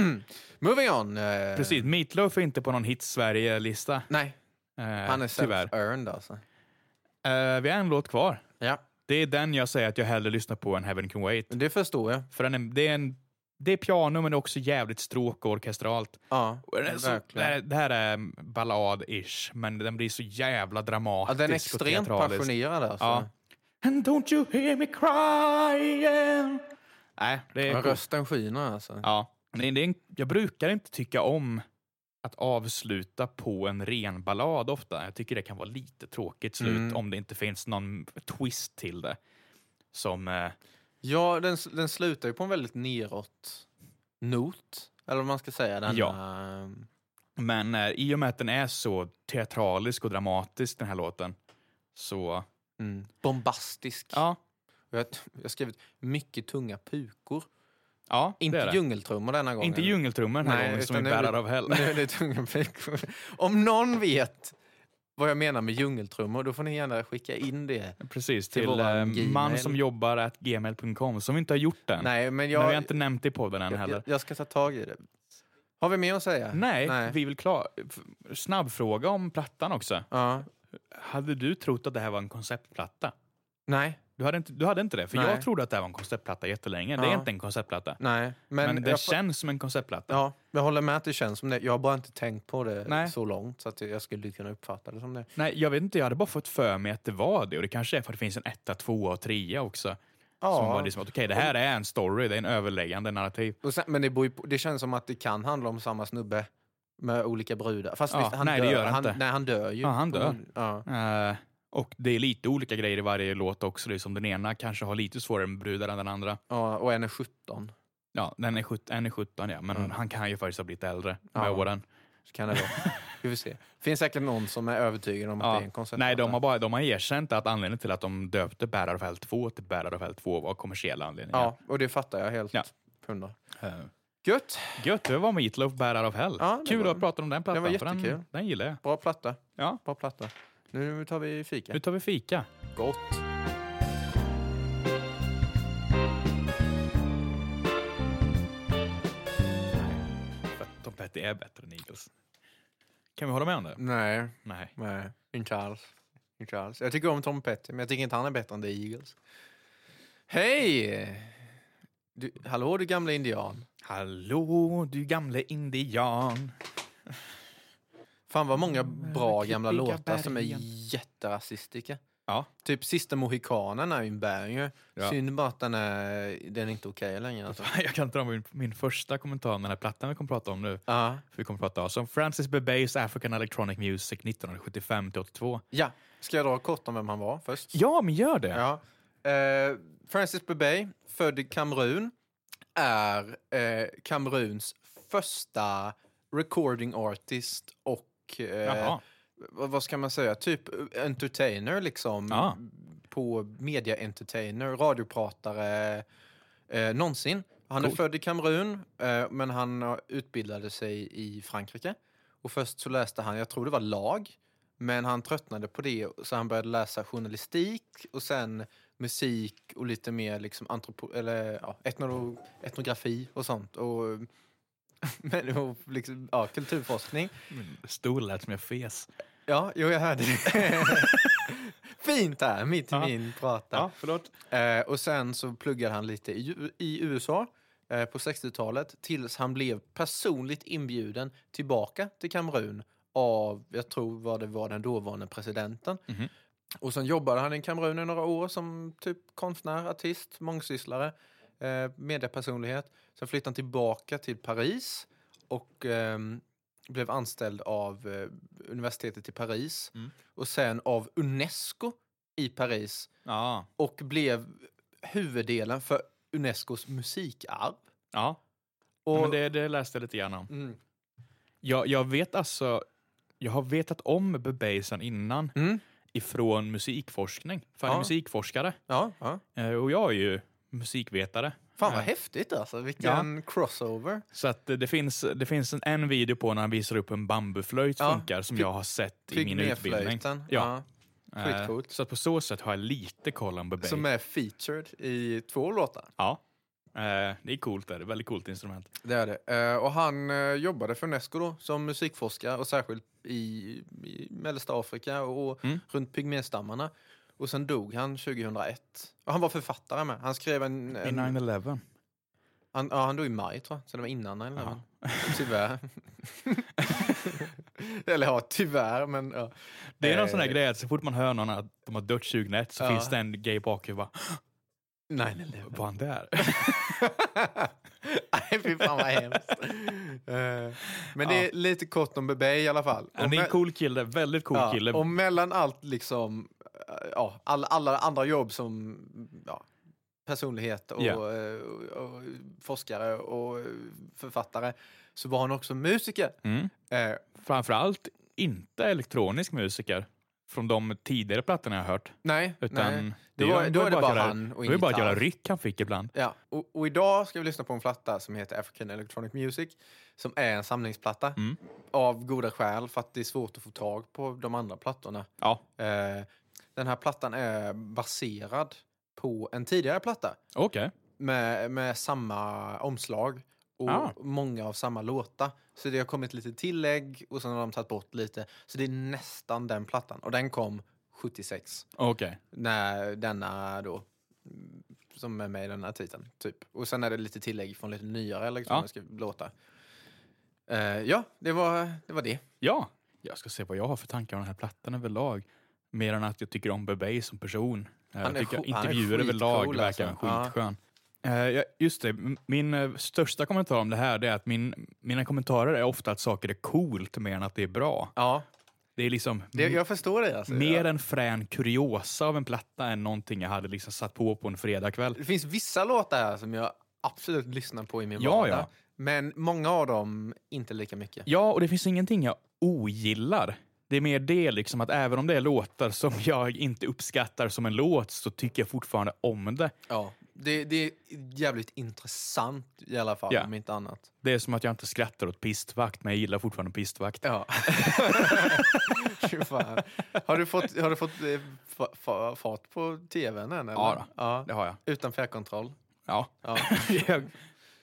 [SPEAKER 1] [clears throat] Moving on. eh,
[SPEAKER 4] precis. Meatloaf är inte på någon hit Sverige-lista.
[SPEAKER 1] Nej,
[SPEAKER 4] Eh,
[SPEAKER 1] han är
[SPEAKER 4] tyvärr.
[SPEAKER 1] self-earned alltså.
[SPEAKER 4] Eh, vi har en låt kvar.
[SPEAKER 1] Ja,
[SPEAKER 4] Det är den jag säger att jag hellre lyssnar på än Heaven Can Wait.
[SPEAKER 1] det förstår jag.
[SPEAKER 4] För den är, det, är en, det är piano, men det är också jävligt stråk och orkestralt.
[SPEAKER 1] Ja,
[SPEAKER 4] Och den är så, det,
[SPEAKER 1] verkligen.
[SPEAKER 4] här, det här är ballad-ish, men den blir så jävla
[SPEAKER 1] Ja,
[SPEAKER 4] dramatisk
[SPEAKER 1] den är
[SPEAKER 4] och
[SPEAKER 1] extremt
[SPEAKER 4] teatralisk.
[SPEAKER 1] passionerad alltså.
[SPEAKER 4] Ja. And don't you hear me crying? Nej, det är
[SPEAKER 1] Men
[SPEAKER 4] coolt.
[SPEAKER 1] Rösten skiner alltså.
[SPEAKER 4] Ja. Det är, det är en, jag brukar inte tycka om att avsluta på en ren ballad ofta. Jag tycker det kan vara lite tråkigt slut
[SPEAKER 1] Mm.
[SPEAKER 4] om det inte finns någon twist till det. Som... Eh,
[SPEAKER 1] Ja, den, s- den slutar ju på en väldigt neråt not. Eller vad man ska säga. Den,
[SPEAKER 4] Ja.
[SPEAKER 1] ehm,
[SPEAKER 4] Men eh, i och med att den är så teatralisk och dramatisk den här låten så...
[SPEAKER 1] mm, bombastisk.
[SPEAKER 4] Ja,
[SPEAKER 1] Och Jag, jag har skrivit mycket tunga pukor.
[SPEAKER 4] ja det
[SPEAKER 1] Inte
[SPEAKER 4] är det.
[SPEAKER 1] djungeltrummor denna gången. [laughs]
[SPEAKER 4] Inte djungeltrummor den här
[SPEAKER 1] Nej,
[SPEAKER 4] gången som vi
[SPEAKER 1] utan nu är
[SPEAKER 4] bärar
[SPEAKER 1] det-
[SPEAKER 4] av hell.
[SPEAKER 1] Nu är det tunga pukor. Om någon vet vad jag menar med djungeltrummor, då får ni gärna skicka in det.
[SPEAKER 4] [laughs] Precis,
[SPEAKER 1] till
[SPEAKER 4] till
[SPEAKER 1] våran
[SPEAKER 4] eh,
[SPEAKER 1] Gmail.
[SPEAKER 4] man som jobbar at gmail.com som vi inte har gjort den.
[SPEAKER 1] Nej, men
[SPEAKER 4] jag,
[SPEAKER 1] jag,
[SPEAKER 4] har jag inte nämnt det i podden än
[SPEAKER 1] jag,
[SPEAKER 4] heller.
[SPEAKER 1] jag, jag ska ta tag i det. Har vi mer att säga?
[SPEAKER 4] Nej, vi vill klar... f- Snabbfråga om plattan också.
[SPEAKER 1] Ja.
[SPEAKER 4] Hade du trott att det här var en konceptplatta?
[SPEAKER 1] Nej.
[SPEAKER 4] Du hade inte, du hade inte det? För
[SPEAKER 1] Nej.
[SPEAKER 4] jag trodde att det här var en konceptplatta jättelänge. Det
[SPEAKER 1] Ja.
[SPEAKER 4] är inte en konceptplatta.
[SPEAKER 1] Nej. Men,
[SPEAKER 4] Men, det
[SPEAKER 1] jag,
[SPEAKER 4] känns som en konceptplatta.
[SPEAKER 1] Ja, jag håller med att det känns som det. Jag har bara inte tänkt på det
[SPEAKER 4] Nej.
[SPEAKER 1] så långt så att jag skulle kunna uppfatta det som det.
[SPEAKER 4] Nej, jag vet inte. Jag hade bara fått för mig att det var det. Och det kanske är för att det finns en etta, tvåa och trea också. Som var liksom att okej, det här är en story. Det är en överläggande narrativ.
[SPEAKER 1] Och sen, men det, beror ju på, det känns som att det kan handla om samma snubbe med olika brudar. Fast
[SPEAKER 4] Ja,
[SPEAKER 1] visst, han
[SPEAKER 4] nej,
[SPEAKER 1] dör.
[SPEAKER 4] det gör det
[SPEAKER 1] han,
[SPEAKER 4] inte.
[SPEAKER 1] Nej, han dör ju.
[SPEAKER 4] Ja, han dör.
[SPEAKER 1] Ja.
[SPEAKER 4] Eh, och det är lite olika grejer i varje låt också. Det är som den ena kanske har lite svårare med brudar än den andra.
[SPEAKER 1] Ja, och en är 17.
[SPEAKER 4] Ja, den är, sjut- en är 17 ja, men han kan ju faktiskt ha blivit äldre med
[SPEAKER 1] Mm. Ja.
[SPEAKER 4] åren.
[SPEAKER 1] Så kan det
[SPEAKER 4] [laughs]
[SPEAKER 1] vara. Vi får se. finns säkert någon som är övertygad om att det är en koncept.
[SPEAKER 4] Nej, de har, bara, de har erkänt att anledningen till att de döpte Bärar av Hell 2 till Bärar av Hell 2 var kommersiella anledningar.
[SPEAKER 1] Ja, och det fattar jag helt.
[SPEAKER 4] Ja.
[SPEAKER 1] Hundra.
[SPEAKER 4] Eh,
[SPEAKER 1] Gött!
[SPEAKER 4] gött, det var Meatloaf Bärar av Hell.
[SPEAKER 1] Ja, det
[SPEAKER 4] Kul
[SPEAKER 1] var-
[SPEAKER 4] att prata om den plattan.
[SPEAKER 1] den var
[SPEAKER 4] för
[SPEAKER 1] jättekul.
[SPEAKER 4] Den, den gillar jag.
[SPEAKER 1] Bra platta.
[SPEAKER 4] Ja.
[SPEAKER 1] Bra platta. Nu tar vi fika.
[SPEAKER 4] Nu tar vi fika.
[SPEAKER 1] Gott.
[SPEAKER 4] Tom Petty är bättre än Eagles. Kan vi hålla med om det?
[SPEAKER 1] Nej.
[SPEAKER 4] Nej.
[SPEAKER 1] Nej, inte alls. Inte alls. Jag tycker om Tom Petty, men jag tycker inte han är bättre än The Eagles. Hej! Du, hallå du gamla indian.
[SPEAKER 4] Hallå, du gamle indian. [laughs]
[SPEAKER 1] Fan vad många bra gamla
[SPEAKER 4] Mm, klippiga
[SPEAKER 1] låtar som är
[SPEAKER 4] bergen.
[SPEAKER 1] jätterasistiska.
[SPEAKER 4] Ja.
[SPEAKER 1] Typ Sista mohikanen är ju en banger.
[SPEAKER 4] Ja.
[SPEAKER 1] Synd bara att den är, den är inte okej längre.
[SPEAKER 4] [laughs]
[SPEAKER 1] Alltså.
[SPEAKER 4] Jag kan dra min, min första kommentar om den här plattan vi kommer prata om nu.
[SPEAKER 1] Ja.
[SPEAKER 4] För vi kommer prata om som Francis Bebays African Electronic Music 1975 till 82.
[SPEAKER 1] ja, ska jag dra kort om vem han var först?
[SPEAKER 4] Ja, men gör det!
[SPEAKER 1] Ja. Eh, Francis Bebey, född i Kamerun, är eh, Kameruns första recording artist och eh,
[SPEAKER 4] Jaha.
[SPEAKER 1] vad vad ska man säga, typ entertainer liksom.
[SPEAKER 4] Ja.
[SPEAKER 1] På media entertainer, radiopratare, eh, någonsin. Han är
[SPEAKER 4] Coolt.
[SPEAKER 1] född i Kamerun, eh, men han har- utbildade sig i Frankrike. Och först så läste han, jag tror det var lag, men han tröttnade på det så han började läsa journalistik och sen musik och [laughs] lite mer liksom antropo- eller, ja, etno- etnografi och sånt. Och Men, och liksom, ja, kulturforskning.
[SPEAKER 4] Stol lät som jag fes.
[SPEAKER 1] Ja, jo, jag hörde
[SPEAKER 4] [laughs]
[SPEAKER 1] det. Fint här, mitt i
[SPEAKER 4] Ja.
[SPEAKER 1] min prata.
[SPEAKER 4] Ja, förlåt.
[SPEAKER 1] Eh, och sen så pluggade han lite i, U- i USA eh, på 60-talet tills han blev personligt inbjuden tillbaka till Kamerun av, jag tror vad det var, den dåvarande presidenten. Och sen jobbade han i Kamerun i några år som typ konstnär, artist, mångsysslare, eh, mediepersonlighet. Sen flyttade han tillbaka till Paris och ehm, blev anställd av eh, universitetet i Paris och sen av Unesco i Paris
[SPEAKER 4] Ja.
[SPEAKER 1] och blev huvuddelen för Unescos musikarv.
[SPEAKER 4] ja.
[SPEAKER 1] Och,
[SPEAKER 4] Men det, det läste jag lite grann om.
[SPEAKER 1] Mm.
[SPEAKER 4] Jag, jag vet alltså, jag har vetat om Bebe sedan innan
[SPEAKER 1] Mm.
[SPEAKER 4] ifrån musikforskning. För han är
[SPEAKER 1] Ja.
[SPEAKER 4] musikforskare
[SPEAKER 1] ja, ja.
[SPEAKER 4] Eh, och jag är ju musikvetare.
[SPEAKER 1] Fan vad
[SPEAKER 4] Ja.
[SPEAKER 1] häftigt alltså, vilken crossover.
[SPEAKER 4] Så att eh, det finns, det finns en, en video på när han visar upp hur en bambuflöjt
[SPEAKER 1] Ja.
[SPEAKER 4] funkar som
[SPEAKER 1] Py-
[SPEAKER 4] jag har sett i min utbildning.
[SPEAKER 1] Pygméflöjten.
[SPEAKER 4] Ja.
[SPEAKER 1] Ja, skitcoolt.
[SPEAKER 4] Eh, Så att på så sätt har jag lite koll om Bebe.
[SPEAKER 1] Som är featured i två låtar.
[SPEAKER 4] Ja. Eh, Det är coolt, det är ett väldigt coolt instrument.
[SPEAKER 1] Det är det. Eh, Och han eh, jobbade för Unesco då, som musikforskare och särskilt i, i mellersta Afrika och, och
[SPEAKER 4] Mm.
[SPEAKER 1] runt pygméstammarna. Och sen dog han 2001. Och han var författare med. Han skrev en... en han,
[SPEAKER 4] 9-11.
[SPEAKER 1] ja, han dog i maj tror jag, så det var innan 9-11. Tyvärr. [laughs] Eller ja, tyvärr, men ja.
[SPEAKER 4] Det är någon
[SPEAKER 1] Eh,
[SPEAKER 4] sån här grej att så fort man hör någon att de har dött 2001 så
[SPEAKER 1] Ja.
[SPEAKER 4] finns det en gay bak och bara var han där?
[SPEAKER 1] [laughs] Nej, fy fan vad hemskt. Eh, Men det är lite kort om Bebe i alla fall.
[SPEAKER 4] Han är
[SPEAKER 1] Och
[SPEAKER 4] en
[SPEAKER 1] me-
[SPEAKER 4] cool kille, väldigt cool
[SPEAKER 1] ja,
[SPEAKER 4] kille.
[SPEAKER 1] Och mellan allt liksom, eh, ja, alla, alla andra jobb som ja, personlighet och,
[SPEAKER 4] Ja.
[SPEAKER 1] eh, och, och forskare och eh, författare så var han också musiker.
[SPEAKER 4] Mm.
[SPEAKER 1] Eh,
[SPEAKER 4] Framförallt inte elektronisk musiker från de tidigare plattorna jag har hört.
[SPEAKER 1] nej,
[SPEAKER 4] Utan
[SPEAKER 1] nej.
[SPEAKER 4] det
[SPEAKER 1] Då,
[SPEAKER 4] är
[SPEAKER 1] var,
[SPEAKER 4] ju-
[SPEAKER 1] då är det bara
[SPEAKER 4] ett jävla-
[SPEAKER 1] han och
[SPEAKER 4] Det var ju
[SPEAKER 1] ingen
[SPEAKER 4] bara ett jävla
[SPEAKER 1] gitarr.
[SPEAKER 4] ryck han fick ibland.
[SPEAKER 1] Ja, och, och idag ska vi lyssna på en platta som heter African Electronic Music som är en samlingsplatta
[SPEAKER 4] Mm.
[SPEAKER 1] av goda skäl för att det är svårt att få tag på de andra plattorna.
[SPEAKER 4] Ja.
[SPEAKER 1] Eh, den här plattan är baserad på en tidigare platta
[SPEAKER 4] Okej.
[SPEAKER 1] med, med samma omslag och
[SPEAKER 4] Ah.
[SPEAKER 1] många av samma låtar. Så det har kommit lite tillägg och sen har de tagit bort lite. Så det är nästan den plattan och den kom 76
[SPEAKER 4] Okej.
[SPEAKER 1] när denna då mm, som är med i den här titeln, typ. Och sen är det lite tillägg från lite nyare elektroniska låtar. Eh, ja, det var det. Var det.
[SPEAKER 4] Ja. Jag ska se vad jag har för tankar om den här plattan överlag. Mer än att jag tycker om Bebe som person. Eh,
[SPEAKER 1] Han
[SPEAKER 4] jag
[SPEAKER 1] är
[SPEAKER 4] tycker
[SPEAKER 1] sk- han är
[SPEAKER 4] intervjuer överlag
[SPEAKER 1] skitcool
[SPEAKER 4] verkar
[SPEAKER 1] alltså. Ja.
[SPEAKER 4] skitskön. Eh, ja, just det, m- min eh, största kommentar om det här det är att min, mina kommentarer är ofta att saker är coolt mer än att det är bra.
[SPEAKER 1] Ja,
[SPEAKER 4] Det är liksom
[SPEAKER 1] det, jag förstår dig. Alltså.
[SPEAKER 4] mer
[SPEAKER 1] Ja.
[SPEAKER 4] en frän kuriosa av en platta än någonting jag hade liksom satt på på en fredagkväll.
[SPEAKER 1] Det finns vissa låtar här som jag absolut lyssnar på i min
[SPEAKER 4] Ja,
[SPEAKER 1] vardag.
[SPEAKER 4] ja.
[SPEAKER 1] Men många av dem inte lika mycket.
[SPEAKER 4] Ja, och det finns ingenting jag ogillar. Det är mer det liksom att även om det är låtar som [laughs] jag inte uppskattar som en låt så tycker jag fortfarande om det.
[SPEAKER 1] Ja, det, det är jävligt intressant i alla fall,
[SPEAKER 4] Ja.
[SPEAKER 1] om inte annat.
[SPEAKER 4] Det är som att jag inte skrattar åt pistvakt, men jag gillar fortfarande pistvakt.
[SPEAKER 1] Ja. [laughs] Fy fan. Har du fått, har du fått eh, fa, fa, fart på tvn än? Eller?
[SPEAKER 4] Ja, då.
[SPEAKER 1] ja.
[SPEAKER 4] Det har jag.
[SPEAKER 1] Utan fjärrkontroll.
[SPEAKER 4] Ja.
[SPEAKER 1] [laughs] Ja.
[SPEAKER 4] [laughs] Jag-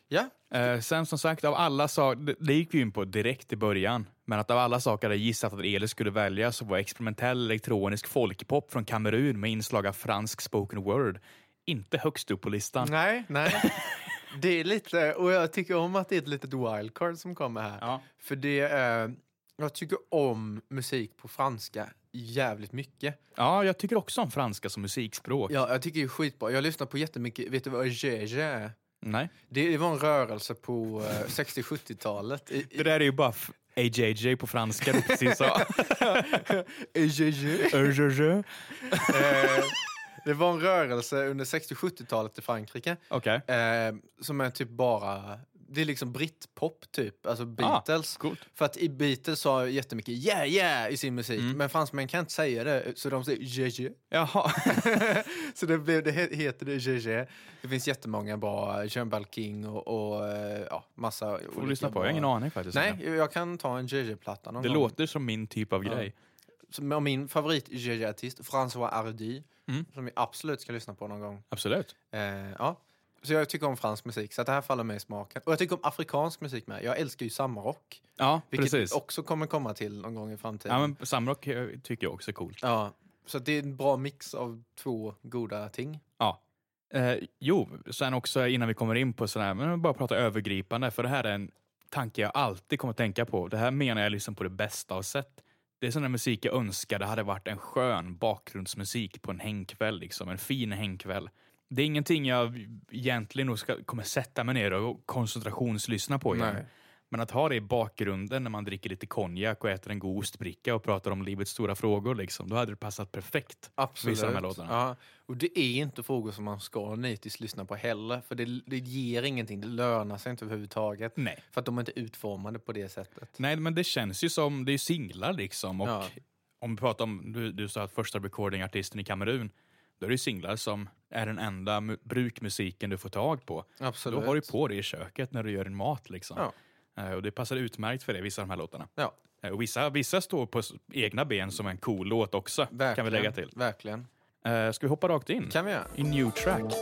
[SPEAKER 1] ja.
[SPEAKER 4] eh, sen som sagt, av alla saker, det gick vi in på direkt i början, men att av alla saker jag gissat att Elis skulle välja så var experimentell elektronisk folkpop från Kamerun med inslag av fransk spoken word inte högst upp på listan.
[SPEAKER 1] Nej, nej. Det är lite, och jag tycker om att det är ett litet wildcard som kommer här.
[SPEAKER 4] Ja.
[SPEAKER 1] För det är, jag tycker om musik på franska jävligt mycket.
[SPEAKER 4] Ja, jag tycker också om franska som musikspråk.
[SPEAKER 1] Ja, jag tycker det är skitbra. Jag lyssnar på jättemycket, vet du vad GG är?
[SPEAKER 4] Nej.
[SPEAKER 1] Det det var en rörelse på eh, 60-70-talet. I- i-
[SPEAKER 4] Det där är ju bara f- AJJ på franska du precis sa.
[SPEAKER 1] [laughs] GG.
[SPEAKER 4] Okej.
[SPEAKER 1] Eh, Det var en rörelse under 60-70-talet i Frankrike eh, som är typ bara... Det är liksom brittpop, typ.
[SPEAKER 4] Ah.
[SPEAKER 1] Alltså Beatles.
[SPEAKER 4] coolt.
[SPEAKER 1] För att i Beatles sa jättemycket yeah yeah i sin musik, men fransmän kan inte säga det, så de säger je je.
[SPEAKER 4] Mm. Jaha.
[SPEAKER 1] [laughs] så det, blev, det he- heter det je je. Det finns jättemånga bra, Jean King och, och eh, ja, massa
[SPEAKER 4] Får du lyssna på? Jag har ingen aning faktiskt.
[SPEAKER 1] Nej, jag kan ta en je platta någon
[SPEAKER 4] Det
[SPEAKER 1] gång.
[SPEAKER 4] låter som min typ av grej.
[SPEAKER 1] Som är min favorit je
[SPEAKER 4] Mm.
[SPEAKER 1] artist François Hardy, som vi absolut ska lyssna på någon gång.
[SPEAKER 4] Absolut.
[SPEAKER 1] Eh, ja. Så jag tycker om fransk musik, så att det här faller mig i smaken. Och jag tycker om afrikansk musik med. Jag älskar ju samrock.
[SPEAKER 4] Ja,
[SPEAKER 1] Vilket
[SPEAKER 4] precis.
[SPEAKER 1] också kommer komma till någon gång i framtiden.
[SPEAKER 4] Ja, men samrock eh, tycker jag också är coolt.
[SPEAKER 1] Ja, så att det är en bra mix av två goda ting.
[SPEAKER 4] Ja. Eh, jo, sen också innan vi kommer in på sådär, men bara prata övergripande, för det här är en tanke jag alltid kommer att tänka på. Det här menar jag liksom på det bästa av sätt. Det är sån där musik jag önskar det hade varit en skön bakgrundsmusik på en hängkväll, liksom. En fin hängkväll. Det är ingenting jag egentligen nog ska, kommer sätta mig ner och koncentrationslyssna på igen.
[SPEAKER 1] Nej.
[SPEAKER 4] Men att ha det i bakgrunden när man dricker lite konjak och äter en god ostbricka och pratar om livets stora frågor, liksom, då hade det passat perfekt.
[SPEAKER 1] Absolut.
[SPEAKER 4] Vissa av de här låtarna.
[SPEAKER 1] Ja. Och det är inte frågor som man ska nitiskt lyssna på heller. För det, det ger ingenting, det lönar sig inte överhuvudtaget.
[SPEAKER 4] Nej.
[SPEAKER 1] För att de är inte utformade på det sättet.
[SPEAKER 4] Nej, men det känns ju som, det är ju singlar liksom. Och
[SPEAKER 1] Ja.
[SPEAKER 4] om vi pratar om, du, du sa att första recordingartisten i Kamerun, då är det ju singlar som är den enda mu- brukmusiken du får tag på.
[SPEAKER 1] Absolut.
[SPEAKER 4] Då har du på det i köket när du gör din mat liksom.
[SPEAKER 1] Ja.
[SPEAKER 4] Eh, Och det passar utmärkt för det, vissa av de här låtarna.
[SPEAKER 1] Ja,
[SPEAKER 4] Eh, Och vissa, vissa står på s- egna ben som en cool låt också,
[SPEAKER 1] verkligen.
[SPEAKER 4] kan vi lägga till.
[SPEAKER 1] Verkligen.
[SPEAKER 4] Eh, Ska vi hoppa rakt in?
[SPEAKER 1] kan vi göra.
[SPEAKER 4] I new track.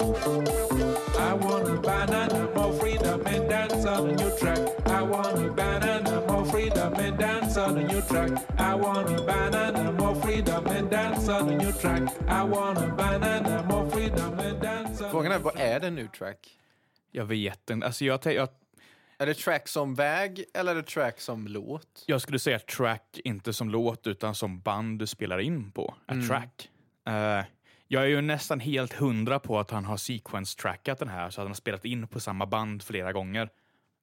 [SPEAKER 10] I want a banana, more freedom and dance on a new track. I want a banana, more freedom and dance on a new track. I want a banana, more freedom and dance on a new track. I want a banana, more freedom and dance on a
[SPEAKER 1] Frågan är, vad är det nu track?
[SPEAKER 4] Jag vet inte, alltså jag, tän- jag,
[SPEAKER 1] Är det track som väg eller är det track som låt?
[SPEAKER 4] Jag skulle säga track, inte som låt, utan som band du spelar in på. A track. Eh, jag är ju nästan helt hundra på att han har sequence-trackat den här, så att han har spelat in på samma band flera gånger.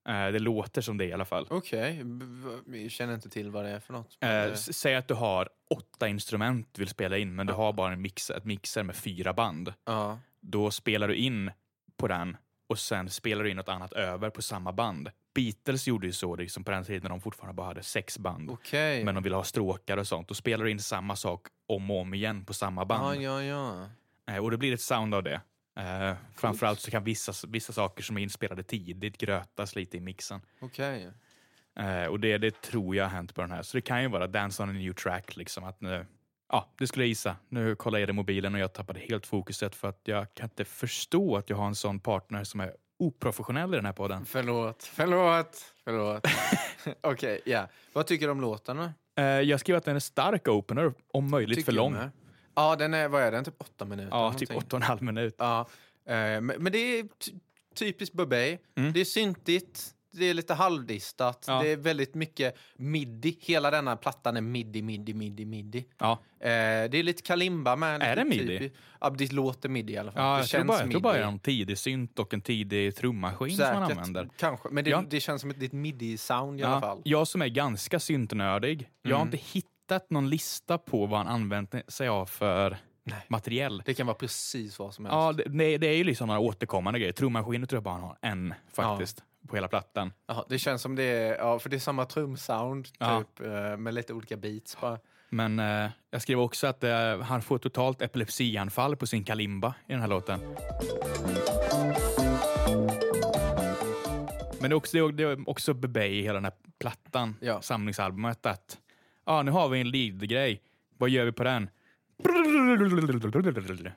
[SPEAKER 4] Eh, det låter som det i alla fall.
[SPEAKER 1] Okej, b- v- vi känner inte till vad det är för något.
[SPEAKER 4] Eh,
[SPEAKER 1] Men, eh,
[SPEAKER 4] s- säg att du har åtta instrument du vill spela in, men du har bara en mix, ett mixer med fyra band.
[SPEAKER 1] ja.
[SPEAKER 4] Då spelar du in på den och sen spelar du in något annat över på samma band. Beatles gjorde ju så liksom på den tiden när de fortfarande bara hade sex band.
[SPEAKER 1] Okej.
[SPEAKER 4] men de vill ha stråkar och sånt. Då spelar du in samma sak om och om igen på samma band.
[SPEAKER 1] Ja, ja, ja.
[SPEAKER 4] Eh, Och det blir ett sound av det. Eh, framförallt så kan vissa, vissa saker som är inspelade tidigt grötas lite i mixen.
[SPEAKER 1] Okej.
[SPEAKER 4] Eh, och det, det tror jag har hänt på den här. Så det kan ju vara Dance on a new track. Liksom, att nu, ja, det skulle jag gissa. Nu kollade jag det i mobilen och jag tappade helt fokuset för att jag kan inte förstå att jag har en sån partner som är oprofessionell i den här podden.
[SPEAKER 1] Förlåt, förlåt,
[SPEAKER 4] [laughs]
[SPEAKER 1] förlåt. Okej, ja. Vad tycker du om låten då?
[SPEAKER 4] Eh, jag skrev att den är stark opener, om möjligt
[SPEAKER 1] Tycker jag
[SPEAKER 4] för lång.
[SPEAKER 1] med. Ja, den är, vad är den? Typ åtta minuter?
[SPEAKER 4] Ja, typ
[SPEAKER 1] någonting.
[SPEAKER 4] åtta och en halv minut.
[SPEAKER 1] Ja, eh, men, men det är ty- typiskt Bubbe. Det är syntigt, det är lite halvdistat,
[SPEAKER 4] Mm. Ja.
[SPEAKER 1] det är väldigt mycket midi. Hela denna plattan är midi, midi, midi, midi.
[SPEAKER 4] Ja.
[SPEAKER 1] Eh, det är lite kalimba med.
[SPEAKER 4] Är det midi?
[SPEAKER 1] typiskt- Ja, det låter midi i alla fall.
[SPEAKER 4] Ja,
[SPEAKER 1] det
[SPEAKER 4] jag tror bara, jag tror bara det är en tidig synt och en tidig trummaskin som man
[SPEAKER 1] Säkert,
[SPEAKER 4] använder.
[SPEAKER 1] Kanske, men det,
[SPEAKER 4] Ja.
[SPEAKER 1] det känns som ett, det är ett midi-sound i alla
[SPEAKER 4] Ja,
[SPEAKER 1] fall. Mm.
[SPEAKER 4] jag som är ganska syntnördig, jag har inte hittat någon lista på vad han använt sig av för materiell.
[SPEAKER 1] Det kan vara precis vad som helst.
[SPEAKER 4] Ja, det- det, det är ju liksom några återkommande grejer. Trummaskinen tror jag bara han har en faktiskt, på hela plattan.
[SPEAKER 1] Jaha, det känns som det är, ja, för det är samma trumsound
[SPEAKER 4] Ja.
[SPEAKER 1] typ, eh, med lite olika beats bara.
[SPEAKER 4] Men eh, jag skrev också att eh, han får totalt epilepsianfall på sin kalimba i den här låten. Men det är också, det är också Bebe i hela den här plattan,
[SPEAKER 1] Ja.
[SPEAKER 4] samlingsalbumet, att ja, nu har vi en lead-grej. Vad gör vi på den?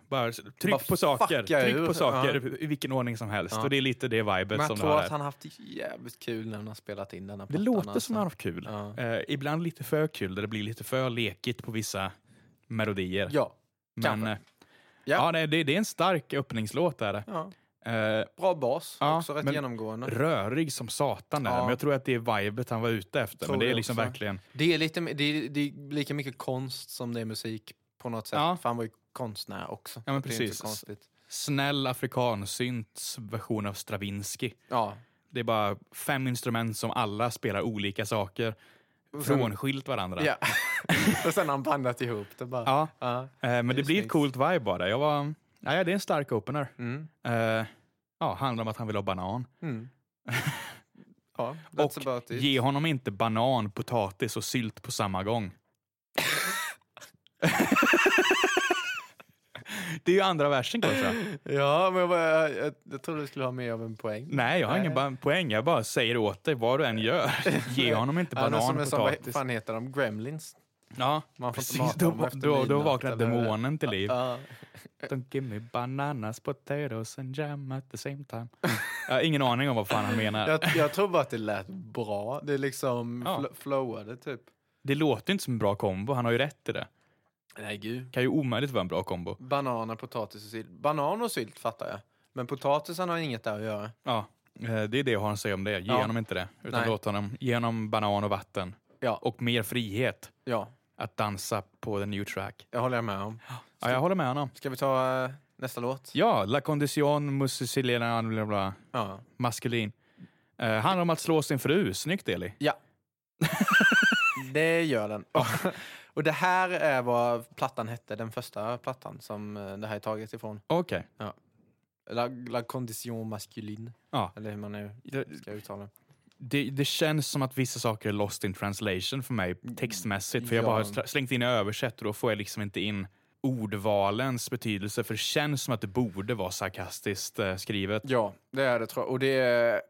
[SPEAKER 4] Bara så- tryck
[SPEAKER 1] Bara
[SPEAKER 4] på saker,
[SPEAKER 1] fucka
[SPEAKER 4] tryck
[SPEAKER 1] ur.
[SPEAKER 4] på saker i vilken ordning som helst. Och det är lite det
[SPEAKER 1] Men
[SPEAKER 4] vibet som
[SPEAKER 1] jag
[SPEAKER 4] det har
[SPEAKER 1] tror
[SPEAKER 4] där.
[SPEAKER 1] att han har haft jävligt kul när han har spelat in denna
[SPEAKER 4] Det
[SPEAKER 1] plattan.
[SPEAKER 4] låter
[SPEAKER 1] alltså.
[SPEAKER 4] som han har haft kul. Eh, ibland lite för kul, där det blir lite för lekigt på vissa melodier.
[SPEAKER 1] Ja,
[SPEAKER 4] Men,
[SPEAKER 1] kanske.
[SPEAKER 4] eh,
[SPEAKER 1] Ja.
[SPEAKER 4] ja. nej, det, det är en stark öppningslåt. Där.
[SPEAKER 1] Ja.
[SPEAKER 4] Eh,
[SPEAKER 1] bra bas.
[SPEAKER 4] Ja,
[SPEAKER 1] också rätt
[SPEAKER 4] men-
[SPEAKER 1] genomgående.
[SPEAKER 4] rörig som satan, där.
[SPEAKER 1] Ja.
[SPEAKER 4] men jag tror att det är vibet han var ute efter.
[SPEAKER 1] Tror
[SPEAKER 4] men det är
[SPEAKER 1] jag
[SPEAKER 4] liksom
[SPEAKER 1] också.
[SPEAKER 4] verkligen...
[SPEAKER 1] Det är, lite, det, är, det är lika mycket konst som det är musik på något sätt.
[SPEAKER 4] Ja.
[SPEAKER 1] För han var ju konstnär också.
[SPEAKER 4] Ja, men
[SPEAKER 1] Det är inte
[SPEAKER 4] precis.
[SPEAKER 1] så konstigt.
[SPEAKER 4] Snäll afrikansynts version av Stravinsky.
[SPEAKER 1] Ja.
[SPEAKER 4] Det är bara fem instrument som alla spelar olika saker. Frånskilt varandra.
[SPEAKER 1] ja. [laughs] Och sen har han bandat ihop det bara.
[SPEAKER 4] Ja. Eh, men det,
[SPEAKER 1] är
[SPEAKER 4] blir
[SPEAKER 1] snyggt. Mm.
[SPEAKER 4] ett coolt vibe bara. Jag var, ja, ja, det är en stark opener. Eh, ja, handlar om att han vill ha banan.
[SPEAKER 1] ja that's
[SPEAKER 4] och
[SPEAKER 1] about it.
[SPEAKER 4] ge honom inte banan, potatis och sylt på samma gång. det är ju andra versen kanske.
[SPEAKER 1] Ja, men jag, bara, jag, jag, jag trodde du skulle ha mer av en poäng.
[SPEAKER 4] Nej, jag har ingen ba- poäng. Jag bara säger åt dig vad du än gör. Ge honom inte
[SPEAKER 1] Ja, det är
[SPEAKER 4] banan,
[SPEAKER 1] som en sån, vad
[SPEAKER 4] potatis.
[SPEAKER 1] fan heter de? Gremlins?
[SPEAKER 4] Ja,
[SPEAKER 1] Man får inte
[SPEAKER 4] precis.
[SPEAKER 1] mata
[SPEAKER 4] Då,
[SPEAKER 1] dem efter
[SPEAKER 4] då, då
[SPEAKER 1] midnatt,
[SPEAKER 4] vaknar
[SPEAKER 1] eller-
[SPEAKER 4] demonen till liv.
[SPEAKER 1] Ja.
[SPEAKER 4] Don't give me bananas, potatoes and jam at the same time. Jag har ingen aning om vad fan han menar.
[SPEAKER 1] Jag, jag tror bara att det lät bra. Det liksom
[SPEAKER 4] Ja.
[SPEAKER 1] fl- flowade typ.
[SPEAKER 4] Det låter inte som en bra kombo. Han har ju rätt i det.
[SPEAKER 1] Nej gud.
[SPEAKER 4] Kan ju omöjligt vara en bra kombo.
[SPEAKER 1] Bananer, potatis och sylt. Banan och sylt fattar jag. Men potatisen har inget där att göra.
[SPEAKER 4] Ja, eh, det är det jag har att säga om det. Ge
[SPEAKER 1] Ja.
[SPEAKER 4] honom inte det. Utan
[SPEAKER 1] Nej.
[SPEAKER 4] låt honom, ge honom banan och vatten.
[SPEAKER 1] Ja.
[SPEAKER 4] Och mer frihet
[SPEAKER 1] Ja,
[SPEAKER 4] att dansa på the new track.
[SPEAKER 1] jag håller med om.
[SPEAKER 4] Ja, jag håller med honom.
[SPEAKER 1] Ska vi ta eh, nästa låt?
[SPEAKER 4] Ja, La Condition Musicilena bla bla.
[SPEAKER 1] Ja.
[SPEAKER 4] Maskulin. Eh, handlar om att slå sin fru. Snyggt Eli.
[SPEAKER 1] Ja. [laughs] det gör den. [laughs] och det här är vad plattan hette, den första plattan som eh, det här är taget ifrån.
[SPEAKER 4] Okej.
[SPEAKER 1] La, la condition masculine.
[SPEAKER 4] Ja.
[SPEAKER 1] Eller hur man nu
[SPEAKER 4] Det-
[SPEAKER 1] ska uttala det.
[SPEAKER 4] det, det känns som att vissa saker är lost in translation för mig textmässigt. För jag
[SPEAKER 1] Mm, Ja.
[SPEAKER 4] bara har stra- slängt in i översätt och då får jag liksom inte in ordvalens betydelse. För det känns som att det borde vara sarkastiskt eh, skrivet.
[SPEAKER 1] Ja, det är det tror jag. Och det är,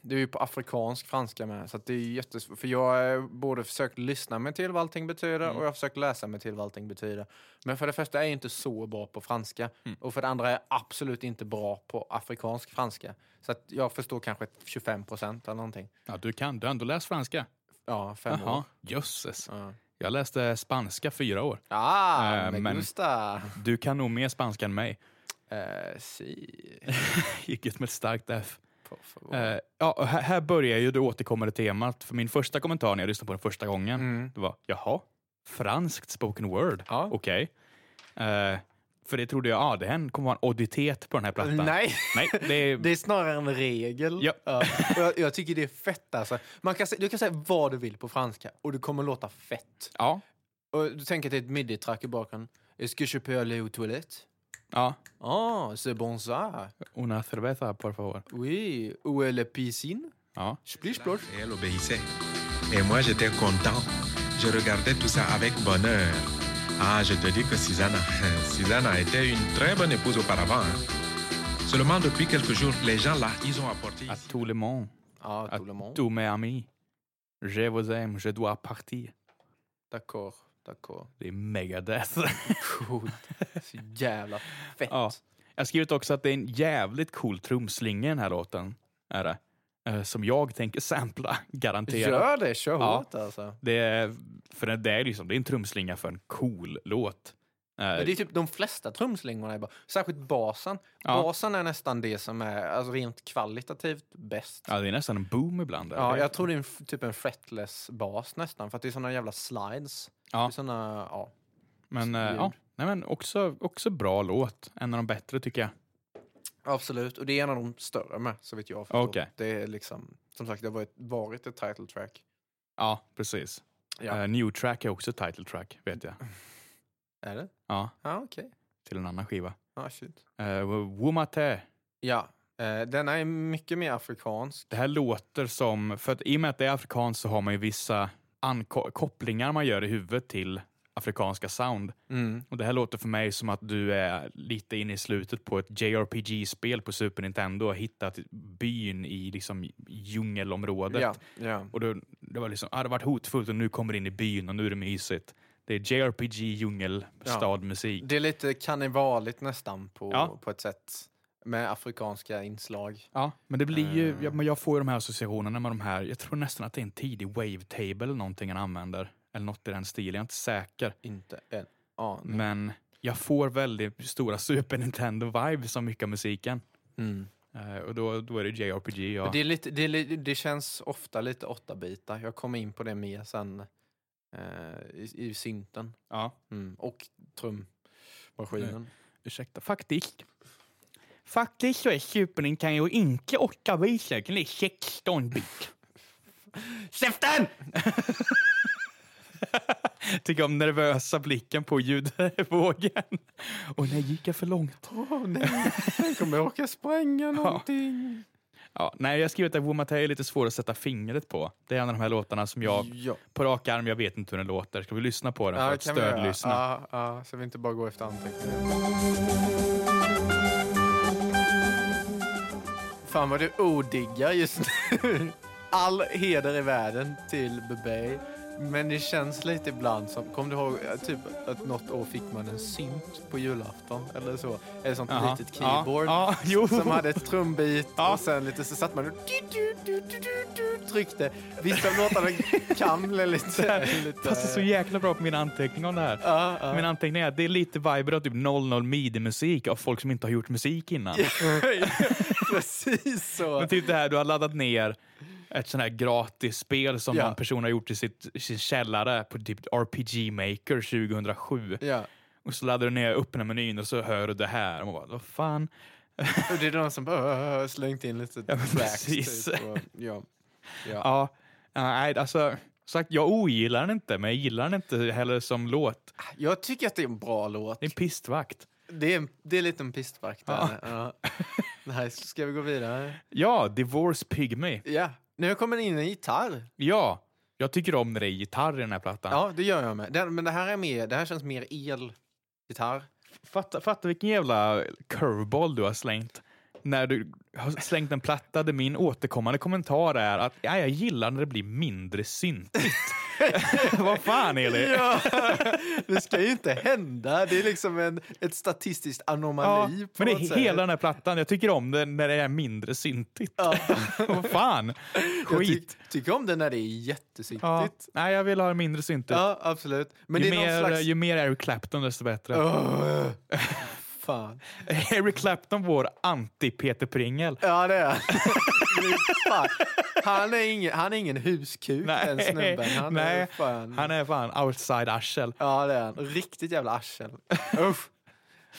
[SPEAKER 1] det är ju på afrikansk franska med. Så att det är jättesvårt. För jag har både försökt lyssna mig till vad allting betyder
[SPEAKER 4] Mm.
[SPEAKER 1] och jag har försökt läsa mig till vad allting betyder. Men för det första är jag inte så bra på franska.
[SPEAKER 4] Mm.
[SPEAKER 1] Och för det andra är jag absolut inte bra på afrikansk franska. Så att jag förstår kanske 25 procent eller någonting.
[SPEAKER 4] Ja, du kan, du har ändå läst franska.
[SPEAKER 1] Ja, fem år.
[SPEAKER 4] Jaha, jösses.
[SPEAKER 1] Ja.
[SPEAKER 4] Jag läste spanska fyra år.
[SPEAKER 1] Ah,
[SPEAKER 4] Eh,
[SPEAKER 1] me
[SPEAKER 4] men-
[SPEAKER 1] gusta!
[SPEAKER 4] Du kan nog mer spanska
[SPEAKER 1] [laughs]
[SPEAKER 4] än mig.
[SPEAKER 1] Eh, si,
[SPEAKER 4] Gick ut med ett starkt F.
[SPEAKER 1] por favor.
[SPEAKER 4] Eh, ja, och här, här börjar ju det återkommande temat. För min första kommentar när jag lyssnade på den första gången, det var jaha, franskt spoken word,
[SPEAKER 1] Mm. Ja.
[SPEAKER 4] okej. Eh, för det trodde jag, ja ah, det här kommer vara en odditet på den här plattan.
[SPEAKER 1] Nej.
[SPEAKER 4] Nej, det är,
[SPEAKER 1] [laughs] Det är snarare en regel.
[SPEAKER 4] Ja.
[SPEAKER 1] Och jag, jag tycker det är fett. Alltså. Man kan, sä- du kan säga vad du vill på franska och det kommer låta fett.
[SPEAKER 4] ja,
[SPEAKER 1] Och du tänker att det är ett midi-track i bakgrunden. Est-ce que je peux aller aux toilettes?
[SPEAKER 4] ja.
[SPEAKER 1] Ah, c'est bon ça.
[SPEAKER 4] Una cerveza, por favor.
[SPEAKER 1] Oui, où est la piscine?
[SPEAKER 4] Ja.
[SPEAKER 1] Splish splosh.
[SPEAKER 11] Et elle obéissait. Et moi, j'étais content. Je regardais tout ça avec bonheur. Ah, je te dis que Susanna, [laughs] Susanna était une très bonne épouse auparavant. hein. Seulement depuis quelques jours, les gens là, ils ont apporté.
[SPEAKER 4] À tout le monde,
[SPEAKER 1] Ah,
[SPEAKER 4] à
[SPEAKER 1] tout le monde.
[SPEAKER 4] tous mes amis. Je vous aime, je dois partir.
[SPEAKER 1] D'accord, d'accord.
[SPEAKER 4] Det är Megadeth. [laughs]
[SPEAKER 1] Coolt. Så jävla fett.
[SPEAKER 4] Ja. Jag har skrivit också att det är en jävligt cool trumslinga i den här låten. Är det. Eh, som jag tänker sampla, [laughs] garanterat.
[SPEAKER 1] Gör det, kör
[SPEAKER 4] Ja.
[SPEAKER 1] hårt alltså.
[SPEAKER 4] Det är, för det är, liksom, det är en trumslinga för en cool låt. Eh,
[SPEAKER 1] Men det är typ de flesta trumslingorna är bra. Särskilt basen.
[SPEAKER 4] Ja.
[SPEAKER 1] Basen är nästan det som är alltså, rent kvalitativt bäst.
[SPEAKER 4] ja, det är nästan en boom ibland.
[SPEAKER 1] Ja, jag tror det är en, f- typ en fretless bas nästan, för att det är såna jävla slides. Det
[SPEAKER 4] Ja.
[SPEAKER 1] är såna, ja.
[SPEAKER 4] men, eh, ja, nej, men också, också bra låt. En av de bättre tycker jag.
[SPEAKER 1] Absolut, och det är en av de större med, så vet jag förstår.
[SPEAKER 4] Okej.
[SPEAKER 1] Det är liksom, som sagt, det har varit, varit ett title track.
[SPEAKER 4] Ja, precis.
[SPEAKER 1] Ja.
[SPEAKER 4] Eh, New Track är också title track, vet jag.
[SPEAKER 1] Är det?
[SPEAKER 4] Ja,
[SPEAKER 1] Ja, okej.
[SPEAKER 4] till en annan skiva.
[SPEAKER 1] Ja, shit.
[SPEAKER 4] Uh, Womate.
[SPEAKER 1] Ja, eh, denna är mycket mer afrikansk.
[SPEAKER 4] Det här låter som, för att i och med att det är afrikanskt så har man ju vissa anko- kopplingar man gör i huvudet till afrikanska sound.
[SPEAKER 1] Mm.
[SPEAKER 4] Och Det här låter för mig som att du är lite inne i slutet på ett JRPG-spel på Super Nintendo och har hittat byn i liksom djungelområdet.
[SPEAKER 1] Ja, ja.
[SPEAKER 4] Och då, det var liksom, ah, det varit hotfullt och nu kommer du in i byn och nu är det mysigt. Det är JRPG djungelstadmusik.
[SPEAKER 1] Det är lite karnevaligt nästan på,
[SPEAKER 4] Ja.
[SPEAKER 1] på ett sätt. Med afrikanska inslag.
[SPEAKER 4] Ja, men det blir ju,
[SPEAKER 1] Eh.
[SPEAKER 4] jag, men jag får ju de här associationerna med de här, jag tror nästan att det är en tidig wavetable eller någonting han använder. Eller något i den stilen, jag är inte säker.
[SPEAKER 1] Inte en aning.
[SPEAKER 4] Men jag får väldigt stora Super Nintendo-vibes av mycket av musiken.
[SPEAKER 1] Mm.
[SPEAKER 4] Eh, och då, då är det JRPG.
[SPEAKER 1] Men
[SPEAKER 4] Ja.
[SPEAKER 1] Det, är lite, det, är li- det känns ofta lite åtta bitar. Jag kommer in på det mer sen eh, i, i synten.
[SPEAKER 4] ja.
[SPEAKER 1] Mm. Och trummaskinen.
[SPEAKER 4] Ursäkta, faktiskt. Faktiskt så är Super Nintendo inte 8 bitar, utan det är
[SPEAKER 1] [laughs]
[SPEAKER 4] 16 bit. Käften! [laughs] Tycker om nervösa blicken på ljudvågen. [laughs] Och nej, gick jag för långt?
[SPEAKER 1] Åh nej, jag kommer åka spränga någonting.
[SPEAKER 4] Ja, nej, jag har skrivit att Womatay är lite svår att sätta fingret på. Det är en av de här låtarna som jag...
[SPEAKER 1] Ja.
[SPEAKER 4] På rak arm, jag vet inte hur den låter. Ska vi lyssna på den för
[SPEAKER 1] Ja,
[SPEAKER 4] att
[SPEAKER 1] kan vi göra.
[SPEAKER 4] stödlyssna?
[SPEAKER 1] Ja, ja, så vi inte bara går efter anteckningar. Fan vad du odiggar just nu. All heder i världen till Bebe Men det känns lite ibland som, kom du ihåg eh, typ att något år fick man en synt på julafton eller så? Eller sånt
[SPEAKER 4] Jaha.
[SPEAKER 1] litet
[SPEAKER 4] Ja.
[SPEAKER 1] keyboard
[SPEAKER 4] Ja, jo.
[SPEAKER 1] som hade ett trumbit och sen lite så satt man och du, du, du, du, du, du, tryckte. Vissa av låtarna kan bli
[SPEAKER 4] [laughs]
[SPEAKER 1] lite... lite...
[SPEAKER 4] Passar så jäkla bra på mina anteckningar om det här.
[SPEAKER 1] ja.
[SPEAKER 4] Mina anteckningar är att det är lite viber av typ 00 midi-musik av folk som inte har gjort musik innan.
[SPEAKER 1] [laughs] Precis så.
[SPEAKER 4] Men typ det här, du har laddat ner ett sånt här gratis spel som
[SPEAKER 1] Ja.
[SPEAKER 4] någon person har gjort i sitt, sin källare på typ RPG Maker 2007.
[SPEAKER 1] Ja.
[SPEAKER 4] Och så laddar du ner, öppnar menyn och så hör du det här. Och man bara, vad fan?
[SPEAKER 1] Och det är någon som bara "Åh, åh", slängt in lite
[SPEAKER 4] Ja, men
[SPEAKER 1] tracks.
[SPEAKER 4] precis.
[SPEAKER 1] Typ, och, ja. Ja.
[SPEAKER 4] Ja, ja, nej, alltså. Sagt, jag ogillar den inte, men jag gillar den inte heller som låt.
[SPEAKER 1] Jag tycker att det är en bra låt.
[SPEAKER 4] Det är en pistvakt. [laughs]
[SPEAKER 1] Det, är, en- det är lite en pistvakt.
[SPEAKER 4] Ja.
[SPEAKER 1] där. Ja. Nice. Ska vi gå vidare?
[SPEAKER 4] Ja, Divorce Pygmy.
[SPEAKER 1] Ja. Nu kommer det in en gitarr.
[SPEAKER 4] Ja, jag tycker om när det är gitarr i den här plattan.
[SPEAKER 1] Ja, det gör jag med. Den, men det här, är mer, det här känns mer
[SPEAKER 4] [laughs]
[SPEAKER 1] elgitarr.
[SPEAKER 4] Fatta, fatta vilken jävla curveball du har slängt. När du har slängt en platta där min återkommande kommentar är att ja, jag gillar när det blir mindre syntigt. [laughs] Vad fan är det?
[SPEAKER 1] Ja, det ska ju inte hända. Det är liksom en, ett statistiskt anomali.
[SPEAKER 4] Ja,
[SPEAKER 1] på
[SPEAKER 4] men det
[SPEAKER 1] något
[SPEAKER 4] är
[SPEAKER 1] sätt.
[SPEAKER 4] hela den här plattan. Jag tycker om den när det är mindre syntigt. [laughs] Vad fan?
[SPEAKER 1] Jag ty,
[SPEAKER 4] Skit.
[SPEAKER 1] tycker om det när det är jättesyntigt.
[SPEAKER 4] Ja.
[SPEAKER 1] Ja.
[SPEAKER 4] Nej, jag vill ha mindre syntigt.
[SPEAKER 1] absolut. Men
[SPEAKER 4] ju,
[SPEAKER 1] det är
[SPEAKER 4] mer,
[SPEAKER 1] någon slags...
[SPEAKER 4] ju mer Eric Clapton desto bättre.
[SPEAKER 1] Åh, fan.
[SPEAKER 4] [laughs] Eric Clapton, vår anti-Peter Pringel.
[SPEAKER 1] Ja, det är han. Men [laughs] fan. han. Är ingen, han är ingen
[SPEAKER 4] [laughs]
[SPEAKER 1] huskuk, den snubben. Han är
[SPEAKER 4] Nej.
[SPEAKER 1] fan...
[SPEAKER 4] Han är fan outside arsel.
[SPEAKER 1] Ja, det är han. Riktigt jävla arsel.
[SPEAKER 4] [laughs]
[SPEAKER 1] Usch.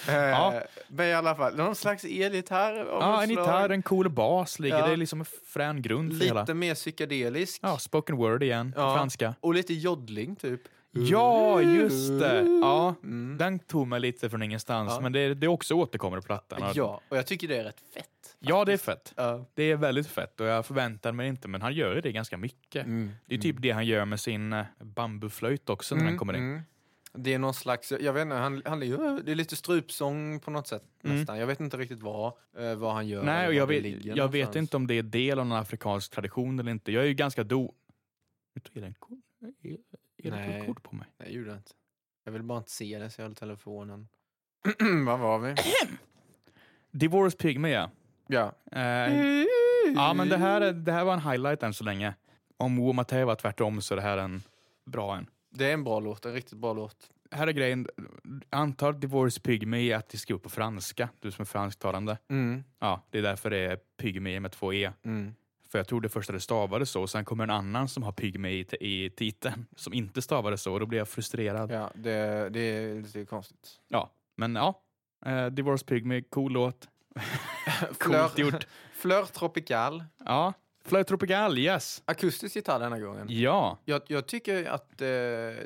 [SPEAKER 1] Eh, Men i alla fall, någon slags elgitarr. av
[SPEAKER 4] Ja,
[SPEAKER 1] något
[SPEAKER 4] en
[SPEAKER 1] slag.
[SPEAKER 4] gitarr, en cool bas ligger.
[SPEAKER 1] Ja.
[SPEAKER 4] Det är liksom en frän grund för hela.
[SPEAKER 1] Lite mer psykedelisk.
[SPEAKER 4] Ja, spoken word igen, på
[SPEAKER 1] Ja.
[SPEAKER 4] franska.
[SPEAKER 1] Och lite joddling, typ.
[SPEAKER 4] Ja, just det! Ja,
[SPEAKER 1] Mm.
[SPEAKER 4] Den tog mig lite från ingenstans, men det, det också återkommer i plattan.
[SPEAKER 1] Ja, och jag tycker det är rätt fett.
[SPEAKER 4] Ja, det är fett.
[SPEAKER 1] Ja.
[SPEAKER 4] Det är väldigt fett och jag förväntar mig inte, men han gör ju det ganska mycket.
[SPEAKER 1] Mm.
[SPEAKER 4] Det är typ det han gör med sin eh, bambuflöjt också när den kommer in.
[SPEAKER 1] Mm, Det är någon slags, jag vet inte, han, han, är ju- det är lite strupsång på något sätt
[SPEAKER 4] Mm.
[SPEAKER 1] nästan. Jag vet inte riktigt vad, eh, vad han gör.
[SPEAKER 4] Nej,
[SPEAKER 1] eller var
[SPEAKER 4] och jag
[SPEAKER 1] det
[SPEAKER 4] vet,
[SPEAKER 1] ligger
[SPEAKER 4] jag vet
[SPEAKER 1] någonstans.
[SPEAKER 4] inte om det är del av någon afrikansk tradition eller inte. Jag är ju ganska do... Nu tog jag en kort- Är är det
[SPEAKER 1] Nej.
[SPEAKER 4] ett kort på mig?
[SPEAKER 1] Nej, det gjorde jag inte. Jag vill bara inte se det så jag höll
[SPEAKER 4] [clears throat]
[SPEAKER 1] telefonen. Vad var vi?
[SPEAKER 4] Divorce Pygmy, ja.
[SPEAKER 1] Ja.
[SPEAKER 4] Eh, ja, men det här, är- det här var en highlight än så länge. Om Womatay var tvärtom så är det här en bra en.
[SPEAKER 1] Det är en bra låt, en riktigt bra låt.
[SPEAKER 4] Här är grejen. Antar Divorce Pygmy är att det skrivs på franska, du som är fransktalande.
[SPEAKER 1] Mm.
[SPEAKER 4] Ja, det är därför det är Pygmy med två E.
[SPEAKER 1] Mm.
[SPEAKER 4] För jag tror det första det stavades så, och sen kommer en annan som har Pygmy i, t- i titeln som inte stavades så, och då blir jag frustrerad.
[SPEAKER 1] Ja, det, det är lite konstigt.
[SPEAKER 4] Ja, men ja. Eh, Divorce Pygmy, cool låt. Coolt
[SPEAKER 1] Fleur- [laughs]
[SPEAKER 4] gjort.
[SPEAKER 1] Fleur Tropical.
[SPEAKER 4] Ja. Flöjt Tropical, yes.
[SPEAKER 1] Akustisk gitarr denna gången.
[SPEAKER 4] Ja.
[SPEAKER 1] Jag, jag tycker att eh,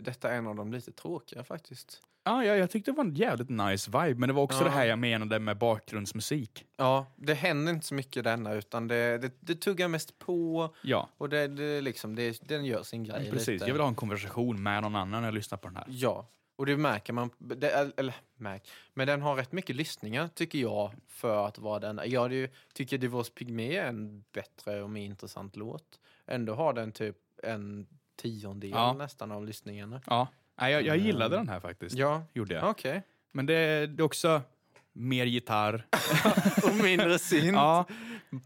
[SPEAKER 1] detta är en av de lite tråkiga faktiskt.
[SPEAKER 4] Ah, ja, jag tyckte det var en jävligt nice vibe, men det var också
[SPEAKER 1] Ja.
[SPEAKER 4] det här jag menade med bakgrundsmusik.
[SPEAKER 1] Ja, det händer inte så mycket i denna utan det, det, det tuggar mest på
[SPEAKER 4] Ja,
[SPEAKER 1] och det, det, liksom, det, den gör sin grej
[SPEAKER 4] precis.
[SPEAKER 1] lite.
[SPEAKER 4] Jag vill ha en konversation med någon annan när jag lyssnar på den här.
[SPEAKER 1] Ja, och det märker man. Det, eller märk. Men den har rätt mycket lyssningar tycker jag för att vara den. Jag det- tycker Divorce Pygmé är en bättre och mer intressant låt. Ändå har den typ en tiondel
[SPEAKER 4] Ja.
[SPEAKER 1] nästan av lyssningarna.
[SPEAKER 4] Ja, Nej, jag, jag gillade den här faktiskt.
[SPEAKER 1] Mm. Ja,
[SPEAKER 4] Gjorde jag.
[SPEAKER 1] okej.
[SPEAKER 4] [laughs] Men det, det är också mer gitarr.
[SPEAKER 1] [laughs] Och mindre synt.
[SPEAKER 4] ja,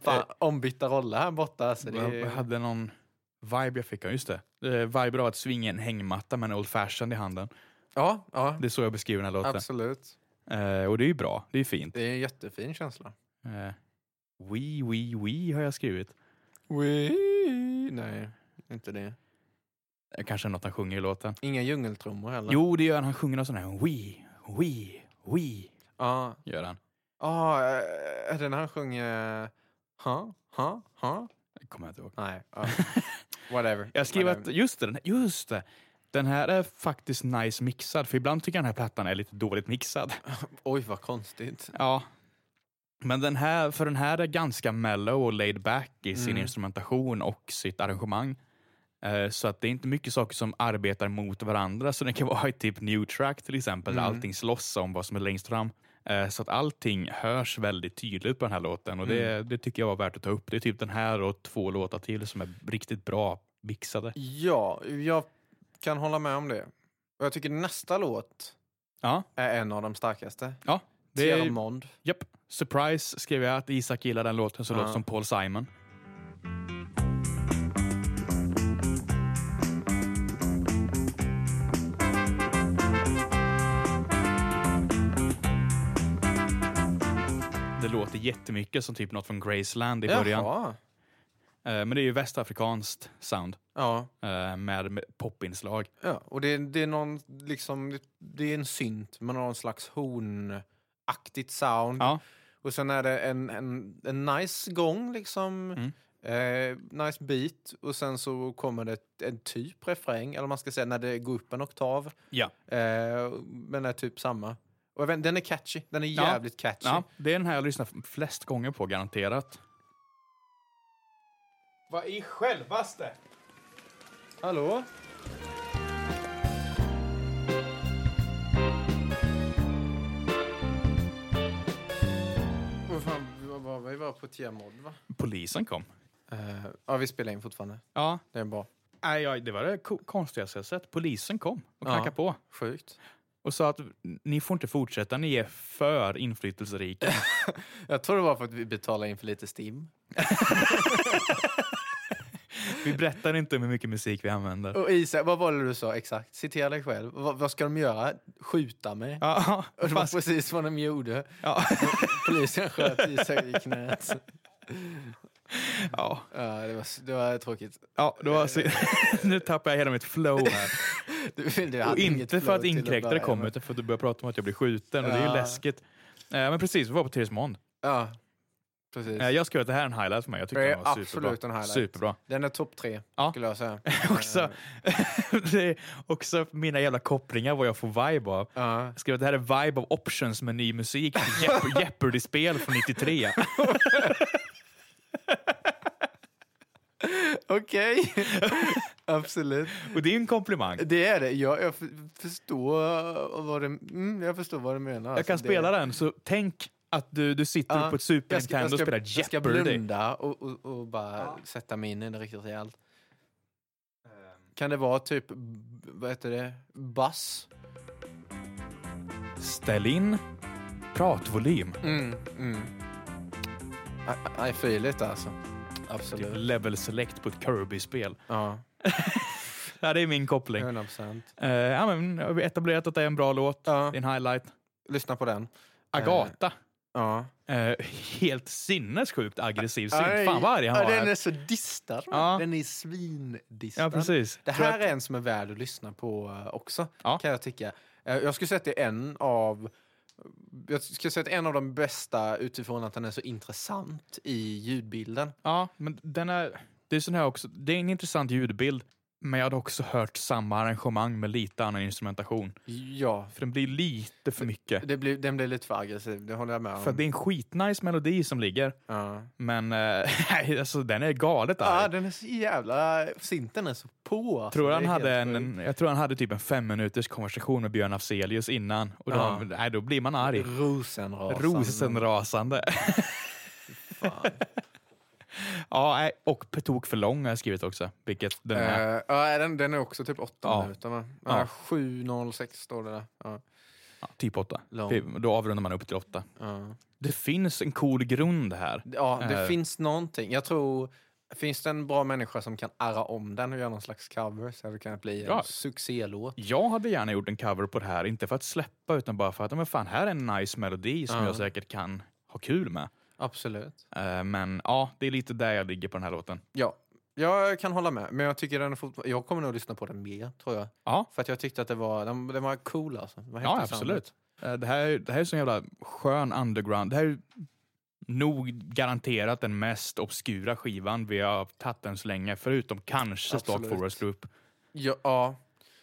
[SPEAKER 1] Fan, ombytta roller här borta. Alltså, det
[SPEAKER 4] jag
[SPEAKER 1] är,
[SPEAKER 4] hade någon vibe jag fick av, just det. Eh, Vibe av att svinga en hängmatta med en old fashioned i handen.
[SPEAKER 1] ja, ja
[SPEAKER 4] Det är så jag beskriver den här låten.
[SPEAKER 1] absolut.
[SPEAKER 4] Eh, och det är ju bra, det är ju fint.
[SPEAKER 1] Det är en jättefin känsla.
[SPEAKER 4] Eh, Wee, wee, wee har jag skrivit.
[SPEAKER 1] Nej, inte det.
[SPEAKER 4] Eh, Kanske något han sjunger i låten.
[SPEAKER 1] Inga djungeltrummor heller.
[SPEAKER 4] Jo, det gör han. Han sjunger någon sån här wee, wee, wee.
[SPEAKER 1] Ja,
[SPEAKER 4] Gör han.
[SPEAKER 1] ah, är det när han sjunger... eh, Ha, ha, ha?
[SPEAKER 4] Jag Kommer jag inte ihåg.
[SPEAKER 1] Nej.
[SPEAKER 4] [laughs]
[SPEAKER 1] ja. Whatever.
[SPEAKER 4] Jag skrev att,
[SPEAKER 1] Whatever.
[SPEAKER 4] just det, den- just det. Den här är faktiskt nice mixad, för ibland tycker jag den här plattan är lite dåligt mixad.
[SPEAKER 1] Oj, vad konstigt.
[SPEAKER 4] Ja. Men den här, för den här är ganska mellow och laid back i sin instrumentation och sitt arrangemang. Eh, Så att det är inte mycket saker som arbetar mot varandra. Så det kan [laughs] vara i typ new track till exempel, där allting slåss om vad som är längst fram. Eh, Så att allting hörs väldigt tydligt på den här låten och det, det tycker jag var värt att ta upp. Det är typ den här och två låtar till som är riktigt bra mixade.
[SPEAKER 1] Ja, jag Kan hålla med om det. Och jag tycker nästa låt
[SPEAKER 4] Ja.
[SPEAKER 1] är en av de starkaste.
[SPEAKER 4] Ja, det
[SPEAKER 1] Det
[SPEAKER 4] är-
[SPEAKER 1] är Mond.
[SPEAKER 4] Japp. Surprise skrev jag att Isak gillar den låten så
[SPEAKER 1] Ja.
[SPEAKER 4] låter som Paul Simon. Det låter jättemycket som typ något från Graceland i början.
[SPEAKER 1] Jaha.
[SPEAKER 4] Eh, Men det är ju västafrikanskt sound
[SPEAKER 1] Ja,
[SPEAKER 4] eh, med med popinslag.
[SPEAKER 1] ja. Och det, det är någon liksom, det är en synt med någon slags hornaktigt sound.
[SPEAKER 4] Ja.
[SPEAKER 1] Och sen är det en, en, en nice gång liksom.
[SPEAKER 4] Mm.
[SPEAKER 1] Eh, nice beat. Och sen så kommer det ett- en typ refräng, eller man ska säga när det går upp en oktav.
[SPEAKER 4] Ja.
[SPEAKER 1] Eh, men är typ samma. Och jag vet, den är catchy. Den är
[SPEAKER 4] Ja.
[SPEAKER 1] jävligt catchy.
[SPEAKER 4] ja, det är den här jag lyssnar flest gånger på garanterat.
[SPEAKER 1] Vad i självaste? Hallå? Vad fan, vi var, bara- vi var på ett jämnmål, va?
[SPEAKER 4] Polisen kom.
[SPEAKER 1] Eh, ja, vi spelar in fortfarande.
[SPEAKER 4] Ja,
[SPEAKER 1] Det är bra.
[SPEAKER 4] Nej, ja, det var det ko- konstigaste jag sett. Polisen kom och
[SPEAKER 1] Ja.
[SPEAKER 4] knackade på
[SPEAKER 1] Sjukt.
[SPEAKER 4] och sa att ni får inte fortsätta, ni är för inflytelserika.
[SPEAKER 1] Jag tror det var för att vi betalade in för lite STIM.
[SPEAKER 4] Vi berättar inte hur mycket musik vi använder.
[SPEAKER 1] Och Isak, vad var det du sa exakt? Citera dig själv. Vad, vad ska de göra? Skjuta mig?
[SPEAKER 4] Ja,
[SPEAKER 1] Och det var
[SPEAKER 4] fast-
[SPEAKER 1] precis vad de gjorde.
[SPEAKER 4] ja,
[SPEAKER 1] [laughs] Polisen sköt Isak i knät.
[SPEAKER 4] ja,
[SPEAKER 1] Ja, det, var, det var tråkigt.
[SPEAKER 4] ja, det var så... [laughs] nu tappar jag hela mitt flow här.
[SPEAKER 1] Du, du
[SPEAKER 4] Och
[SPEAKER 1] hade inget
[SPEAKER 4] inte för
[SPEAKER 1] flow
[SPEAKER 4] att
[SPEAKER 1] till
[SPEAKER 4] inkräktare
[SPEAKER 1] börja
[SPEAKER 4] kom,
[SPEAKER 1] med.
[SPEAKER 4] utan för att du börjar prata om att jag blir skjuten och det är ju
[SPEAKER 1] Ja.
[SPEAKER 4] läskigt. Eh, Men precis, vi var på Therese Mond.
[SPEAKER 1] Ja, precis.
[SPEAKER 4] Eh, Jag skrev att det här är en highlight för mig. Jag tycker
[SPEAKER 1] Det är
[SPEAKER 4] den var superbra.
[SPEAKER 1] absolut en highlight.
[SPEAKER 4] Superbra.
[SPEAKER 1] Den är topp tre,
[SPEAKER 4] Ja.
[SPEAKER 1] skulle jag säga.
[SPEAKER 4] Också, [laughs] det är också mina jävla kopplingar, vad jag får vibe av.
[SPEAKER 1] Ja.
[SPEAKER 4] Jag skrev att det här är vibe of options med ny musik till
[SPEAKER 1] [laughs]
[SPEAKER 4] Jeop- Jeopardy-spel från 93.
[SPEAKER 1] Okej. [laughs] absolut.
[SPEAKER 4] Och det är ju en komplimang.
[SPEAKER 1] Det är det. Jag, jag f- förstår vad du, mm, jag förstår vad du menar.
[SPEAKER 4] Jag kan
[SPEAKER 1] Alltså, det-
[SPEAKER 4] spela den, så tänk att du, du sitter
[SPEAKER 1] Ja.
[SPEAKER 4] på ett Super
[SPEAKER 1] Jag ska- jag
[SPEAKER 4] Nintendo och
[SPEAKER 1] ska-
[SPEAKER 4] spelar
[SPEAKER 1] Jag ska
[SPEAKER 4] Jeopardy.
[SPEAKER 1] blunda och, och, och bara sätta mig in i det riktigt rejält. Kan det vara typ, b- vad heter det, bass?
[SPEAKER 4] Ställ in pratvolym. Typ
[SPEAKER 1] Mm, mm. I, I feel it alltså.
[SPEAKER 4] Typ
[SPEAKER 1] Absolut.
[SPEAKER 4] level select på ett Kirby-spel.
[SPEAKER 1] Ja,
[SPEAKER 4] Ja, det är min koppling.
[SPEAKER 1] 100 procent.
[SPEAKER 4] Eh, ja, men, jag har etablerat att det är en bra låt.
[SPEAKER 1] Ja. Eh.
[SPEAKER 4] Det är en highlight.
[SPEAKER 1] Lyssna på den.
[SPEAKER 4] Agata.
[SPEAKER 1] Ja.
[SPEAKER 4] Eh, helt sinnessjukt aggressiv synt. Fan vad arg han var.
[SPEAKER 1] Den är
[SPEAKER 4] här.
[SPEAKER 1] så distad.
[SPEAKER 4] Ja.
[SPEAKER 1] Den är svindistad.
[SPEAKER 4] Ja, precis.
[SPEAKER 1] Det
[SPEAKER 4] Tror
[SPEAKER 1] här
[SPEAKER 4] att-
[SPEAKER 1] är en som är värd att lyssna på eh, också,
[SPEAKER 4] Ja.
[SPEAKER 1] kan jag tycka. Eh, Jag skulle säga att det är en av jag skulle säga att en av de bästa utifrån att den är så intressant i ljudbilden.
[SPEAKER 4] Ja, men den är, det är sån här också. Det är en intressant ljudbild, men jag hade också hört samma arrangemang med lite annan instrumentation.
[SPEAKER 1] Ja,
[SPEAKER 4] För den blir lite för mycket.
[SPEAKER 1] det blir, den blir lite för aggressiv, det håller jag med om.
[SPEAKER 4] För det är en skitnice melodi som ligger,
[SPEAKER 1] Ja.
[SPEAKER 4] men eh, [laughs] alltså, den är galet
[SPEAKER 1] Ja,
[SPEAKER 4] arg.
[SPEAKER 1] den är så jävla... Synten är så på. alltså.
[SPEAKER 4] Tror
[SPEAKER 1] Det är
[SPEAKER 4] han hade
[SPEAKER 1] helt
[SPEAKER 4] en,
[SPEAKER 1] sjukt.
[SPEAKER 4] en, jag tror han hade typ en fem minuters konversation med Björn Afzelius innan. Och då,
[SPEAKER 1] Ja.
[SPEAKER 4] nej, då blir man arg.
[SPEAKER 1] Rosenrasande.
[SPEAKER 4] Rosenrasande. [laughs] ja, nej, och på tok för lång har jag skrivit också. Vilket den är.
[SPEAKER 1] Eh, ja, den, den är också typ 8
[SPEAKER 4] Ja.
[SPEAKER 1] minuter va?
[SPEAKER 4] Ja.
[SPEAKER 1] Ja. 7.06 står det där. Ja.
[SPEAKER 4] Ja, typ åtta.
[SPEAKER 1] Lång.
[SPEAKER 4] Typ, Då avrundar man upp till åtta.
[SPEAKER 1] Ja.
[SPEAKER 4] Det finns en cool grund här.
[SPEAKER 1] Ja, det
[SPEAKER 4] Eh.
[SPEAKER 1] finns någonting. Jag tror, finns det en bra människa som kan ära om den och göra någon slags cover så hade det kunnat bli en
[SPEAKER 4] Ja.
[SPEAKER 1] succélåt.
[SPEAKER 4] Jag hade gärna gjort en cover på det här, inte för att släppa utan bara för att, men fan, här är en nice melodi som
[SPEAKER 1] Ja.
[SPEAKER 4] jag säkert kan ha kul med.
[SPEAKER 1] Absolut.
[SPEAKER 4] Eh, men ja, det är lite där jag ligger på den här låten.
[SPEAKER 1] Ja, jag kan hålla med. Men jag tycker den är fort- jag kommer nog lyssna på den mer, tror jag.
[SPEAKER 4] Ja,
[SPEAKER 1] För att jag tyckte att det var, den, den var cool alltså. Den var helt
[SPEAKER 4] ja
[SPEAKER 1] intressant.
[SPEAKER 4] absolut. Eh, det, här, det här är så jävla skön underground. Det här är nog garanterat den mest obskura skivan vi har tagit än så länge, förutom kanske Stark
[SPEAKER 1] Absolut.
[SPEAKER 4] Forest Group.
[SPEAKER 1] Ja, ja.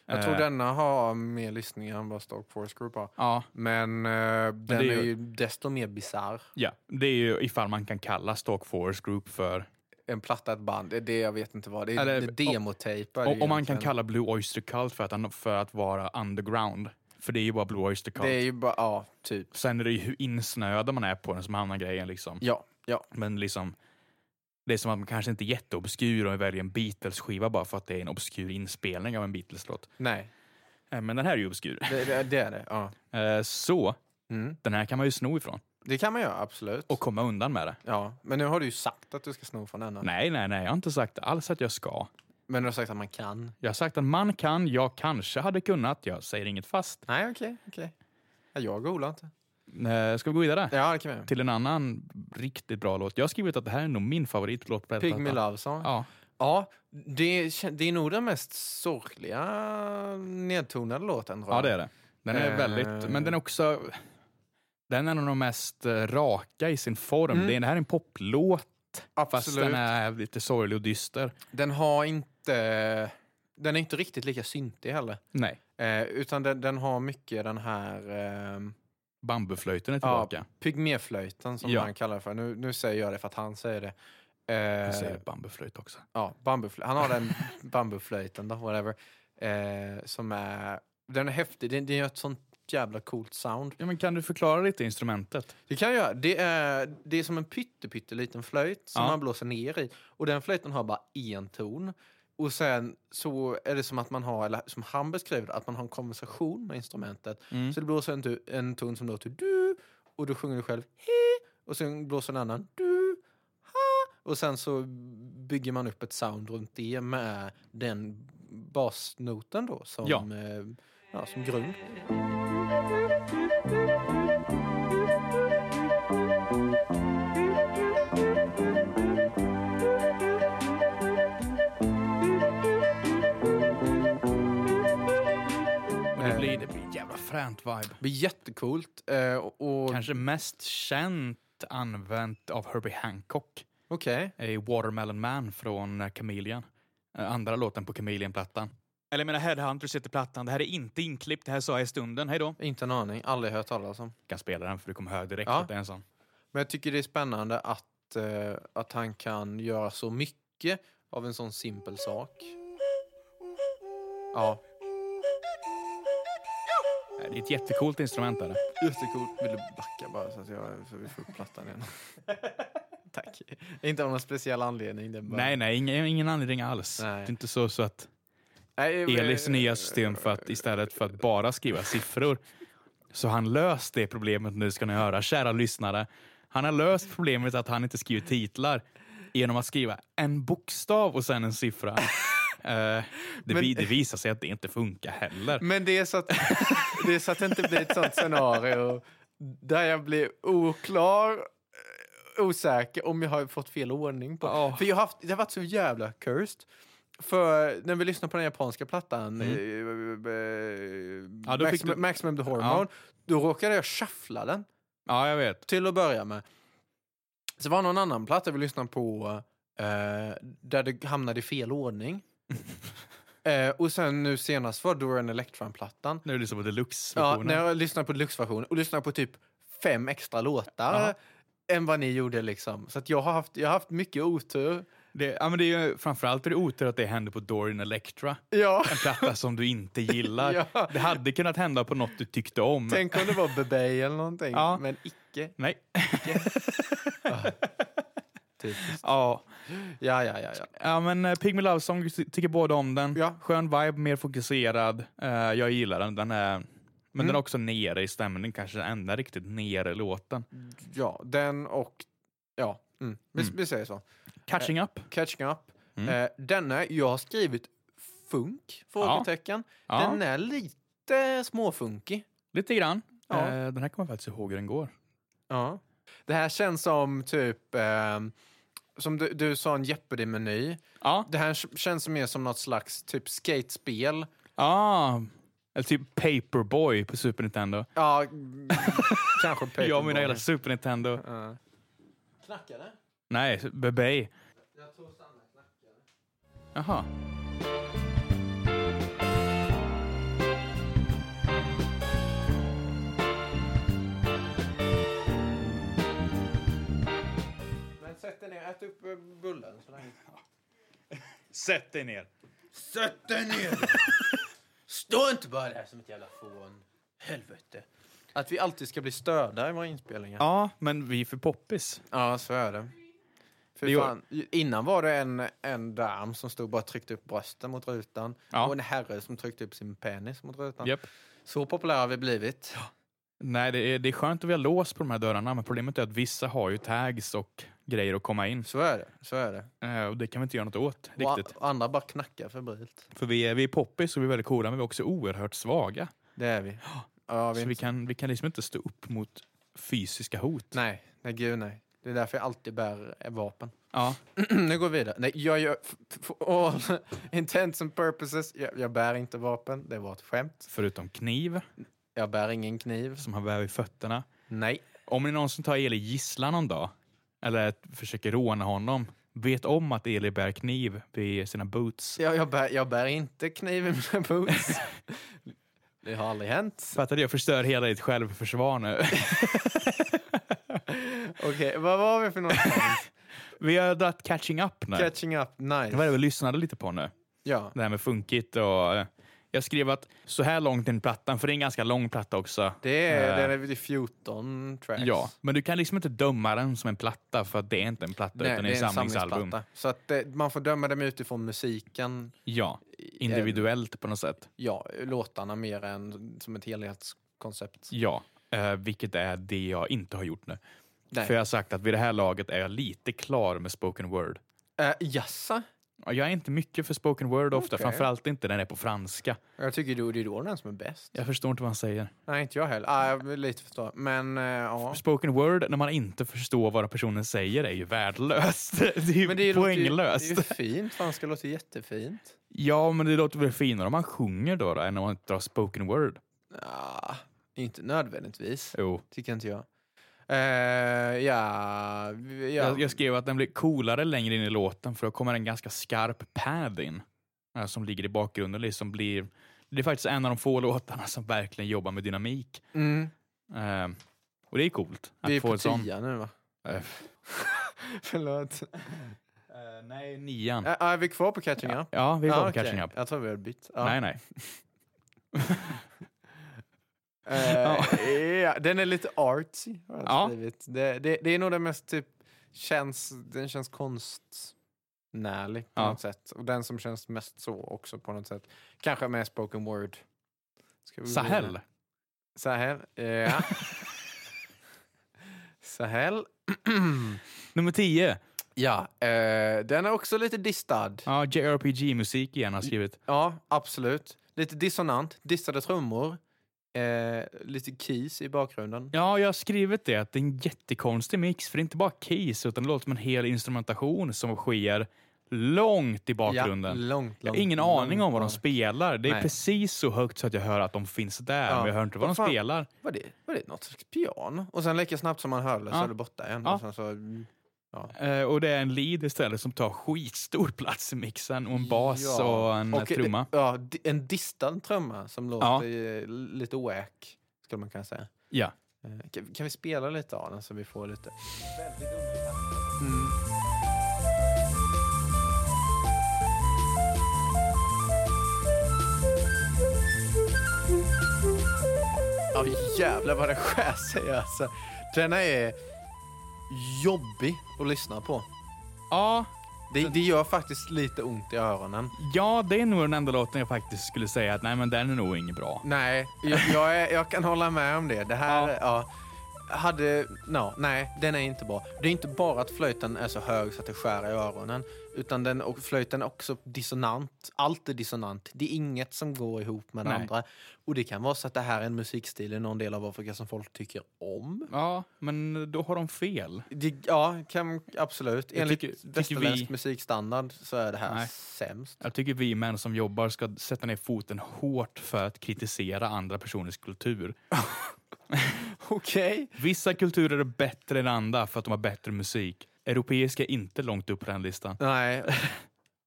[SPEAKER 1] jag tror
[SPEAKER 4] Eh.
[SPEAKER 1] denna har mer lyssningar än vad Stark Force Group har.
[SPEAKER 4] Ja,
[SPEAKER 1] Men eh, den
[SPEAKER 4] det är
[SPEAKER 1] är,
[SPEAKER 4] ju-
[SPEAKER 1] ju desto mer bisarr.
[SPEAKER 4] ja, det är ju ifall man kan kalla Stark Forest Group för
[SPEAKER 1] En platta, ett band, det är det jag vet inte vad. Det är,
[SPEAKER 4] Eller-
[SPEAKER 1] det är demotejp. är det
[SPEAKER 4] Och, om man kan
[SPEAKER 1] egentligen.
[SPEAKER 4] kalla Blue Oyster Cult för att, han- för att vara underground. För det är ju bara Blue Oyster Cult.
[SPEAKER 1] Det är ju bara, ja, typ.
[SPEAKER 4] Sen är det ju hur insnöad man är på den som hamnar grejen. Liksom.
[SPEAKER 1] Ja, ja.
[SPEAKER 4] Men liksom, Det är som att man kanske inte är jätteobskur och väljer en Beatles-skiva bara för att det är en obskur inspelning av en Beatles-låt.
[SPEAKER 1] Nej.
[SPEAKER 4] Eh, Men den här är ju obskur. Mm.
[SPEAKER 1] Det, det, det är det, ja.
[SPEAKER 4] Eh, Så, den här kan man ju sno ifrån
[SPEAKER 1] Det kan man göra, absolut.
[SPEAKER 4] och komma undan med det.
[SPEAKER 1] Ja, men nu har du ju sagt att du ska sno från denna.
[SPEAKER 4] Nej, nej, nej, jag har inte sagt alls att jag ska.
[SPEAKER 1] Men du har sagt att man kan.
[SPEAKER 4] Jag har sagt att man kan, jag kanske hade kunnat, jag säger inget fast.
[SPEAKER 1] Nej, okej. okej. Ja, jag googlar inte.
[SPEAKER 4] Eh, Ska vi gå vidare?
[SPEAKER 1] Ja, det kan vi göra.
[SPEAKER 4] Till en annan riktigt bra låt. Jag har skrivit att det här är nog min favoritlåt på detta.
[SPEAKER 1] Pygmy Love Song.
[SPEAKER 4] Ja.
[SPEAKER 1] Ja, det, kän- det är nog den mest sorgliga nedtonade låten. tror
[SPEAKER 4] ja,
[SPEAKER 1] jag.
[SPEAKER 4] det är det. Den är
[SPEAKER 1] Eh.
[SPEAKER 4] väldigt, men den är också... Den är nog de mest eh, raka i sin form.
[SPEAKER 1] Mm.
[SPEAKER 4] Det, är- det här är en poplåt, fast
[SPEAKER 1] Absolut.
[SPEAKER 4] den är lite sorglig och dyster.
[SPEAKER 1] Den har inte... Den är inte riktigt lika syntig heller.
[SPEAKER 4] Nej,
[SPEAKER 1] Eh, utan den, den har mycket den här eh,
[SPEAKER 4] bambuflöjten är tillbaka.
[SPEAKER 1] pygméflöjten som
[SPEAKER 4] Ja.
[SPEAKER 1] han kallar det för. Nu, nu säger jag det för att han säger det.
[SPEAKER 4] Jag
[SPEAKER 1] Eh,
[SPEAKER 4] säger bambuflöjt också.
[SPEAKER 1] ja, bambuflö- han har den bambuflöjten, då, whatever. Eh, som är, den är häftig, den, den gör ett sånt jävla coolt sound.
[SPEAKER 4] Ja, men kan du förklara lite instrumentet?
[SPEAKER 1] Det kan jag göra. Det är, det är som en pytte, pytteliten flöjt som
[SPEAKER 4] Ja.
[SPEAKER 1] man blåser ner i. Och den flöjten har bara en ton. Och sen så är det som att man har, eller som han beskriver det, att man har en konversation med instrumentet.
[SPEAKER 4] Mm.
[SPEAKER 1] Så det blåser en, tu- en ton som låter du och då sjunger du själv he och sen blåser en annan du ha och sen så bygger man upp ett sound runt det med den basnoten då som,
[SPEAKER 4] Ja.
[SPEAKER 1] eh, ja, som grund.
[SPEAKER 4] Men det,
[SPEAKER 1] Eh.
[SPEAKER 4] blir, det blir en jävla fränt vibe.
[SPEAKER 1] Det blir jättecoolt. Eh, och, och,
[SPEAKER 4] Kanske mest känt använt av Herbie Hancock
[SPEAKER 1] Okej.
[SPEAKER 4] i Watermelon Man från eh, Chameleon. Eh, Andra låten på Chameleon-plattan. Eller jag menar Headhunters heter plattan. Det här är inte inklippt. Det här sa jag i stunden. Hej då.
[SPEAKER 1] Inte en aning. Aldrig hört talas om.
[SPEAKER 4] kan spela den för du kommer höra direkt
[SPEAKER 1] Ja.
[SPEAKER 4] att det är en sån.
[SPEAKER 1] Men jag tycker det är spännande att, eh, att han kan göra så mycket av en sån simpel sak. Ja,
[SPEAKER 4] Eh, Det är ett jättecoolt instrument. Där.
[SPEAKER 1] jättecoolt. Vill du backa bara så att jag så vi får upp plattan igen? [laughs] Tack. Inte av någon speciell anledning. Det är bara...
[SPEAKER 4] Nej, nej, ingen, ingen anledning alls.
[SPEAKER 1] Nej.
[SPEAKER 4] Det är inte så, så att
[SPEAKER 1] nej. eh,
[SPEAKER 4] Elis nya system för att istället för att bara skriva siffror så han löst det problemet nu ska ni höra, kära lyssnare. Han har löst problemet att han inte skriver titlar genom att skriva en bokstav och sen
[SPEAKER 1] [laughs]
[SPEAKER 4] en siffra. Eh, det, vi, det visar sig att det inte funkar heller.
[SPEAKER 1] Men det är, så att, det är så att det inte blir ett sånt scenario där jag blir oklar, eh, osäker om jag har fått fel ordning på. För jag har haft, det har varit så jävla cursed. För när vi lyssnade på den japanska plattan, eh,
[SPEAKER 4] Mm. Ja, då fick
[SPEAKER 1] Maximum,
[SPEAKER 4] du-
[SPEAKER 1] Maximum the Hormone, då råkade jag shuffla den
[SPEAKER 4] Ja, jag vet.
[SPEAKER 1] till att börja med. Så var det någon annan platta vi lyssnade på eh, där det hamnade i fel
[SPEAKER 4] [laughs]
[SPEAKER 1] ordning. eh, och sen nu senast var Dorian Electron-plattan.
[SPEAKER 4] Nu är det liksom på
[SPEAKER 1] Ja, när
[SPEAKER 4] deluxe-versionen.
[SPEAKER 1] jag lyssnar på deluxe-versionen och lyssnar på typ fem extra låtar
[SPEAKER 4] Jaha.
[SPEAKER 1] än vad ni gjorde liksom. Så att jag har haft, jag har haft mycket otur.
[SPEAKER 4] det, ja, men det är ju, framförallt är det otur att det händer på Dorian Electra. [laughs]
[SPEAKER 1] Ja,
[SPEAKER 4] En platta som du inte gillar.
[SPEAKER 1] [laughs] Ja.
[SPEAKER 4] Det hade kunnat hända på något du tyckte om.
[SPEAKER 1] tänk om det var Bebe eller någonting,
[SPEAKER 4] Ja.
[SPEAKER 1] men icke.
[SPEAKER 4] Nej.
[SPEAKER 1] Typiskt.
[SPEAKER 4] Ja.
[SPEAKER 1] Ja, ja, ja, ja.
[SPEAKER 4] Ja, men uh, Pygmy Love Song ty- tycker båda om den.
[SPEAKER 1] Ja.
[SPEAKER 4] Skön vibe, mer fokuserad. Eh, jag gillar den. den är, men den är också nere i stämningen, kanske den enda riktigt nere låten.
[SPEAKER 1] Ja, den och... Ja, mm. vi,
[SPEAKER 4] Mm.
[SPEAKER 1] vi säger så.
[SPEAKER 4] Catching Up.
[SPEAKER 1] Catching Up.
[SPEAKER 4] Mm.
[SPEAKER 1] Eh, denna, jag har skrivit funk? Frågetecken.
[SPEAKER 4] Ja,
[SPEAKER 1] Den är lite småfunkig.
[SPEAKER 4] lite grann.
[SPEAKER 1] Ja.
[SPEAKER 4] Eh, den här kommer jag faktiskt ihåg hur den går.
[SPEAKER 1] Ja. Det här känns som typ... ehm, som du, du sa, en Jeopardy-meny.
[SPEAKER 4] Ja,
[SPEAKER 1] Det här k- känns mer som något slags typ skatespel.
[SPEAKER 4] ah. eller typ Paperboy på Super Nintendo.
[SPEAKER 1] Ja, [laughs] mm, kanske Paperboy.
[SPEAKER 4] Jag menar hela Super Nintendo.
[SPEAKER 1] Knackade?
[SPEAKER 4] Nej, Bebe.
[SPEAKER 1] Jag tror Sanna knackade.
[SPEAKER 4] Jaha.
[SPEAKER 1] Men sätt dig ner, ät upp eh, bullen så länge.
[SPEAKER 4] Sätt dig ner.
[SPEAKER 1] Sätt dig [laughs] ner! Stå inte bara där som ett jävla fån. Helvete. Att vi alltid ska bli störda i våra inspelningar.
[SPEAKER 4] Ja, men vi är för poppis.
[SPEAKER 1] Ja, så är det. Fy fan. Innan var det en, en dam som stod och bara tryckte upp brösten mot rutan
[SPEAKER 4] Ja.
[SPEAKER 1] och en herre som tryckte upp sin penis mot rutan.
[SPEAKER 4] Japp.
[SPEAKER 1] Så populära har vi blivit.
[SPEAKER 4] Nej, det är, det är skönt att vi har lås på de här dörrarna, men problemet är att vissa har ju tags och grejer att komma in. Eh,
[SPEAKER 1] Så är det. Så är det.
[SPEAKER 4] och det kan vi inte göra något åt
[SPEAKER 1] Och,
[SPEAKER 4] riktigt.
[SPEAKER 1] och andra bara knackar febrilt.
[SPEAKER 4] För vi är, vi är poppis och vi är väldigt coola, men vi är också oerhört svaga.
[SPEAKER 1] Det är vi. Ja, vi,
[SPEAKER 4] Så vi kan, vi kan liksom inte stå upp mot fysiska hot.
[SPEAKER 1] Nej, nej gud nej. Det är därför jag alltid bär eh, vapen. [clears throat]
[SPEAKER 4] Ja.
[SPEAKER 1] nu går vi vidare. Nej, jag gör... f- f- For all [laughs] intents and purposes, jag, jag bär inte vapen. Det var ett skämt.
[SPEAKER 4] Förutom kniv,
[SPEAKER 1] Jag bär ingen kniv.
[SPEAKER 4] som han bär i fötterna.
[SPEAKER 1] Nej.
[SPEAKER 4] Om ni någonsin tar Eli gisslan någon dag, eller försöker råna honom, vet om att Eli bär kniv vid sina boots.
[SPEAKER 1] Jag, jag, bär, jag bär inte kniv i mina
[SPEAKER 4] [laughs]
[SPEAKER 1] boots. det har aldrig hänt.
[SPEAKER 4] Fattar du? Jag förstör hela ditt självförsvar nu. [laughs]
[SPEAKER 1] Okej, vad var vi för något?
[SPEAKER 4] [laughs] Vi har dragit catching up nu.
[SPEAKER 1] Catching up,
[SPEAKER 4] Det var det
[SPEAKER 1] nice.
[SPEAKER 4] vi lyssnade lite på nu.
[SPEAKER 1] Ja,
[SPEAKER 4] Det här med funkigt och... eh, Jag skrev att så här långt in plattan, för det är en ganska lång platta också.
[SPEAKER 1] det är,
[SPEAKER 4] Eh,
[SPEAKER 1] den är väl i 14 tracks.
[SPEAKER 4] Ja, men du kan liksom inte döma den som en platta för att det är inte en platta
[SPEAKER 1] Nej,
[SPEAKER 4] utan
[SPEAKER 1] det är en
[SPEAKER 4] samlingsalbum.
[SPEAKER 1] samlingsplatta. Så att eh, man får döma dem utifrån musiken,
[SPEAKER 4] Ja, individuellt på något sätt.
[SPEAKER 1] ja, låtarna mer än som ett helhetskoncept.
[SPEAKER 4] Ja, eh, vilket är det jag inte har gjort nu.
[SPEAKER 1] Nej.
[SPEAKER 4] För jag har sagt att vid det här laget är jag lite klar med spoken word.
[SPEAKER 1] Eh, Jassa?
[SPEAKER 4] Ja, Jag är inte mycket för spoken word ofta,
[SPEAKER 1] Okej.
[SPEAKER 4] framförallt inte när det är på franska.
[SPEAKER 1] Jag tycker då det är då den som är bäst.
[SPEAKER 4] Jag förstår inte vad han säger.
[SPEAKER 1] Nej, inte jag heller. Ah, jag vill lite förstå. Men eh, ja.
[SPEAKER 4] Spoken word, när man inte förstår vad personen säger, är ju värdelöst. [laughs] Det är ju
[SPEAKER 1] Men det låter ju-
[SPEAKER 4] poänglöst.
[SPEAKER 1] Det är ju fint. Franska låter jättefint.
[SPEAKER 4] Ja, men det låter väl finare om man sjunger då, då än om man drar spoken word.
[SPEAKER 1] Ah, inte nödvändigtvis.
[SPEAKER 4] Jo.
[SPEAKER 1] Tycker inte jag. Eh, ja, vi- ja.
[SPEAKER 4] Jag, jag skrev att den blir coolare längre in i låten för då kommer en ganska skarp pad in. eh, Som ligger i bakgrunden. Liksom blir, det är faktiskt en av de få låtarna som verkligen jobbar med dynamik.
[SPEAKER 1] mm,
[SPEAKER 4] Eh, och det är coolt. Att
[SPEAKER 1] vi är
[SPEAKER 4] få
[SPEAKER 1] på
[SPEAKER 4] ett sånt-
[SPEAKER 1] tia nu va?
[SPEAKER 4] Eh,
[SPEAKER 1] [laughs] Förlåt.
[SPEAKER 4] nej, nian.
[SPEAKER 1] Eh, ah, är vi kvar på catching up?
[SPEAKER 4] Ja, vi var på
[SPEAKER 1] okej.
[SPEAKER 4] catching up.
[SPEAKER 1] Jag tror vi har bytt. Ja.
[SPEAKER 4] Nej, nej. [laughs]
[SPEAKER 1] Eh, ja, den är lite artsy har jag
[SPEAKER 4] Ja.
[SPEAKER 1] skrivit. Det, det, det är nog den mest typ, känns, den känns konstnärlig på
[SPEAKER 4] Ja.
[SPEAKER 1] något sätt. Och den som känns mest så också på något sätt. Kanske med spoken word. Ska vi gå
[SPEAKER 4] Sahel.
[SPEAKER 1] vidare? Sahel,
[SPEAKER 4] [laughs]
[SPEAKER 1] ja. Sahel.
[SPEAKER 4] Nummer 10.
[SPEAKER 1] ja, eh, den är också lite distad.
[SPEAKER 4] Ja, JRPG-musik igen har skrivit.
[SPEAKER 1] Ja, absolut. Lite dissonant, distade trummor. Eh, lite keys i bakgrunden.
[SPEAKER 4] Ja, jag har skrivit det. Att det är en jättekonstig mix. För det är inte bara keys, utan det låter som en hel instrumentation som sker långt i bakgrunden.
[SPEAKER 1] Ja, långt,
[SPEAKER 4] Jag
[SPEAKER 1] långt,
[SPEAKER 4] har ingen
[SPEAKER 1] långt
[SPEAKER 4] aning om vad de
[SPEAKER 1] bak.
[SPEAKER 4] spelar. Det är
[SPEAKER 1] Nej.
[SPEAKER 4] precis så högt så att jag hör att de finns där,
[SPEAKER 1] Ja.
[SPEAKER 4] men jag hör inte vad de
[SPEAKER 1] Vad fan?
[SPEAKER 4] spelar.
[SPEAKER 1] Var det, var det något slags piano? Och sen lika snabbt som man hör det så
[SPEAKER 4] Ja.
[SPEAKER 1] är det borta igen.
[SPEAKER 4] Ja.
[SPEAKER 1] Och sen så,
[SPEAKER 4] Eh, och det är en lead istället som tar skitstor plats i mixen och en bas
[SPEAKER 1] Ja.
[SPEAKER 4] och en
[SPEAKER 1] Och, eh,
[SPEAKER 4] trumma.
[SPEAKER 1] Ja, di- en distad trumma som
[SPEAKER 4] Ja.
[SPEAKER 1] låter eh, lite oäk, skulle man kunna säga.
[SPEAKER 4] Ja.
[SPEAKER 1] Eh, Kan, kan vi spela lite av den så vi får lite... Mm. Ja, jävlar vad den skär sig alltså. Den är jobbig att lyssna på.
[SPEAKER 4] Ja,
[SPEAKER 1] Det, det gör faktiskt lite ont i öronen.
[SPEAKER 4] ja, det är nog den enda låten jag faktiskt skulle säga att nej, men den är nog ingen bra.
[SPEAKER 1] Nej, jag, jag, är, jag kan hålla med om det. Det här,
[SPEAKER 4] Ja.
[SPEAKER 1] ja. hade, no, nej, den är inte bra. Det är inte bara att flöjten är så hög så att det skär i öronen, utan den, och flöjten är också dissonant. Allt är dissonant. Det är inget som går ihop med det
[SPEAKER 4] Nej.
[SPEAKER 1] andra. Och det kan vara så att det här är en musikstil i någon del av Afrika som folk tycker om.
[SPEAKER 4] Ja, men då har de fel.
[SPEAKER 1] Det, ja, kan, absolut.
[SPEAKER 4] Jag
[SPEAKER 1] Enligt
[SPEAKER 4] tycker- tycker
[SPEAKER 1] västerländsk
[SPEAKER 4] vi-
[SPEAKER 1] musikstandard så är det här
[SPEAKER 4] Nej.
[SPEAKER 1] sämst.
[SPEAKER 4] Jag tycker vi män som jobbar ska sätta ner foten hårt för att kritisera andra personers kultur.
[SPEAKER 1] Okej.
[SPEAKER 4] Vissa kulturer är bättre än andra för att de har bättre musik. Europeiska är inte långt upp på den listan.
[SPEAKER 1] Nej.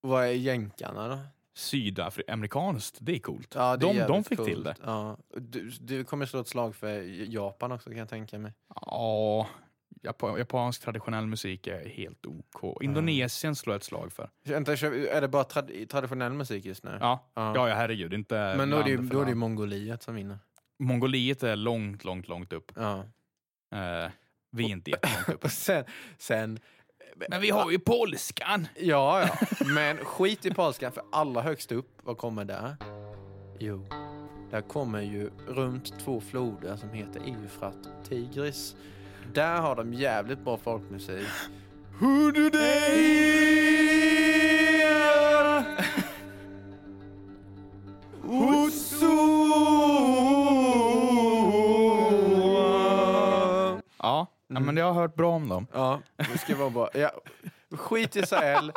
[SPEAKER 1] Vad är jänkarna då?
[SPEAKER 4] sydamerikanskt. Det är coolt.
[SPEAKER 1] Ja, det är
[SPEAKER 4] de, de
[SPEAKER 1] jävligt
[SPEAKER 4] fick till det.
[SPEAKER 1] coolt. Ja. Du, du kommer slå ett slag för Japan också kan jag tänka mig.
[SPEAKER 4] Ja, japa- japansk traditionell musik är helt OK. Indonesien slår jag ett slag för.
[SPEAKER 1] Vänta, kör vi- är det bara trad- traditionell musik just nu?
[SPEAKER 4] Ja,
[SPEAKER 1] Ja.
[SPEAKER 4] ja, ja herregud. Inte
[SPEAKER 1] Men då är det, ju-
[SPEAKER 4] land för
[SPEAKER 1] då är det ju
[SPEAKER 4] land.
[SPEAKER 1] Mongoliet som vinner.
[SPEAKER 4] Mongoliet
[SPEAKER 1] [laughs]
[SPEAKER 4] är långt, långt, långt upp.
[SPEAKER 1] Ja. [laughs]
[SPEAKER 4] Eh, vi är inte jättelångt upp.
[SPEAKER 1] Och sen, sen
[SPEAKER 12] Men vi har ju polskan.
[SPEAKER 1] Ja, ja. Men skit i polskan, för alla högst upp, vad kommer där? Jo, där kommer ju runt två floder som heter Eufrat och Tigris. Där har de jävligt bra folkmusik.
[SPEAKER 13] Who do they hear?
[SPEAKER 14] Ja, ja, men jag har hört bra om dem.
[SPEAKER 1] Ja, det ska vara bra. Ja. Skit i Sahel.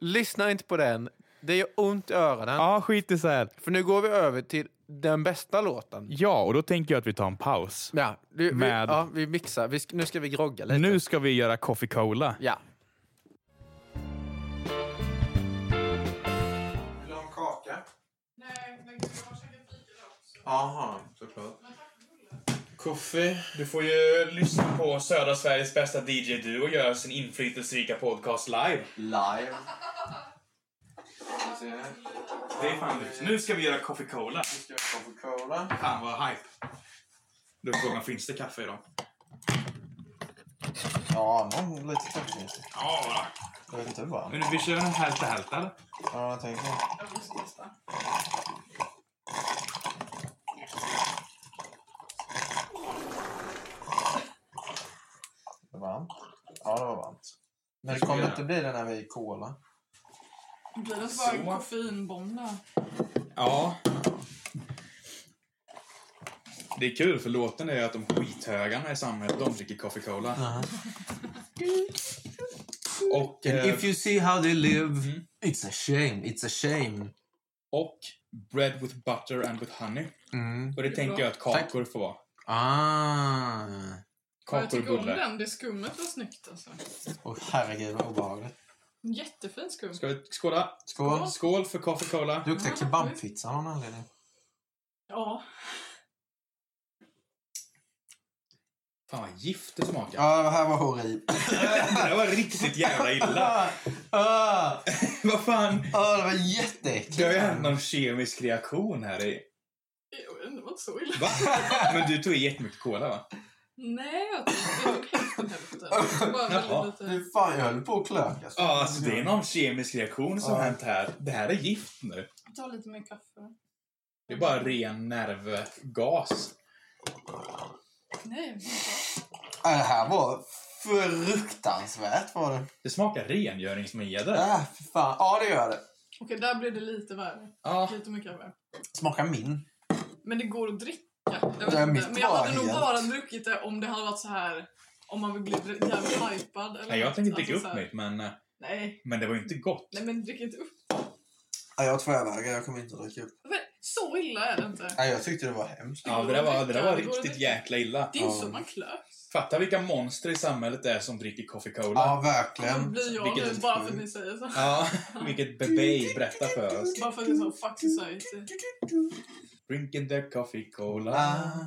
[SPEAKER 1] Lyssna inte på den. Det gör ont i öronen.
[SPEAKER 12] Ja, skit i Sahel.
[SPEAKER 1] För nu går vi över till den bästa låten.
[SPEAKER 12] Ja, och då tänker jag att vi tar en paus.
[SPEAKER 1] Ja, du, vi,
[SPEAKER 12] Med-
[SPEAKER 1] ja, vi mixar. Vi, sk- nu ska vi grogga lite.
[SPEAKER 12] Nu ska vi göra coffee cola.
[SPEAKER 1] Ja.
[SPEAKER 13] Vill du ha en kaka? Nej, men jag har käkat lite också.
[SPEAKER 1] Jaha, såklart. Koffe.
[SPEAKER 4] Du får ju lyssna på södra Sveriges bästa DJ-duo göra sin inflytelserika podcast live.
[SPEAKER 1] Live.
[SPEAKER 4] Det är fan lyx. Nu ska vi göra coffee cola.
[SPEAKER 1] Nu ska vi göra coffee cola.
[SPEAKER 4] Fan vad hype. Då är frågan, finns det kaffe idag?
[SPEAKER 1] Ja, någon lite kaffe.
[SPEAKER 4] Ja.
[SPEAKER 1] Jag vet inte hur varm.
[SPEAKER 4] Men vi kör en hälta hälta eller?
[SPEAKER 1] Ja, jag tänker. Det var varmt. Ja, det var varmt. Men det kommer inte bli den här vi cola.
[SPEAKER 15] Blir det bara en koffeinbomb där?
[SPEAKER 4] Ja. Det är kul för låten är ju att de skithögarna i samhället, de dricker coffee cola. Och...
[SPEAKER 1] And
[SPEAKER 4] eh,
[SPEAKER 1] if you see how they live, it's a shame, it's a shame.
[SPEAKER 4] Och bread with butter and with honey.
[SPEAKER 1] Mm.
[SPEAKER 4] Och det tänker jag att kakor får vara.
[SPEAKER 1] Ah.
[SPEAKER 15] Ja, Jag
[SPEAKER 4] Kakor och
[SPEAKER 15] tycker om
[SPEAKER 4] bullar.
[SPEAKER 15] den. Det skummet var snyggt alltså.
[SPEAKER 1] Åh herregud vad obehagligt.
[SPEAKER 15] Jättefin skum.
[SPEAKER 4] Ska vi skåla?
[SPEAKER 1] Skål.
[SPEAKER 4] Skål för coffee cola.
[SPEAKER 1] Det luktar kebabpizza av någon anledning.
[SPEAKER 15] Ja.
[SPEAKER 4] Fan vad gift det smakar.
[SPEAKER 1] Ja, det här var horribelt.
[SPEAKER 4] [laughs] det där var riktigt
[SPEAKER 1] [laughs]
[SPEAKER 4] jävla illa. vad fan?
[SPEAKER 1] Ja, Ah, det var jätteäckligt.
[SPEAKER 4] Det har ju hänt någon kemisk reaktion här i.
[SPEAKER 15] Jo, Det var inte så illa.
[SPEAKER 4] Va? [laughs] Men du tog i jättemycket cola va?
[SPEAKER 15] Nej, jag tyckte det tog hälften hälften. Bara
[SPEAKER 4] Jaha.
[SPEAKER 15] väldigt lite.
[SPEAKER 1] Fan, jag höll på att Äh, klökas.
[SPEAKER 4] Ja, alltså det är någon kemisk reaktion som
[SPEAKER 15] Ja.
[SPEAKER 4] hänt här. Det här är gift nu.
[SPEAKER 15] Ta lite mer kaffe.
[SPEAKER 4] Det är bara ren nervgas.
[SPEAKER 15] Nej, inte.
[SPEAKER 1] Ja, det här var fruktansvärt var det.
[SPEAKER 4] Det smakar rengöringsmedel.
[SPEAKER 1] Ah, fy fan. Ja, det gör det.
[SPEAKER 15] Okej, där blev det lite värre.
[SPEAKER 4] Ja.
[SPEAKER 15] Lite mycket värre.
[SPEAKER 1] Smaka min.
[SPEAKER 15] Men det går att dricka. Jag vet
[SPEAKER 1] Det är
[SPEAKER 15] inte.
[SPEAKER 1] mitt
[SPEAKER 15] Men jag hade
[SPEAKER 1] bara
[SPEAKER 15] nog
[SPEAKER 1] helt.
[SPEAKER 15] bara druckit det om det hade varit så här. Om man blir jävligt hypad. eller
[SPEAKER 4] Nej, jag
[SPEAKER 15] något.
[SPEAKER 4] tänkte dricka
[SPEAKER 15] Alltså så
[SPEAKER 4] upp
[SPEAKER 15] här-
[SPEAKER 4] mig, men, eh,
[SPEAKER 15] Nej.
[SPEAKER 4] men det var ju inte gott.
[SPEAKER 15] Nej, men drick inte upp.
[SPEAKER 1] Ja, jag tvärvägrar. Jag kommer inte att dricka upp.
[SPEAKER 15] Men så illa är det inte.
[SPEAKER 1] Nej, jag tyckte det var hemskt.
[SPEAKER 4] Ja, det där var, det där var
[SPEAKER 15] Det går att
[SPEAKER 4] riktigt jäkla illa.
[SPEAKER 15] Det är ju så man klös.
[SPEAKER 4] Fatta vilka monster i samhållet det är som dricker coffee cola.
[SPEAKER 1] Ja,
[SPEAKER 15] Då
[SPEAKER 1] verkligen.
[SPEAKER 15] blir jag
[SPEAKER 4] Vilket
[SPEAKER 15] nu
[SPEAKER 4] är
[SPEAKER 15] bara för att
[SPEAKER 4] sjukt.
[SPEAKER 15] ni säger så.
[SPEAKER 4] [laughs] Ja, vilket bebej berättar för oss.
[SPEAKER 15] Bara för att ni sa fuck society.
[SPEAKER 4] Drinking the coffee cola.
[SPEAKER 1] Ah.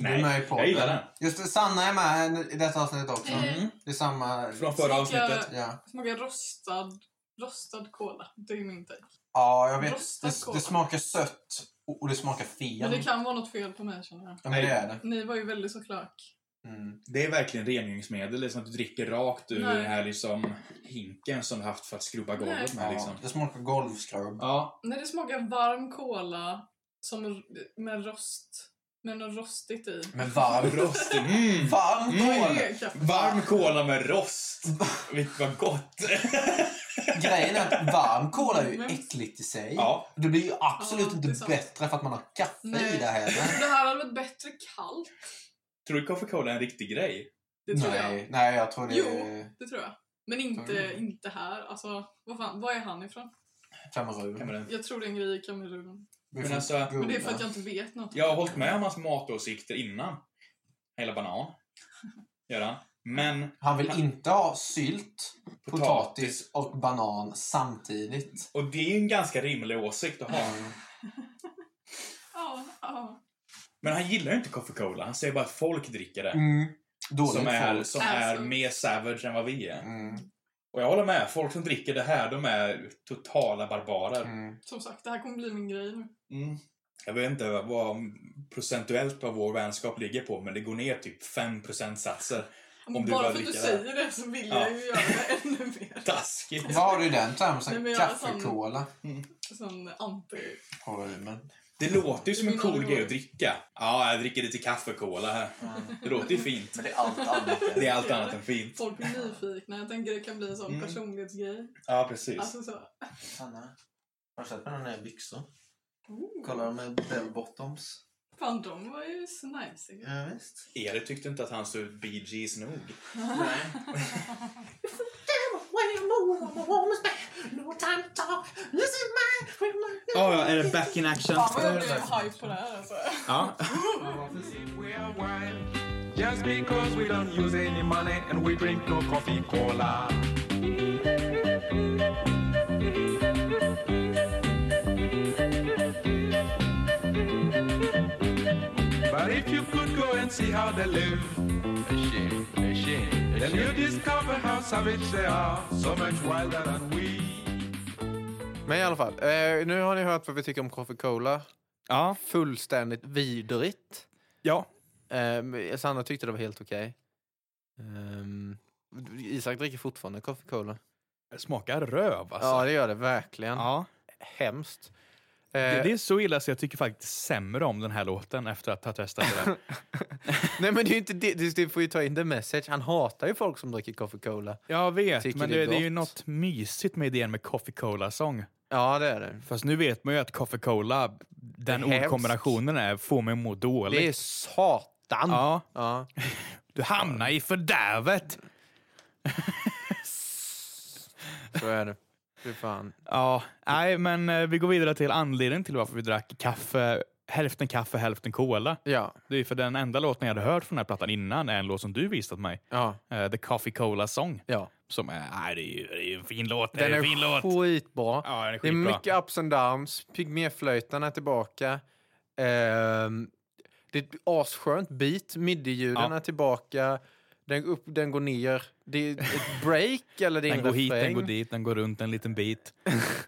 [SPEAKER 4] Nej, jag gillar den.
[SPEAKER 1] Just det, Sanna är med i detta avsnittet också.
[SPEAKER 15] Mm.
[SPEAKER 1] Det är samma...
[SPEAKER 4] Från
[SPEAKER 1] Ja,
[SPEAKER 15] Smakar rostad, rostad cola. Det är min take.
[SPEAKER 1] ja jag vet.
[SPEAKER 15] Rostad
[SPEAKER 1] Det,
[SPEAKER 15] cola.
[SPEAKER 1] det smakar sött och och det smakar
[SPEAKER 15] Men det
[SPEAKER 1] fel.
[SPEAKER 15] kan vara något fel på mig känner jag.
[SPEAKER 1] Ja, men det är det.
[SPEAKER 15] Ni var ju väldigt så klök.
[SPEAKER 4] Det är verkligen rengöringsmedel. Det är som att du dricker rakt ur
[SPEAKER 15] Nej.
[SPEAKER 4] den här liksom, hinken som du haft för att skrubba golvet med.
[SPEAKER 1] Ja,
[SPEAKER 4] Liksom.
[SPEAKER 1] Det smakar golvskrubb.
[SPEAKER 4] Ja.
[SPEAKER 15] När det smakar varm cola som med rost, med något rostigt i.
[SPEAKER 1] Men varm
[SPEAKER 4] rost. Mm.
[SPEAKER 1] Varm
[SPEAKER 15] cola. Det är kaffe.
[SPEAKER 4] Varm cola med
[SPEAKER 15] [laughs]
[SPEAKER 4] rost. Vilket var gott.
[SPEAKER 1] Grejen är att varm cola är ju äckligt i sig.
[SPEAKER 4] Ja.
[SPEAKER 1] Det blir ju absolut
[SPEAKER 15] Ja, det är
[SPEAKER 1] inte
[SPEAKER 15] sant.
[SPEAKER 1] bättre för att man har kaffe i
[SPEAKER 15] Nej.
[SPEAKER 1] det
[SPEAKER 6] Mm.
[SPEAKER 1] här.
[SPEAKER 15] Det här hade varit bättre kallt.
[SPEAKER 4] Tror du coffee cola är en riktig grej?
[SPEAKER 15] Det tror
[SPEAKER 1] nej, jag. nej, jag tror det
[SPEAKER 15] Jo,
[SPEAKER 1] är
[SPEAKER 15] det tror jag. Men inte, inte här. Alltså, vad fan, var är han ifrån?
[SPEAKER 1] Kamerun.
[SPEAKER 15] Jag tror det är en grej i Kamerun.
[SPEAKER 4] Men alltså,
[SPEAKER 15] Men det är för att jag inte vet något.
[SPEAKER 4] Jag har hållit med om hans matåsikter innan. Hela banan. Gör han. Men...
[SPEAKER 1] Han vill inte ha sylt, potatis och banan samtidigt.
[SPEAKER 4] Och det är ju en ganska rimlig åsikt att ha.
[SPEAKER 1] Mm.
[SPEAKER 15] Ja, ja.
[SPEAKER 4] Men han gillar ju inte coffee cola. Han säger bara att folk dricker det.
[SPEAKER 1] Mm. Dåligt
[SPEAKER 4] som är,
[SPEAKER 1] folk. Mm.
[SPEAKER 4] som är
[SPEAKER 1] Alltså.
[SPEAKER 4] mer savage än vad vi är. Och jag håller med. Folk som dricker det här, de är totala barbarer.
[SPEAKER 1] Mm.
[SPEAKER 15] Som sagt, det här kommer bli min grej nu.
[SPEAKER 4] Mm. Jag vet inte vad procentuellt vad vår vänskap ligger på, men det går ner typ 5 procentsatser.
[SPEAKER 16] Om du
[SPEAKER 15] Bara
[SPEAKER 16] börjar
[SPEAKER 15] för att du
[SPEAKER 16] dricka
[SPEAKER 15] säger det så vill jag ju göra det ännu mer.
[SPEAKER 16] Taskigt.
[SPEAKER 1] Vad har du i den termosen?
[SPEAKER 15] Nej, men jag har sån-
[SPEAKER 1] Kaffekola?
[SPEAKER 15] Sån anti...
[SPEAKER 1] Har du men.
[SPEAKER 16] Det låter ju som en
[SPEAKER 15] Det
[SPEAKER 16] cool
[SPEAKER 15] blir
[SPEAKER 16] grej att dricka. Ja, jag dricker lite kaffekola här. Det låter ju fint. Men det är allt annat än, det är allt annat än fint.
[SPEAKER 15] Folk blir nyfikna. Jag tänker det kan bli en sån
[SPEAKER 1] Mm.
[SPEAKER 15] personlighetsgrej.
[SPEAKER 16] Ja, precis.
[SPEAKER 15] Alltså så.
[SPEAKER 1] Sanna, har du sett mina nya byxor? Kolla, de är bell bottoms.
[SPEAKER 15] Fan, de var ju så nice.
[SPEAKER 1] visst.
[SPEAKER 16] Erik tyckte inte att han såg ut Bee Gees nog.
[SPEAKER 6] No time to talk. This is my...
[SPEAKER 4] Ja, ja, är det back in action?
[SPEAKER 15] Fan vad jag blev hype på det här alltså.
[SPEAKER 4] Ja.
[SPEAKER 10] Just because we don't use any money and we drink no coffee cola. But if you could go and see how they live, then you discover how savage they are, so much wilder than we.
[SPEAKER 1] Men i alla fall, eh, nu har ni hört vad vi tycker om Coca-Cola.
[SPEAKER 4] Ja.
[SPEAKER 1] Fullständigt vidrigt.
[SPEAKER 4] Ja.
[SPEAKER 1] Eh, Sanna tyckte det var helt okej. Ehm, Isak dricker fortfarande Coca-Cola.
[SPEAKER 4] Det smakar röv alltså.
[SPEAKER 1] Ja, det gör det verkligen.
[SPEAKER 4] Ja.
[SPEAKER 1] Hemskt. Ehm,
[SPEAKER 4] Det, det är så illa så jag tycker faktiskt sämre om den här låten efter att ha testat det.
[SPEAKER 1] [laughs]
[SPEAKER 4] där.
[SPEAKER 1] Nej, men det är ju inte det. Du du får ju ta in the message. Han hatar ju folk som dricker Coca-Cola.
[SPEAKER 4] Jag vet,
[SPEAKER 1] Tycker
[SPEAKER 4] men
[SPEAKER 1] det
[SPEAKER 4] det,
[SPEAKER 1] är
[SPEAKER 4] det, är ju
[SPEAKER 1] gott.
[SPEAKER 4] något mysigt med idén med Coffee Cola-sång.
[SPEAKER 1] Ja, det är det.
[SPEAKER 4] Fast nu vet man ju att Coffee Cola, den
[SPEAKER 1] Det är
[SPEAKER 4] ordkombinationen är får mig att må dåligt.
[SPEAKER 1] Det är satan.
[SPEAKER 4] Ja.
[SPEAKER 1] Ja.
[SPEAKER 4] Du hamnar i fördärvet!
[SPEAKER 1] Så är det. Fy fan.
[SPEAKER 4] Ja, nej, men eh, vi går vidare till anledningen till varför vi drack kaffe. Hälften kaffe, hälften cola.
[SPEAKER 1] Ja.
[SPEAKER 4] Det är för den enda låten jag hade hört från den här plattan innan är en låt som du visat mig.
[SPEAKER 1] Ja.
[SPEAKER 4] Eh, The Coffee Cola Song.
[SPEAKER 1] Ja.
[SPEAKER 4] Som är, nej, det är ju det är ju en fin låt. Det
[SPEAKER 1] Den
[SPEAKER 4] är
[SPEAKER 1] är
[SPEAKER 4] en fin låt.
[SPEAKER 1] skitbra.
[SPEAKER 4] Ja, den är
[SPEAKER 1] Det är
[SPEAKER 4] skitbra.
[SPEAKER 1] mycket ups and downs. Pygméflöjten är tillbaka. Ehm, det är ett asskönt beat. Midjeljuden
[SPEAKER 4] Ja.
[SPEAKER 1] är tillbaka. Den, går upp, den går ner. Det är [laughs] ett break eller det är
[SPEAKER 4] Den
[SPEAKER 1] en
[SPEAKER 4] går hit, den
[SPEAKER 1] refräng.
[SPEAKER 4] går dit, den går runt en
[SPEAKER 1] [laughs]
[SPEAKER 4] liten bit.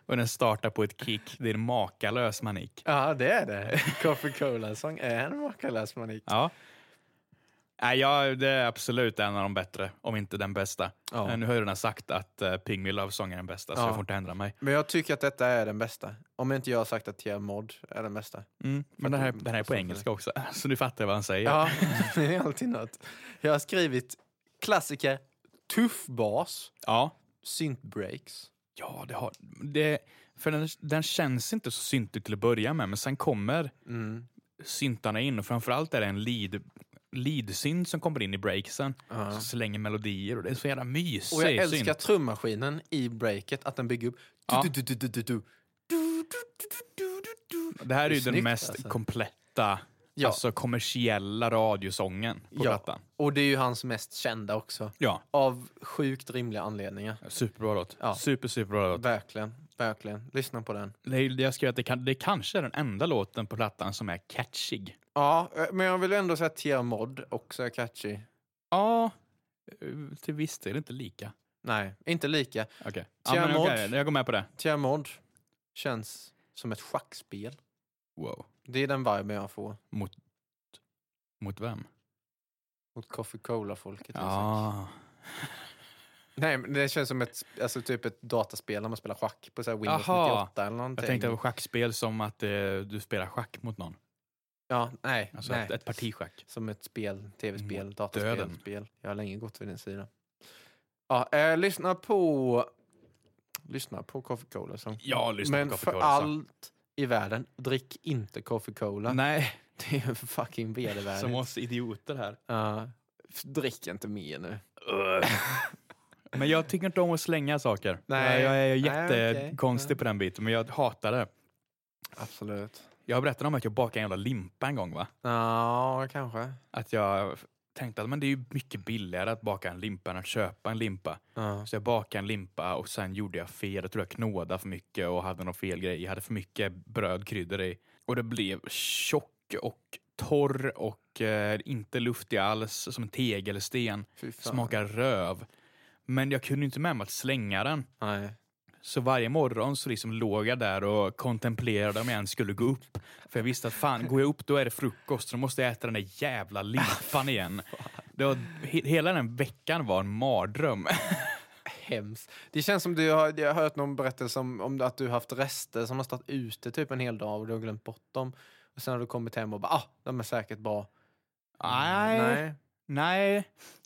[SPEAKER 4] Och den startar på ett kick. Det är en makalös manik.
[SPEAKER 1] Ja, det är det. [laughs] Coffee Cola-sång är en makalös manik.
[SPEAKER 4] Ja. Nej, ja, det är absolut en av de bättre, om inte den bästa.
[SPEAKER 1] Ja.
[SPEAKER 4] Eh, Nu har jag redan sagt att uh, Ping Me Love Song är den bästa, så
[SPEAKER 1] Ja.
[SPEAKER 4] jag får inte ändra mig.
[SPEAKER 1] Men jag tycker att detta är den bästa. Om inte jag har sagt att TM Mod är den bästa.
[SPEAKER 4] Men den här, den här är på engelska också, [laughs] så nu fattar jag vad han säger.
[SPEAKER 1] Ja, [laughs] det är alltid något. Jag har skrivit klassiker, tuff bas,
[SPEAKER 4] Ja.
[SPEAKER 1] synth breaks.
[SPEAKER 4] Ja, det har... Det, för den, den känns inte så syntig till att börja med, men sen kommer
[SPEAKER 1] Mm.
[SPEAKER 4] syntarna in och framförallt är det en lead lead-synt som kommer in i breaksen.
[SPEAKER 1] Ja.
[SPEAKER 4] Som slänger melodier och det är så jävla mysig
[SPEAKER 1] Och jag
[SPEAKER 4] synt.
[SPEAKER 1] älskar trummaskinen i breaket, att den bygger upp.
[SPEAKER 4] Ja.
[SPEAKER 1] Du, du, du, du, du, du.
[SPEAKER 4] Det här är
[SPEAKER 1] Det är
[SPEAKER 4] ju den
[SPEAKER 1] snyggt,
[SPEAKER 4] mest
[SPEAKER 1] alltså.
[SPEAKER 4] kompletta,
[SPEAKER 1] Ja.
[SPEAKER 4] alltså kommersiella radiosången på
[SPEAKER 1] Ja.
[SPEAKER 4] plattan.
[SPEAKER 1] Och det är ju hans mest kända också.
[SPEAKER 4] Ja,
[SPEAKER 1] Av sjukt rimliga anledningar.
[SPEAKER 4] superbra låt.
[SPEAKER 1] Ja.
[SPEAKER 4] Super, superbra låt.
[SPEAKER 1] Verkligen, verkligen. Lyssna på den.
[SPEAKER 4] Det är- Jag skrev att det, kan, det kanske är den enda låten på plattan som är catchig.
[SPEAKER 1] Ja, eh, men jag vill ändå säga att Tia Mod också är catchy.
[SPEAKER 4] Ja, eh, till viss del inte lika.
[SPEAKER 1] Nej, inte lika.
[SPEAKER 4] Okej, ja, men
[SPEAKER 1] Tiamod.
[SPEAKER 4] okej, jag går med på det.
[SPEAKER 1] Tia Mod känns som ett schackspel.
[SPEAKER 4] Wow.
[SPEAKER 1] Det är den viben jag får
[SPEAKER 4] Mot, mot vem?
[SPEAKER 1] mot Coffee Cola-folket. Isak.
[SPEAKER 4] Ah.
[SPEAKER 1] Nej, men det känns som ett, alltså typ ett dataspel när man spelar schack på så här Windows
[SPEAKER 4] Jaha.
[SPEAKER 1] 98 eller någonting.
[SPEAKER 4] Jag tänkte på schackspel som att eh, du spelar schack mot någon.
[SPEAKER 1] Ja, nej.
[SPEAKER 4] Alltså
[SPEAKER 1] nej.
[SPEAKER 4] ett, ett partischack.
[SPEAKER 1] Som ett spel, tv-spel, dataspel.
[SPEAKER 4] döden.
[SPEAKER 1] Spel. Jag har länge gått vid din sida. Ja, eh, lyssna på... Lyssna på Coffee Cola. Som.
[SPEAKER 4] Ja, lyssna på
[SPEAKER 1] Men
[SPEAKER 4] Coffee
[SPEAKER 1] för
[SPEAKER 4] Cola, så.
[SPEAKER 1] allt i världen, drick inte Coffee Cola.
[SPEAKER 4] Nej,
[SPEAKER 1] Det är fucking vedervärdigt.
[SPEAKER 4] som oss idioter här.
[SPEAKER 1] Ja, f- drick inte mer nu.
[SPEAKER 4] Men jag tycker inte om att slänga saker.
[SPEAKER 1] Nej.
[SPEAKER 4] Jag är
[SPEAKER 1] Nej,
[SPEAKER 4] jättekonstig
[SPEAKER 1] okej.
[SPEAKER 4] på den biten, men jag hatar det.
[SPEAKER 1] Absolut.
[SPEAKER 4] Jag berättade om att jag bakade en jävla limpa en gång. va?
[SPEAKER 1] Ja, kanske.
[SPEAKER 4] Att jag f- tänkte att men det är ju mycket billigare att baka en limpa än att köpa en limpa.
[SPEAKER 1] Ja.
[SPEAKER 4] Så jag bakade en limpa och sen gjorde jag fel. Jag tror jag knådade för mycket och hade någon fel grej. Jag hade för mycket brödkryddor i. Och det blev tjock och torr och eh, inte luftig alls, som en tegelsten.
[SPEAKER 1] Fy fan.
[SPEAKER 4] Smakar röv. Men jag kunde inte med mig att slänga den.
[SPEAKER 1] Nej.
[SPEAKER 4] Så varje morgon så liksom låg jag där och kontemplerade om jag ens skulle gå
[SPEAKER 1] [laughs]
[SPEAKER 4] upp.
[SPEAKER 1] Ah,
[SPEAKER 4] För jag visste att fan, går jag upp då är det frukost, så då måste jag äta den där jävla limpan igen. Det var, he, hela den veckan var en mardröm.
[SPEAKER 1] Hemskt. Det känns som du har, jag har hört någon berättelse om, om att du har haft rester som har stått ute typ en hel dag och du har glömt bort dem. Och sen har du kommit hem och bara, ah, de är säkert bra.
[SPEAKER 4] Nej.
[SPEAKER 1] Nej.
[SPEAKER 4] Nej.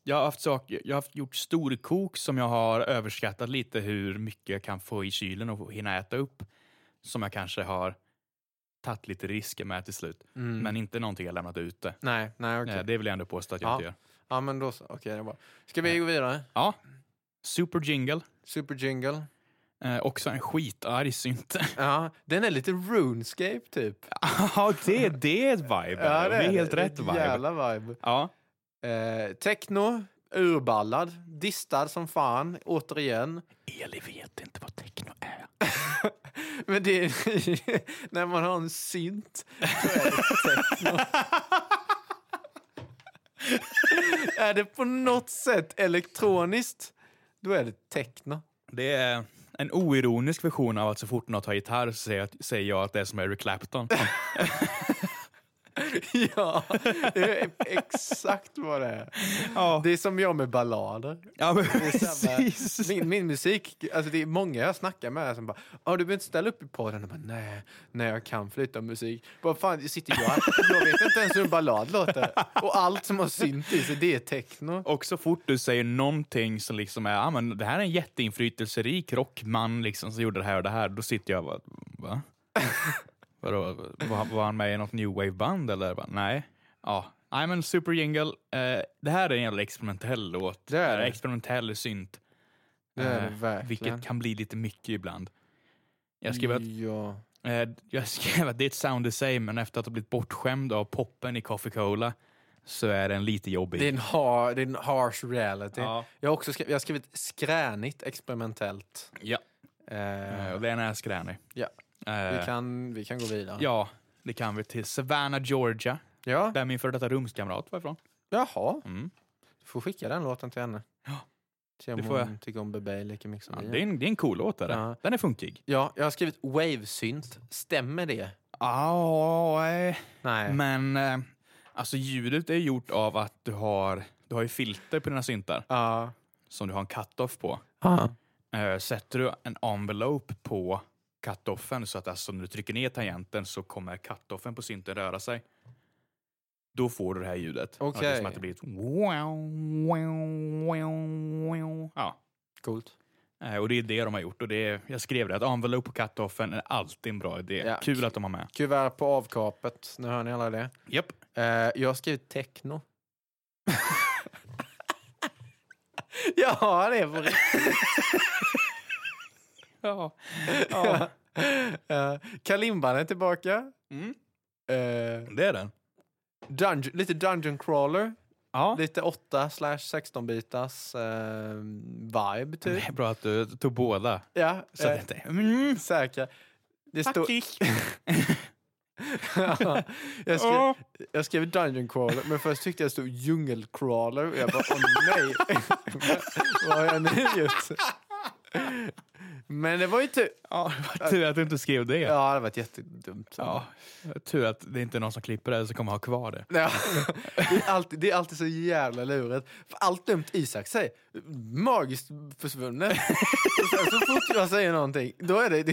[SPEAKER 4] Jag har haft, saker, jag har haft gjort storkok som jag har överskattat lite hur mycket jag kan få i kylen och hinna äta upp. Som jag kanske har tagit lite risker med till slut.
[SPEAKER 1] Mm.
[SPEAKER 4] Men inte någonting jag lämnat ute. Eh,
[SPEAKER 1] Nej, nej, okej.
[SPEAKER 4] Det vill jag ändå påstå att jag
[SPEAKER 1] Ja.
[SPEAKER 4] inte gör.
[SPEAKER 1] Ja, men då så. Okej, det är bra. Ska vi gå vidare?
[SPEAKER 4] Ja. Super Jingle.
[SPEAKER 1] Super Jingle.
[SPEAKER 4] Eh, också en
[SPEAKER 1] [laughs]
[SPEAKER 4] skitarg synt.
[SPEAKER 1] Ja, den är lite RuneScape typ.
[SPEAKER 4] ja, det, det är ett vibe.
[SPEAKER 1] Ja,
[SPEAKER 4] det, är helt
[SPEAKER 1] det.
[SPEAKER 4] rätt
[SPEAKER 1] Ett
[SPEAKER 4] vibe.
[SPEAKER 1] Jävla vibe.
[SPEAKER 4] Ja.
[SPEAKER 1] Eh, techno, urballad, distad som fan, återigen.
[SPEAKER 4] Eli vet inte vad techno är.
[SPEAKER 1] Men det är, [laughs] när man har en synt så är det techno. [laughs] är det på något sätt elektroniskt, då är det techno.
[SPEAKER 4] Det är en oironisk version av att så fort något har gitarr så säger jag, säger jag att det är som Eric Clapton.
[SPEAKER 1] [laughs] ja, det är exakt vad det är. Det är som jag med ballader.
[SPEAKER 4] Ja, [laughs] men
[SPEAKER 1] Det är samma- Min, min musik, alltså det är många jag snackar med som bara ah, “du behöver inte ställa upp i podden”. Jag bara, nej, nej, jag kan flytta musik. Vad fan, jag sitter jag här? Jag vet inte ens hur en ballad låter. Och allt som har synt i sig, det är techno.
[SPEAKER 4] Och så fort du säger någonting som liksom är, ah, men det här är en jätteinflytelserik rockman liksom som gjorde det här och det här, då sitter jag och bara, [laughs] va? Vadå, var, var han med i något new wave-band eller? Bara, Nej. Ja. Nej men Super Jingle, eh, det här är en jävla experimentell låt. Det är Experimentell synt.
[SPEAKER 1] Det är det
[SPEAKER 4] Eh,
[SPEAKER 1] verkligen.
[SPEAKER 4] Vilket kan bli lite mycket ibland. Jag skrev att,
[SPEAKER 1] Ja.
[SPEAKER 4] eh, jag [laughs] skrev att det är ett sound design men efter att ha blivit bortskämd av poppen i Coffee Cola så är den lite jobbig.
[SPEAKER 1] Det är en, har, det är en harsh reality.
[SPEAKER 4] Ja.
[SPEAKER 1] Jag, har också skrivit, jag har skrivit skränigt experimentellt.
[SPEAKER 4] Ja.
[SPEAKER 1] Eh,
[SPEAKER 4] och den är skränig.
[SPEAKER 1] Ja.
[SPEAKER 4] Eh,
[SPEAKER 1] Vi, kan, vi kan gå vidare.
[SPEAKER 4] Ja, det kan vi till Savannah, Georgia.
[SPEAKER 1] Ja.
[SPEAKER 4] Där min före detta rumskamrat var ifrån.
[SPEAKER 1] Jaha.
[SPEAKER 4] Mm.
[SPEAKER 1] Du får skicka den låten till henne.
[SPEAKER 4] Ja.
[SPEAKER 1] Se om
[SPEAKER 4] Det får jag.
[SPEAKER 1] hon tycker om Bebe lika mycket som
[SPEAKER 4] Ja,
[SPEAKER 1] vi.
[SPEAKER 4] det, är en, det är en cool låt. Där.
[SPEAKER 1] Ja.
[SPEAKER 4] Den är funkig.
[SPEAKER 1] Ja, jag har skrivit wave-synt. Stämmer det?
[SPEAKER 4] Ja, eh,
[SPEAKER 1] Nej.
[SPEAKER 4] men eh, alltså ljudet är gjort av att du har, du har ju filter på dina syntar. Som du har en cut-off på. Eh, Sätter du en envelope på cut-offen så att alltså när du trycker ner tangenten så kommer cut-offen på synten röra sig. Då får du det här ljudet. Och Det är
[SPEAKER 1] Okej.
[SPEAKER 4] som att det blir ett wow, wow, wow, wow. Ja.
[SPEAKER 1] Coolt.
[SPEAKER 4] Eh, Och det är det de har gjort. Och det är, jag skrev det, att envelope på cut-offen är alltid en bra idé.
[SPEAKER 1] Ja.
[SPEAKER 4] Kul att de har med.
[SPEAKER 1] Kuvert på avkapet. Nu hör ni alla det.
[SPEAKER 4] Japp.
[SPEAKER 1] Eh, jag har skrivit
[SPEAKER 4] [laughs]
[SPEAKER 1] techno. ja, det är på riktigt.
[SPEAKER 4] ja.
[SPEAKER 1] ja. Eh, Kalimban är tillbaka.
[SPEAKER 4] Mm.
[SPEAKER 1] Eh,
[SPEAKER 4] Det är den.
[SPEAKER 1] dungeon, lite Dungeon Crawler.
[SPEAKER 4] Ja.
[SPEAKER 1] Lite 8 slash 16 bitars eh, vibe typ.
[SPEAKER 4] Det är bra att du tog båda.
[SPEAKER 1] Ja,
[SPEAKER 4] Så
[SPEAKER 1] eh,
[SPEAKER 4] att det, mm.
[SPEAKER 1] Säkra. Det står- [laughs]
[SPEAKER 4] Faktiskt.
[SPEAKER 1] jag, skrev,
[SPEAKER 4] Ja.
[SPEAKER 1] jag skrev Dungeon Crawler, men först tyckte jag det stod Djungelcrawler. Och jag bara, åh nej, [laughs] vad har jag nu gjort? Men det var ju tur.
[SPEAKER 4] [laughs] Ja, det var tur att du inte skrev det.
[SPEAKER 1] Ja, det hade varit jättedumt.
[SPEAKER 4] Ja. Tur att det inte är någon som klipper det som kommer ha kvar det.
[SPEAKER 1] Ja. Det, är alltid, det är alltid så jävla lurigt. För allt dumt Isak säger, magiskt försvunnen. Och sen så fort jag säger någonting, då är det... Det,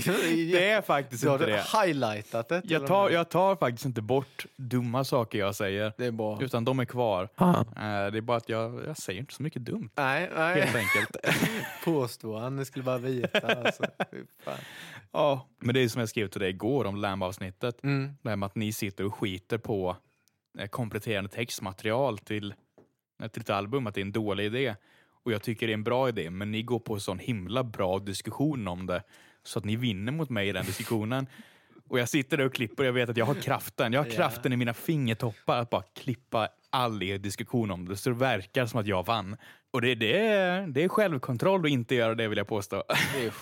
[SPEAKER 4] Det är faktiskt
[SPEAKER 1] då har
[SPEAKER 4] inte
[SPEAKER 1] du
[SPEAKER 4] det.
[SPEAKER 1] highlightat det. till
[SPEAKER 4] Jag
[SPEAKER 1] och
[SPEAKER 4] tar,
[SPEAKER 1] med.
[SPEAKER 4] jag tar faktiskt inte bort dumma saker jag säger.
[SPEAKER 1] Det är bra.
[SPEAKER 4] Utan de är kvar.
[SPEAKER 1] Ah.
[SPEAKER 4] Eh, Det är bara att jag, jag säger inte så mycket dumt.
[SPEAKER 1] Nej, nej.
[SPEAKER 4] Helt enkelt.
[SPEAKER 1] [laughs] Påstår han, ni skulle bara veta. Alltså. Fy fan.
[SPEAKER 4] Ja, men det är som jag skrev till dig igår om Lamb-avsnittet.
[SPEAKER 1] Mm.
[SPEAKER 4] Det här med att ni sitter och skiter på eh, kompletterande textmaterial till, eh, till ett album, att det är en dålig idé. Och jag tycker det är en bra idé, men ni går på sån himla bra diskussion om det så att ni vinner mot mig i
[SPEAKER 1] [laughs]
[SPEAKER 4] den diskussionen. och jag sitter där och klipper och jag vet att jag har kraften. Jag har
[SPEAKER 1] Ja.
[SPEAKER 4] kraften i mina fingertoppar att bara klippa all er diskussion om det så det verkar som att jag vann. Och det, det, är- det är självkontroll att inte göra det vill jag påstå. [laughs]
[SPEAKER 1] Det är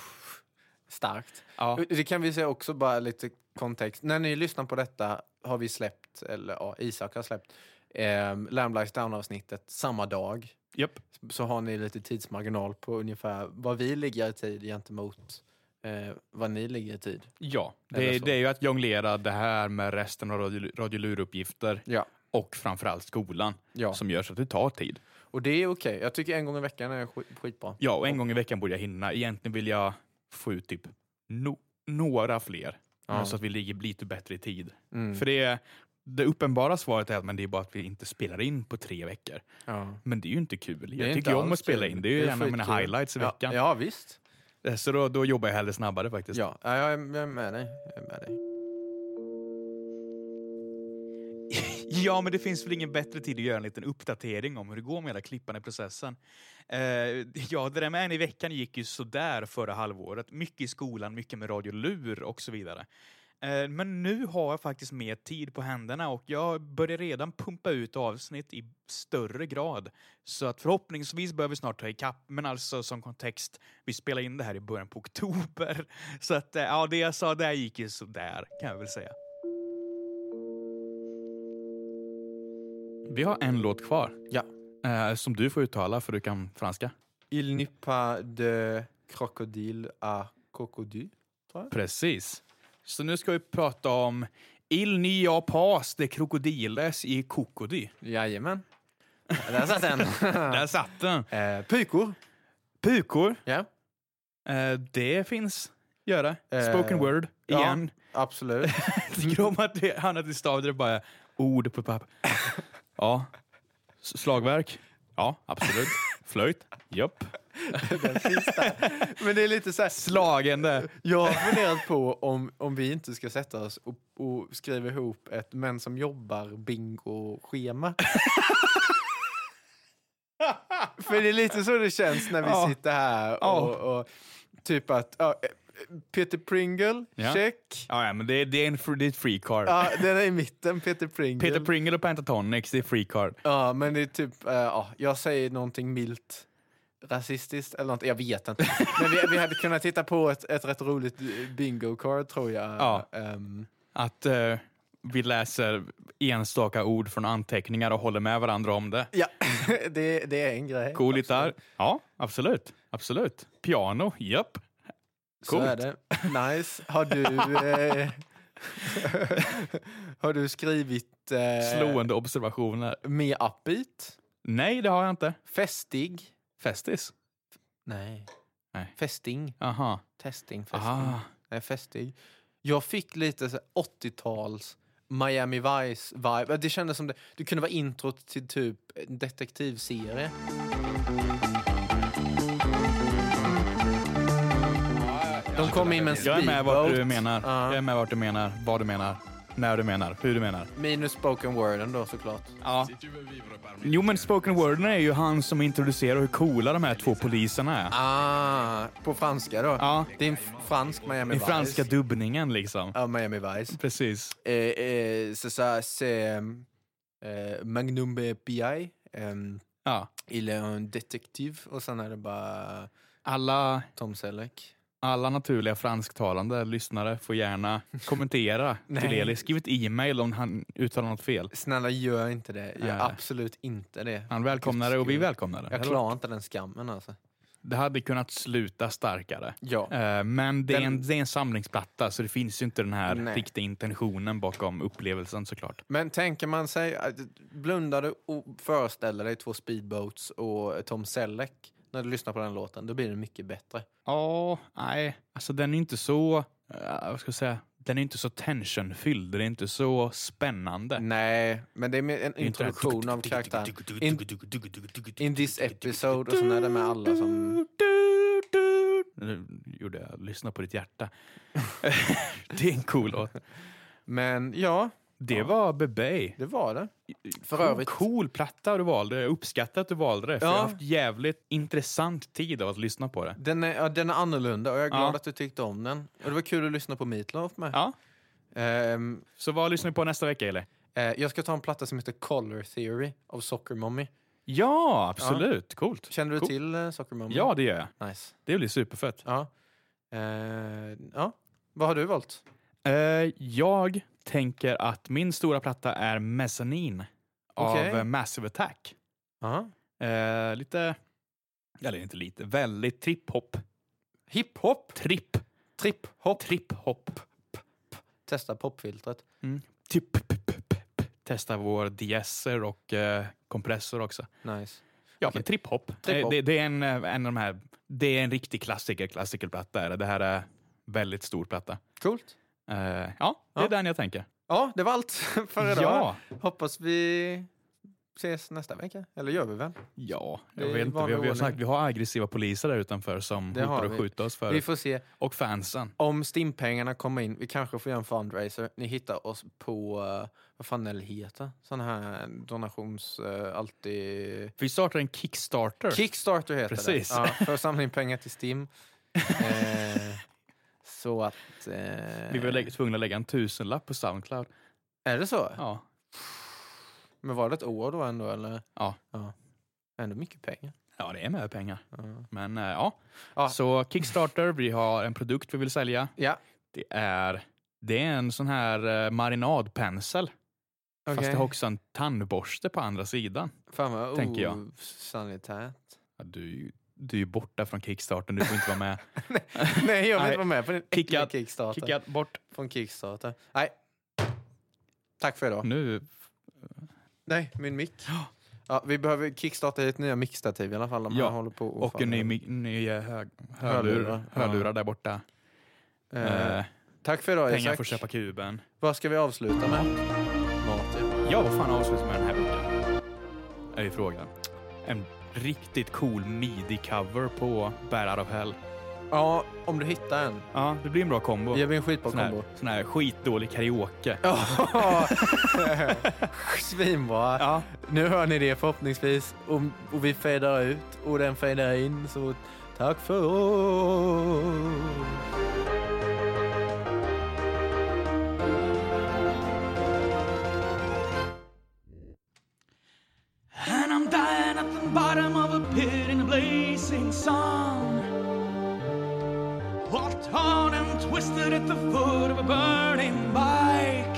[SPEAKER 1] starkt.
[SPEAKER 4] Ja.
[SPEAKER 1] Det kan vi säga också, bara lite kontext. När ni lyssnar på detta har vi släppt, eller ja, Isak har släppt, eh, Lamb Lies Down-avsnittet samma dag.
[SPEAKER 4] Japp.
[SPEAKER 1] Så har ni lite tidsmarginal på ungefär vad vi ligger i tid gentemot eh, vad ni ligger i tid.
[SPEAKER 4] Ja,
[SPEAKER 1] Eller
[SPEAKER 4] det, är-
[SPEAKER 1] så.
[SPEAKER 4] det är ju att jonglera det här med resten av radio, radioluruppgifter
[SPEAKER 1] Ja.
[SPEAKER 4] och framförallt skolan som gör så att det tar tid.
[SPEAKER 1] Och det är okej. Jag tycker en gång i veckan är skit, skitbra.
[SPEAKER 4] Ja, och en gång i veckan borde jag hinna. Egentligen vill jag få ut typ no några fler
[SPEAKER 1] Ja.
[SPEAKER 4] så att vi ligger lite bättre i tid.
[SPEAKER 1] Mm.
[SPEAKER 4] För det, det uppenbara svaret är att men det är bara att vi inte spelar in på tre veckor.
[SPEAKER 1] Ja.
[SPEAKER 4] Men det är ju inte kul.
[SPEAKER 1] är
[SPEAKER 4] Jag
[SPEAKER 1] inte
[SPEAKER 4] tycker ju om
[SPEAKER 1] alls
[SPEAKER 4] att spela
[SPEAKER 1] kul.
[SPEAKER 4] in. Det är ju
[SPEAKER 1] Det är
[SPEAKER 4] gärna mina
[SPEAKER 1] skitkul.
[SPEAKER 4] highlights i
[SPEAKER 1] Ja,
[SPEAKER 4] veckan. Eh,
[SPEAKER 1] ja, visst.
[SPEAKER 4] Så då, då jobbar jag hellre snabbare faktiskt.
[SPEAKER 1] Ja, ja, jag är jag är med dig. Jag är med dig.
[SPEAKER 4] Ja, men det finns väl ingen bättre tid att göra en liten uppdatering om hur det går med hela klippandeprocessen. Eh, ja, det där med en i veckan gick ju sådär förra halvåret. Mycket i skolan, mycket med radio lur och så vidare. Eh, men nu har jag faktiskt mer tid på händerna och jag börjar redan pumpa ut avsnitt i större grad. Så att förhoppningsvis börjar vi snart ta ikapp. Men alltså som kontext, vi spelar in det här i början på oktober. [laughs] Så att eh, ja, det jag sa där gick ju sådär kan jag väl säga. Vi har en låt kvar.
[SPEAKER 1] Ja.
[SPEAKER 4] Eh, som du får uttala för du kan franska.
[SPEAKER 1] Il n'y pas de crocodile à crocodile. tror jag.
[SPEAKER 4] Precis. Så nu ska vi prata om Il nya pas de krokodiles i kokody.
[SPEAKER 1] Jajamän. Där satt den. [laughs]
[SPEAKER 4] Där satt den.
[SPEAKER 1] Eh, pukor.
[SPEAKER 4] Pukor.
[SPEAKER 1] Ja.
[SPEAKER 4] Eh, det finns. Gör det. Spoken
[SPEAKER 1] Eh,
[SPEAKER 4] word.
[SPEAKER 1] ja,
[SPEAKER 4] Igen. [laughs]
[SPEAKER 1] Absolut.
[SPEAKER 4] Tycker om att det, han hade stav där det bara är ord
[SPEAKER 1] [laughs]
[SPEAKER 4] på papper. ja. S- Slagverk. Ja, absolut.
[SPEAKER 1] [laughs]
[SPEAKER 4] Flöjt. Japp.
[SPEAKER 1] [laughs] Men det är lite så här...
[SPEAKER 4] Slagande.
[SPEAKER 1] Jag har funderat på om, om vi inte ska sätta oss och, och skriva ihop ett män som jobbar bingo-schema. För det är lite så det känns när vi
[SPEAKER 6] Ja.
[SPEAKER 1] sitter här och, och typ att ja, Peter Pringle,
[SPEAKER 4] Ja.
[SPEAKER 1] check.
[SPEAKER 4] Ja, ja, men det, är- det, är en, fr- det är ett free card.
[SPEAKER 1] Ja, den är i mitten, Peter Pringle.
[SPEAKER 4] Peter Pringle och Pentatonix, det är free card.
[SPEAKER 1] Ja, men det är typ, eh, ja, jag säger någonting milt rasistiskt eller något, jag vet inte. Men vi, vi hade kunnat titta på ett, ett rätt roligt bingo-card tror jag.
[SPEAKER 4] Ja.
[SPEAKER 1] Ehm,
[SPEAKER 4] Att eh, vi läser enstaka ord från anteckningar och håller med varandra om det.
[SPEAKER 1] ja. [laughs] det, det är en grej.
[SPEAKER 4] Cool gitarr. Ja, absolut. Absolut. Piano, japp.
[SPEAKER 1] Så är det. Nice. Har du, eh, [laughs] har du skrivit eh,
[SPEAKER 4] Slående observationer.
[SPEAKER 1] mer upbeat?
[SPEAKER 4] Nej, det har jag inte.
[SPEAKER 1] Festig?
[SPEAKER 4] Festis?
[SPEAKER 1] Nej.
[SPEAKER 4] Nej.
[SPEAKER 1] Festing?
[SPEAKER 4] Aha.
[SPEAKER 1] Testing, festing.
[SPEAKER 4] Ah.
[SPEAKER 1] Nej, festig. Jag fick lite så här 80-tals Miami Vice-vibe. Det kändes som det, det kunde vara introt till typ en detektivserie. De kom in med en
[SPEAKER 4] Jag är med vart du
[SPEAKER 1] speedboat. Ah.
[SPEAKER 4] menar. Jag är med vart du menar, vad du menar, när du menar, hur du menar.
[SPEAKER 1] Minus spoken worden då såklart.
[SPEAKER 4] Ja. Jo, men spoken word är ju han som introducerar hur coola de här två poliserna är.
[SPEAKER 1] Ah, på franska då?
[SPEAKER 4] Ja.
[SPEAKER 1] Det är en f- fransk Miami
[SPEAKER 4] Den
[SPEAKER 1] Vice.
[SPEAKER 4] franska dubbningen liksom.
[SPEAKER 1] Ja, Miami Vice.
[SPEAKER 4] Precis.
[SPEAKER 1] Eh, eh, c'est ça, c'est eh, Magnum PI. Um,
[SPEAKER 4] Ja.
[SPEAKER 1] Il est un détective och sen är det bara
[SPEAKER 4] Alla,
[SPEAKER 1] Tom Selleck.
[SPEAKER 4] alla naturliga fransktalande lyssnare får gärna
[SPEAKER 1] [laughs]
[SPEAKER 4] kommentera till
[SPEAKER 1] Nej.
[SPEAKER 4] Eli. Skriv ett e-mail om han uttalar något fel.
[SPEAKER 1] Snälla gör inte det. Gör
[SPEAKER 4] Nej.
[SPEAKER 1] absolut inte det.
[SPEAKER 4] Han välkomnar det och vi välkomnar det.
[SPEAKER 1] Jag
[SPEAKER 4] Eller?
[SPEAKER 1] klarar inte den skammen alltså.
[SPEAKER 4] Det hade kunnat sluta starkare.
[SPEAKER 1] Ja.
[SPEAKER 4] Eh, Men det är, en,
[SPEAKER 1] Den-
[SPEAKER 4] det är en samlingsplatta så det finns ju inte den här
[SPEAKER 1] Nej.
[SPEAKER 4] riktiga intentionen bakom upplevelsen såklart.
[SPEAKER 1] Men tänker man sig, att- blundar du och föreställer dig två speedboats och Tom Selleck när du lyssnar på den låten, då blir det mycket bättre.
[SPEAKER 4] Ja, nej. Alltså den är inte så, eh, vad ska jag säga, den är inte så tensionfylld. Den är inte så spännande.
[SPEAKER 1] Nej, men det är mer en
[SPEAKER 4] är inte det här-
[SPEAKER 1] introduktion av karaktären. In, in this episode och sen är det med alla som...
[SPEAKER 4] Nu gjorde jag lyssna på ditt hjärta. [laughs] det är en cool låt.
[SPEAKER 1] Men ja,
[SPEAKER 4] Det var Bebe.
[SPEAKER 1] det var det. För
[SPEAKER 4] Cool-
[SPEAKER 1] övrigt,
[SPEAKER 4] Cool platta du valde. Jag uppskattar att du valde det. För
[SPEAKER 1] Ja.
[SPEAKER 4] Jag har haft jävligt intressant tid av att lyssna på det.
[SPEAKER 1] den är, ja, den är annorlunda och jag är glad
[SPEAKER 4] Ja.
[SPEAKER 1] att du tyckte om den. Och det var kul att lyssna på Meatloaf med.
[SPEAKER 4] Ja.
[SPEAKER 1] Ehm,
[SPEAKER 4] Så vad lyssnar vi på nästa vecka eller?
[SPEAKER 1] eh, jag ska ta en platta som heter Color Theory av Soccer Mommy.
[SPEAKER 4] Ja, absolut. Coolt.
[SPEAKER 1] Känner du
[SPEAKER 4] Cool.
[SPEAKER 1] till eh, Soccer Mommy?
[SPEAKER 4] Ja, det gör jag.
[SPEAKER 1] Nice.
[SPEAKER 4] Det blir superfett.
[SPEAKER 1] Ja. Eh, ja. Vad har du valt?
[SPEAKER 4] Eh, jag tänker att min stora platta är Mezzanine
[SPEAKER 1] Okej.
[SPEAKER 4] av eh, Massive Attack.
[SPEAKER 1] Ja.
[SPEAKER 4] Eh, lite, eller inte lite, väldigt trip-hop.
[SPEAKER 1] Hiphop?
[SPEAKER 4] Tripp.
[SPEAKER 1] Tripp-hop?
[SPEAKER 4] Trip-hop.
[SPEAKER 1] Testa popfiltret.
[SPEAKER 4] Mm. Typ. testa vår deesser och eh, kompressor också.
[SPEAKER 1] Nice.
[SPEAKER 4] Ja, men trip-hop.
[SPEAKER 1] Trip
[SPEAKER 4] Eh,
[SPEAKER 1] Hop.
[SPEAKER 4] det, det, är en, eh, en av de här, det är en riktig klassiker, klassikerplatta. är det. Det här är väldigt stor platta.
[SPEAKER 1] Coolt.
[SPEAKER 4] Eh, ja, det är den jag tänker.
[SPEAKER 1] Ja, det var allt [laughs] för idag.
[SPEAKER 4] Ja.
[SPEAKER 1] Hoppas vi ses nästa vecka. Eller gör vi väl?
[SPEAKER 4] Ja,
[SPEAKER 1] Det
[SPEAKER 4] jag
[SPEAKER 1] är
[SPEAKER 4] vet inte.
[SPEAKER 1] vanlig
[SPEAKER 4] Vi har, vi, har
[SPEAKER 1] ordning.
[SPEAKER 4] sagt, vi har aggressiva poliser där utanför som
[SPEAKER 1] Det har
[SPEAKER 4] hotar att
[SPEAKER 1] vi.
[SPEAKER 4] skjuta oss för.
[SPEAKER 1] Vi får se.
[SPEAKER 4] Och fansen.
[SPEAKER 1] Om Stimpengarna kommer in, vi kanske får göra en fundraiser. Ni hittar oss på, eh, vad fan det heter? Sån här donations, eh, alltid...
[SPEAKER 4] Vi startar en Kickstarter.
[SPEAKER 1] Kickstarter heter
[SPEAKER 4] Precis.
[SPEAKER 1] det. Ja, för
[SPEAKER 4] [laughs]
[SPEAKER 1] att samla in pengar till Stim. Eh, så att... Eh,
[SPEAKER 4] Vi var lä- tvungna att lägga en tusenlapp på Soundcloud.
[SPEAKER 1] Är det så?
[SPEAKER 4] Ja.
[SPEAKER 1] Men var det ett år då ändå eller?
[SPEAKER 4] Ja.
[SPEAKER 1] Ändå mycket pengar.
[SPEAKER 4] Ja, det är mycket pengar. Men eh, ja. Så Kickstarter, vi har en produkt vi vill sälja. Det, är, det är en sån här eh, marinadpensel. Fast
[SPEAKER 1] Okej.
[SPEAKER 4] det har också en tandborste på andra sidan.
[SPEAKER 1] Fan vad
[SPEAKER 4] tänker jag.
[SPEAKER 1] osanitärt.
[SPEAKER 4] Ja, du, är ju- du är ju borta från Kickstarter, du får inte
[SPEAKER 1] [laughs]
[SPEAKER 4] vara med.
[SPEAKER 1] [laughs] Nej, jag vill
[SPEAKER 4] Nej.
[SPEAKER 1] inte vara med på din äckliga
[SPEAKER 4] Kickat.
[SPEAKER 1] Kickstarter.
[SPEAKER 4] Kickat bort.
[SPEAKER 1] Från Kickstarter. Nej. Tack för idag.
[SPEAKER 4] Nu...
[SPEAKER 1] Nej, min mick. Ja, vi behöver kickstarta ett nya mickstativ i alla fall. Om
[SPEAKER 4] Ja,
[SPEAKER 1] man håller på och
[SPEAKER 4] och en ny,
[SPEAKER 1] faller.
[SPEAKER 4] mi- ny eh, hög,
[SPEAKER 1] Hörlurar.
[SPEAKER 4] hörlurar, hörlurar
[SPEAKER 1] Ja.
[SPEAKER 4] där borta.
[SPEAKER 1] Eh,
[SPEAKER 4] Eh,
[SPEAKER 1] Tack för idag
[SPEAKER 4] Pengar
[SPEAKER 1] Isak.
[SPEAKER 4] får köpa kuben.
[SPEAKER 1] Vad ska vi avsluta med? Mat, ja.
[SPEAKER 4] Ja, vad fan avslutar med den här veckan? Är ju frågan. En riktigt cool midi-cover på Bärar av Hell.
[SPEAKER 1] Ja, om du hittar en.
[SPEAKER 4] Ja, det blir en bra kombo.
[SPEAKER 1] Det blir en skitbra
[SPEAKER 4] sån här,
[SPEAKER 1] kombo. [laughs]
[SPEAKER 4] Sån här skitdålig karaoke.
[SPEAKER 1] Svinbra. Nu hör ni det förhoppningsvis. Och, och vi fejdar ut och den fejdar in. Så tack för oss.
[SPEAKER 6] And I'm dying at the bottom of a pit in a blazing sun. All torn and twisted at the foot of a burning bike.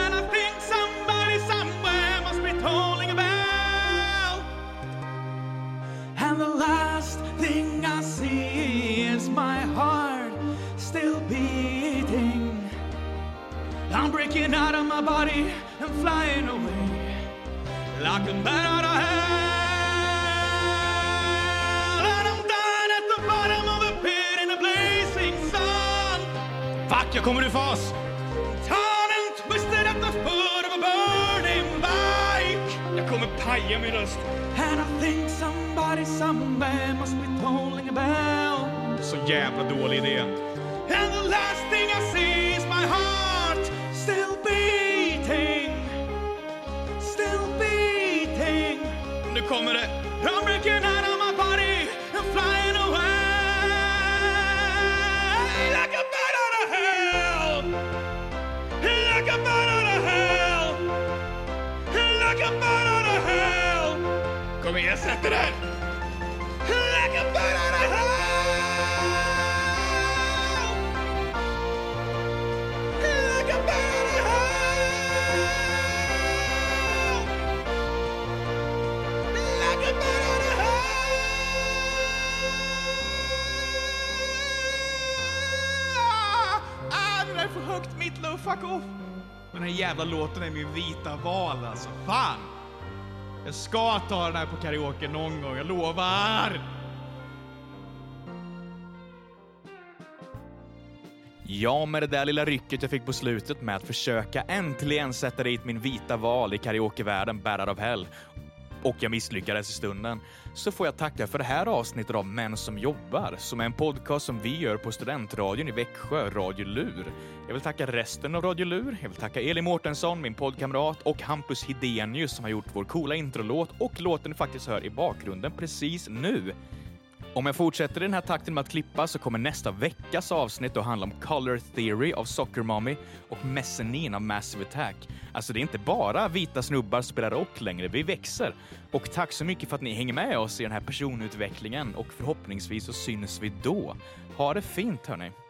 [SPEAKER 6] And I think somebody somewhere must be tolling a bell. And the last thing I see is my heart still beating. I'm breaking out of my body and flying away like a bat out of hell. And I'm dying at the bottom of a pit in a blazing sun. Fuck, jag kommer ifrån oss. Torn and twisted at the foot of a burning bike. Jag kommer paja min röst. And I think somebody somewhere must be tolling a bell. Så jävla dålig idé. And the last thing I see is my heart still beating. Still beating. Nu kommer det. I'm breaking out of my body and flying away. Like a bird out of hell. Like a bird out of hell. Like a bird out of hell. Kom igen, sätt dig där. Like a bird out of hell. Like a bird out of hell. Ah, det där är för högt, mitt love, fuck off! Den här jävla låten är min vita val alltså, fan! Jag ska ta den här på karaoke någon gång, jag lovar!
[SPEAKER 4] Ja, med det där lilla rycket jag fick på slutet med att försöka äntligen sätta dit min vita val i karaokevärlden Bärar av Hell och jag misslyckades i stunden, så får jag tacka för det här avsnittet av Män som jobbar, som är en podcast som vi gör på studentradion i Växjö, Radio Lur. Jag vill tacka resten av Radio Lur. Jag vill tacka Elin Mårtensson, min poddkamrat, och Hampus Hidenius som har gjort vår coola introlåt och låten ni faktiskt hör i bakgrunden precis nu. Om jag fortsätter i den här takten med att klippa så kommer nästa veckas avsnitt att handla om Color Theory av Soccer Mommy och Mezzanin av Massive Attack. Alltså det är inte bara vita snubbar som spelar rock längre, vi växer. Och tack så mycket för att ni hänger med oss i den här personutvecklingen och förhoppningsvis så syns vi då. Ha det fint hörni!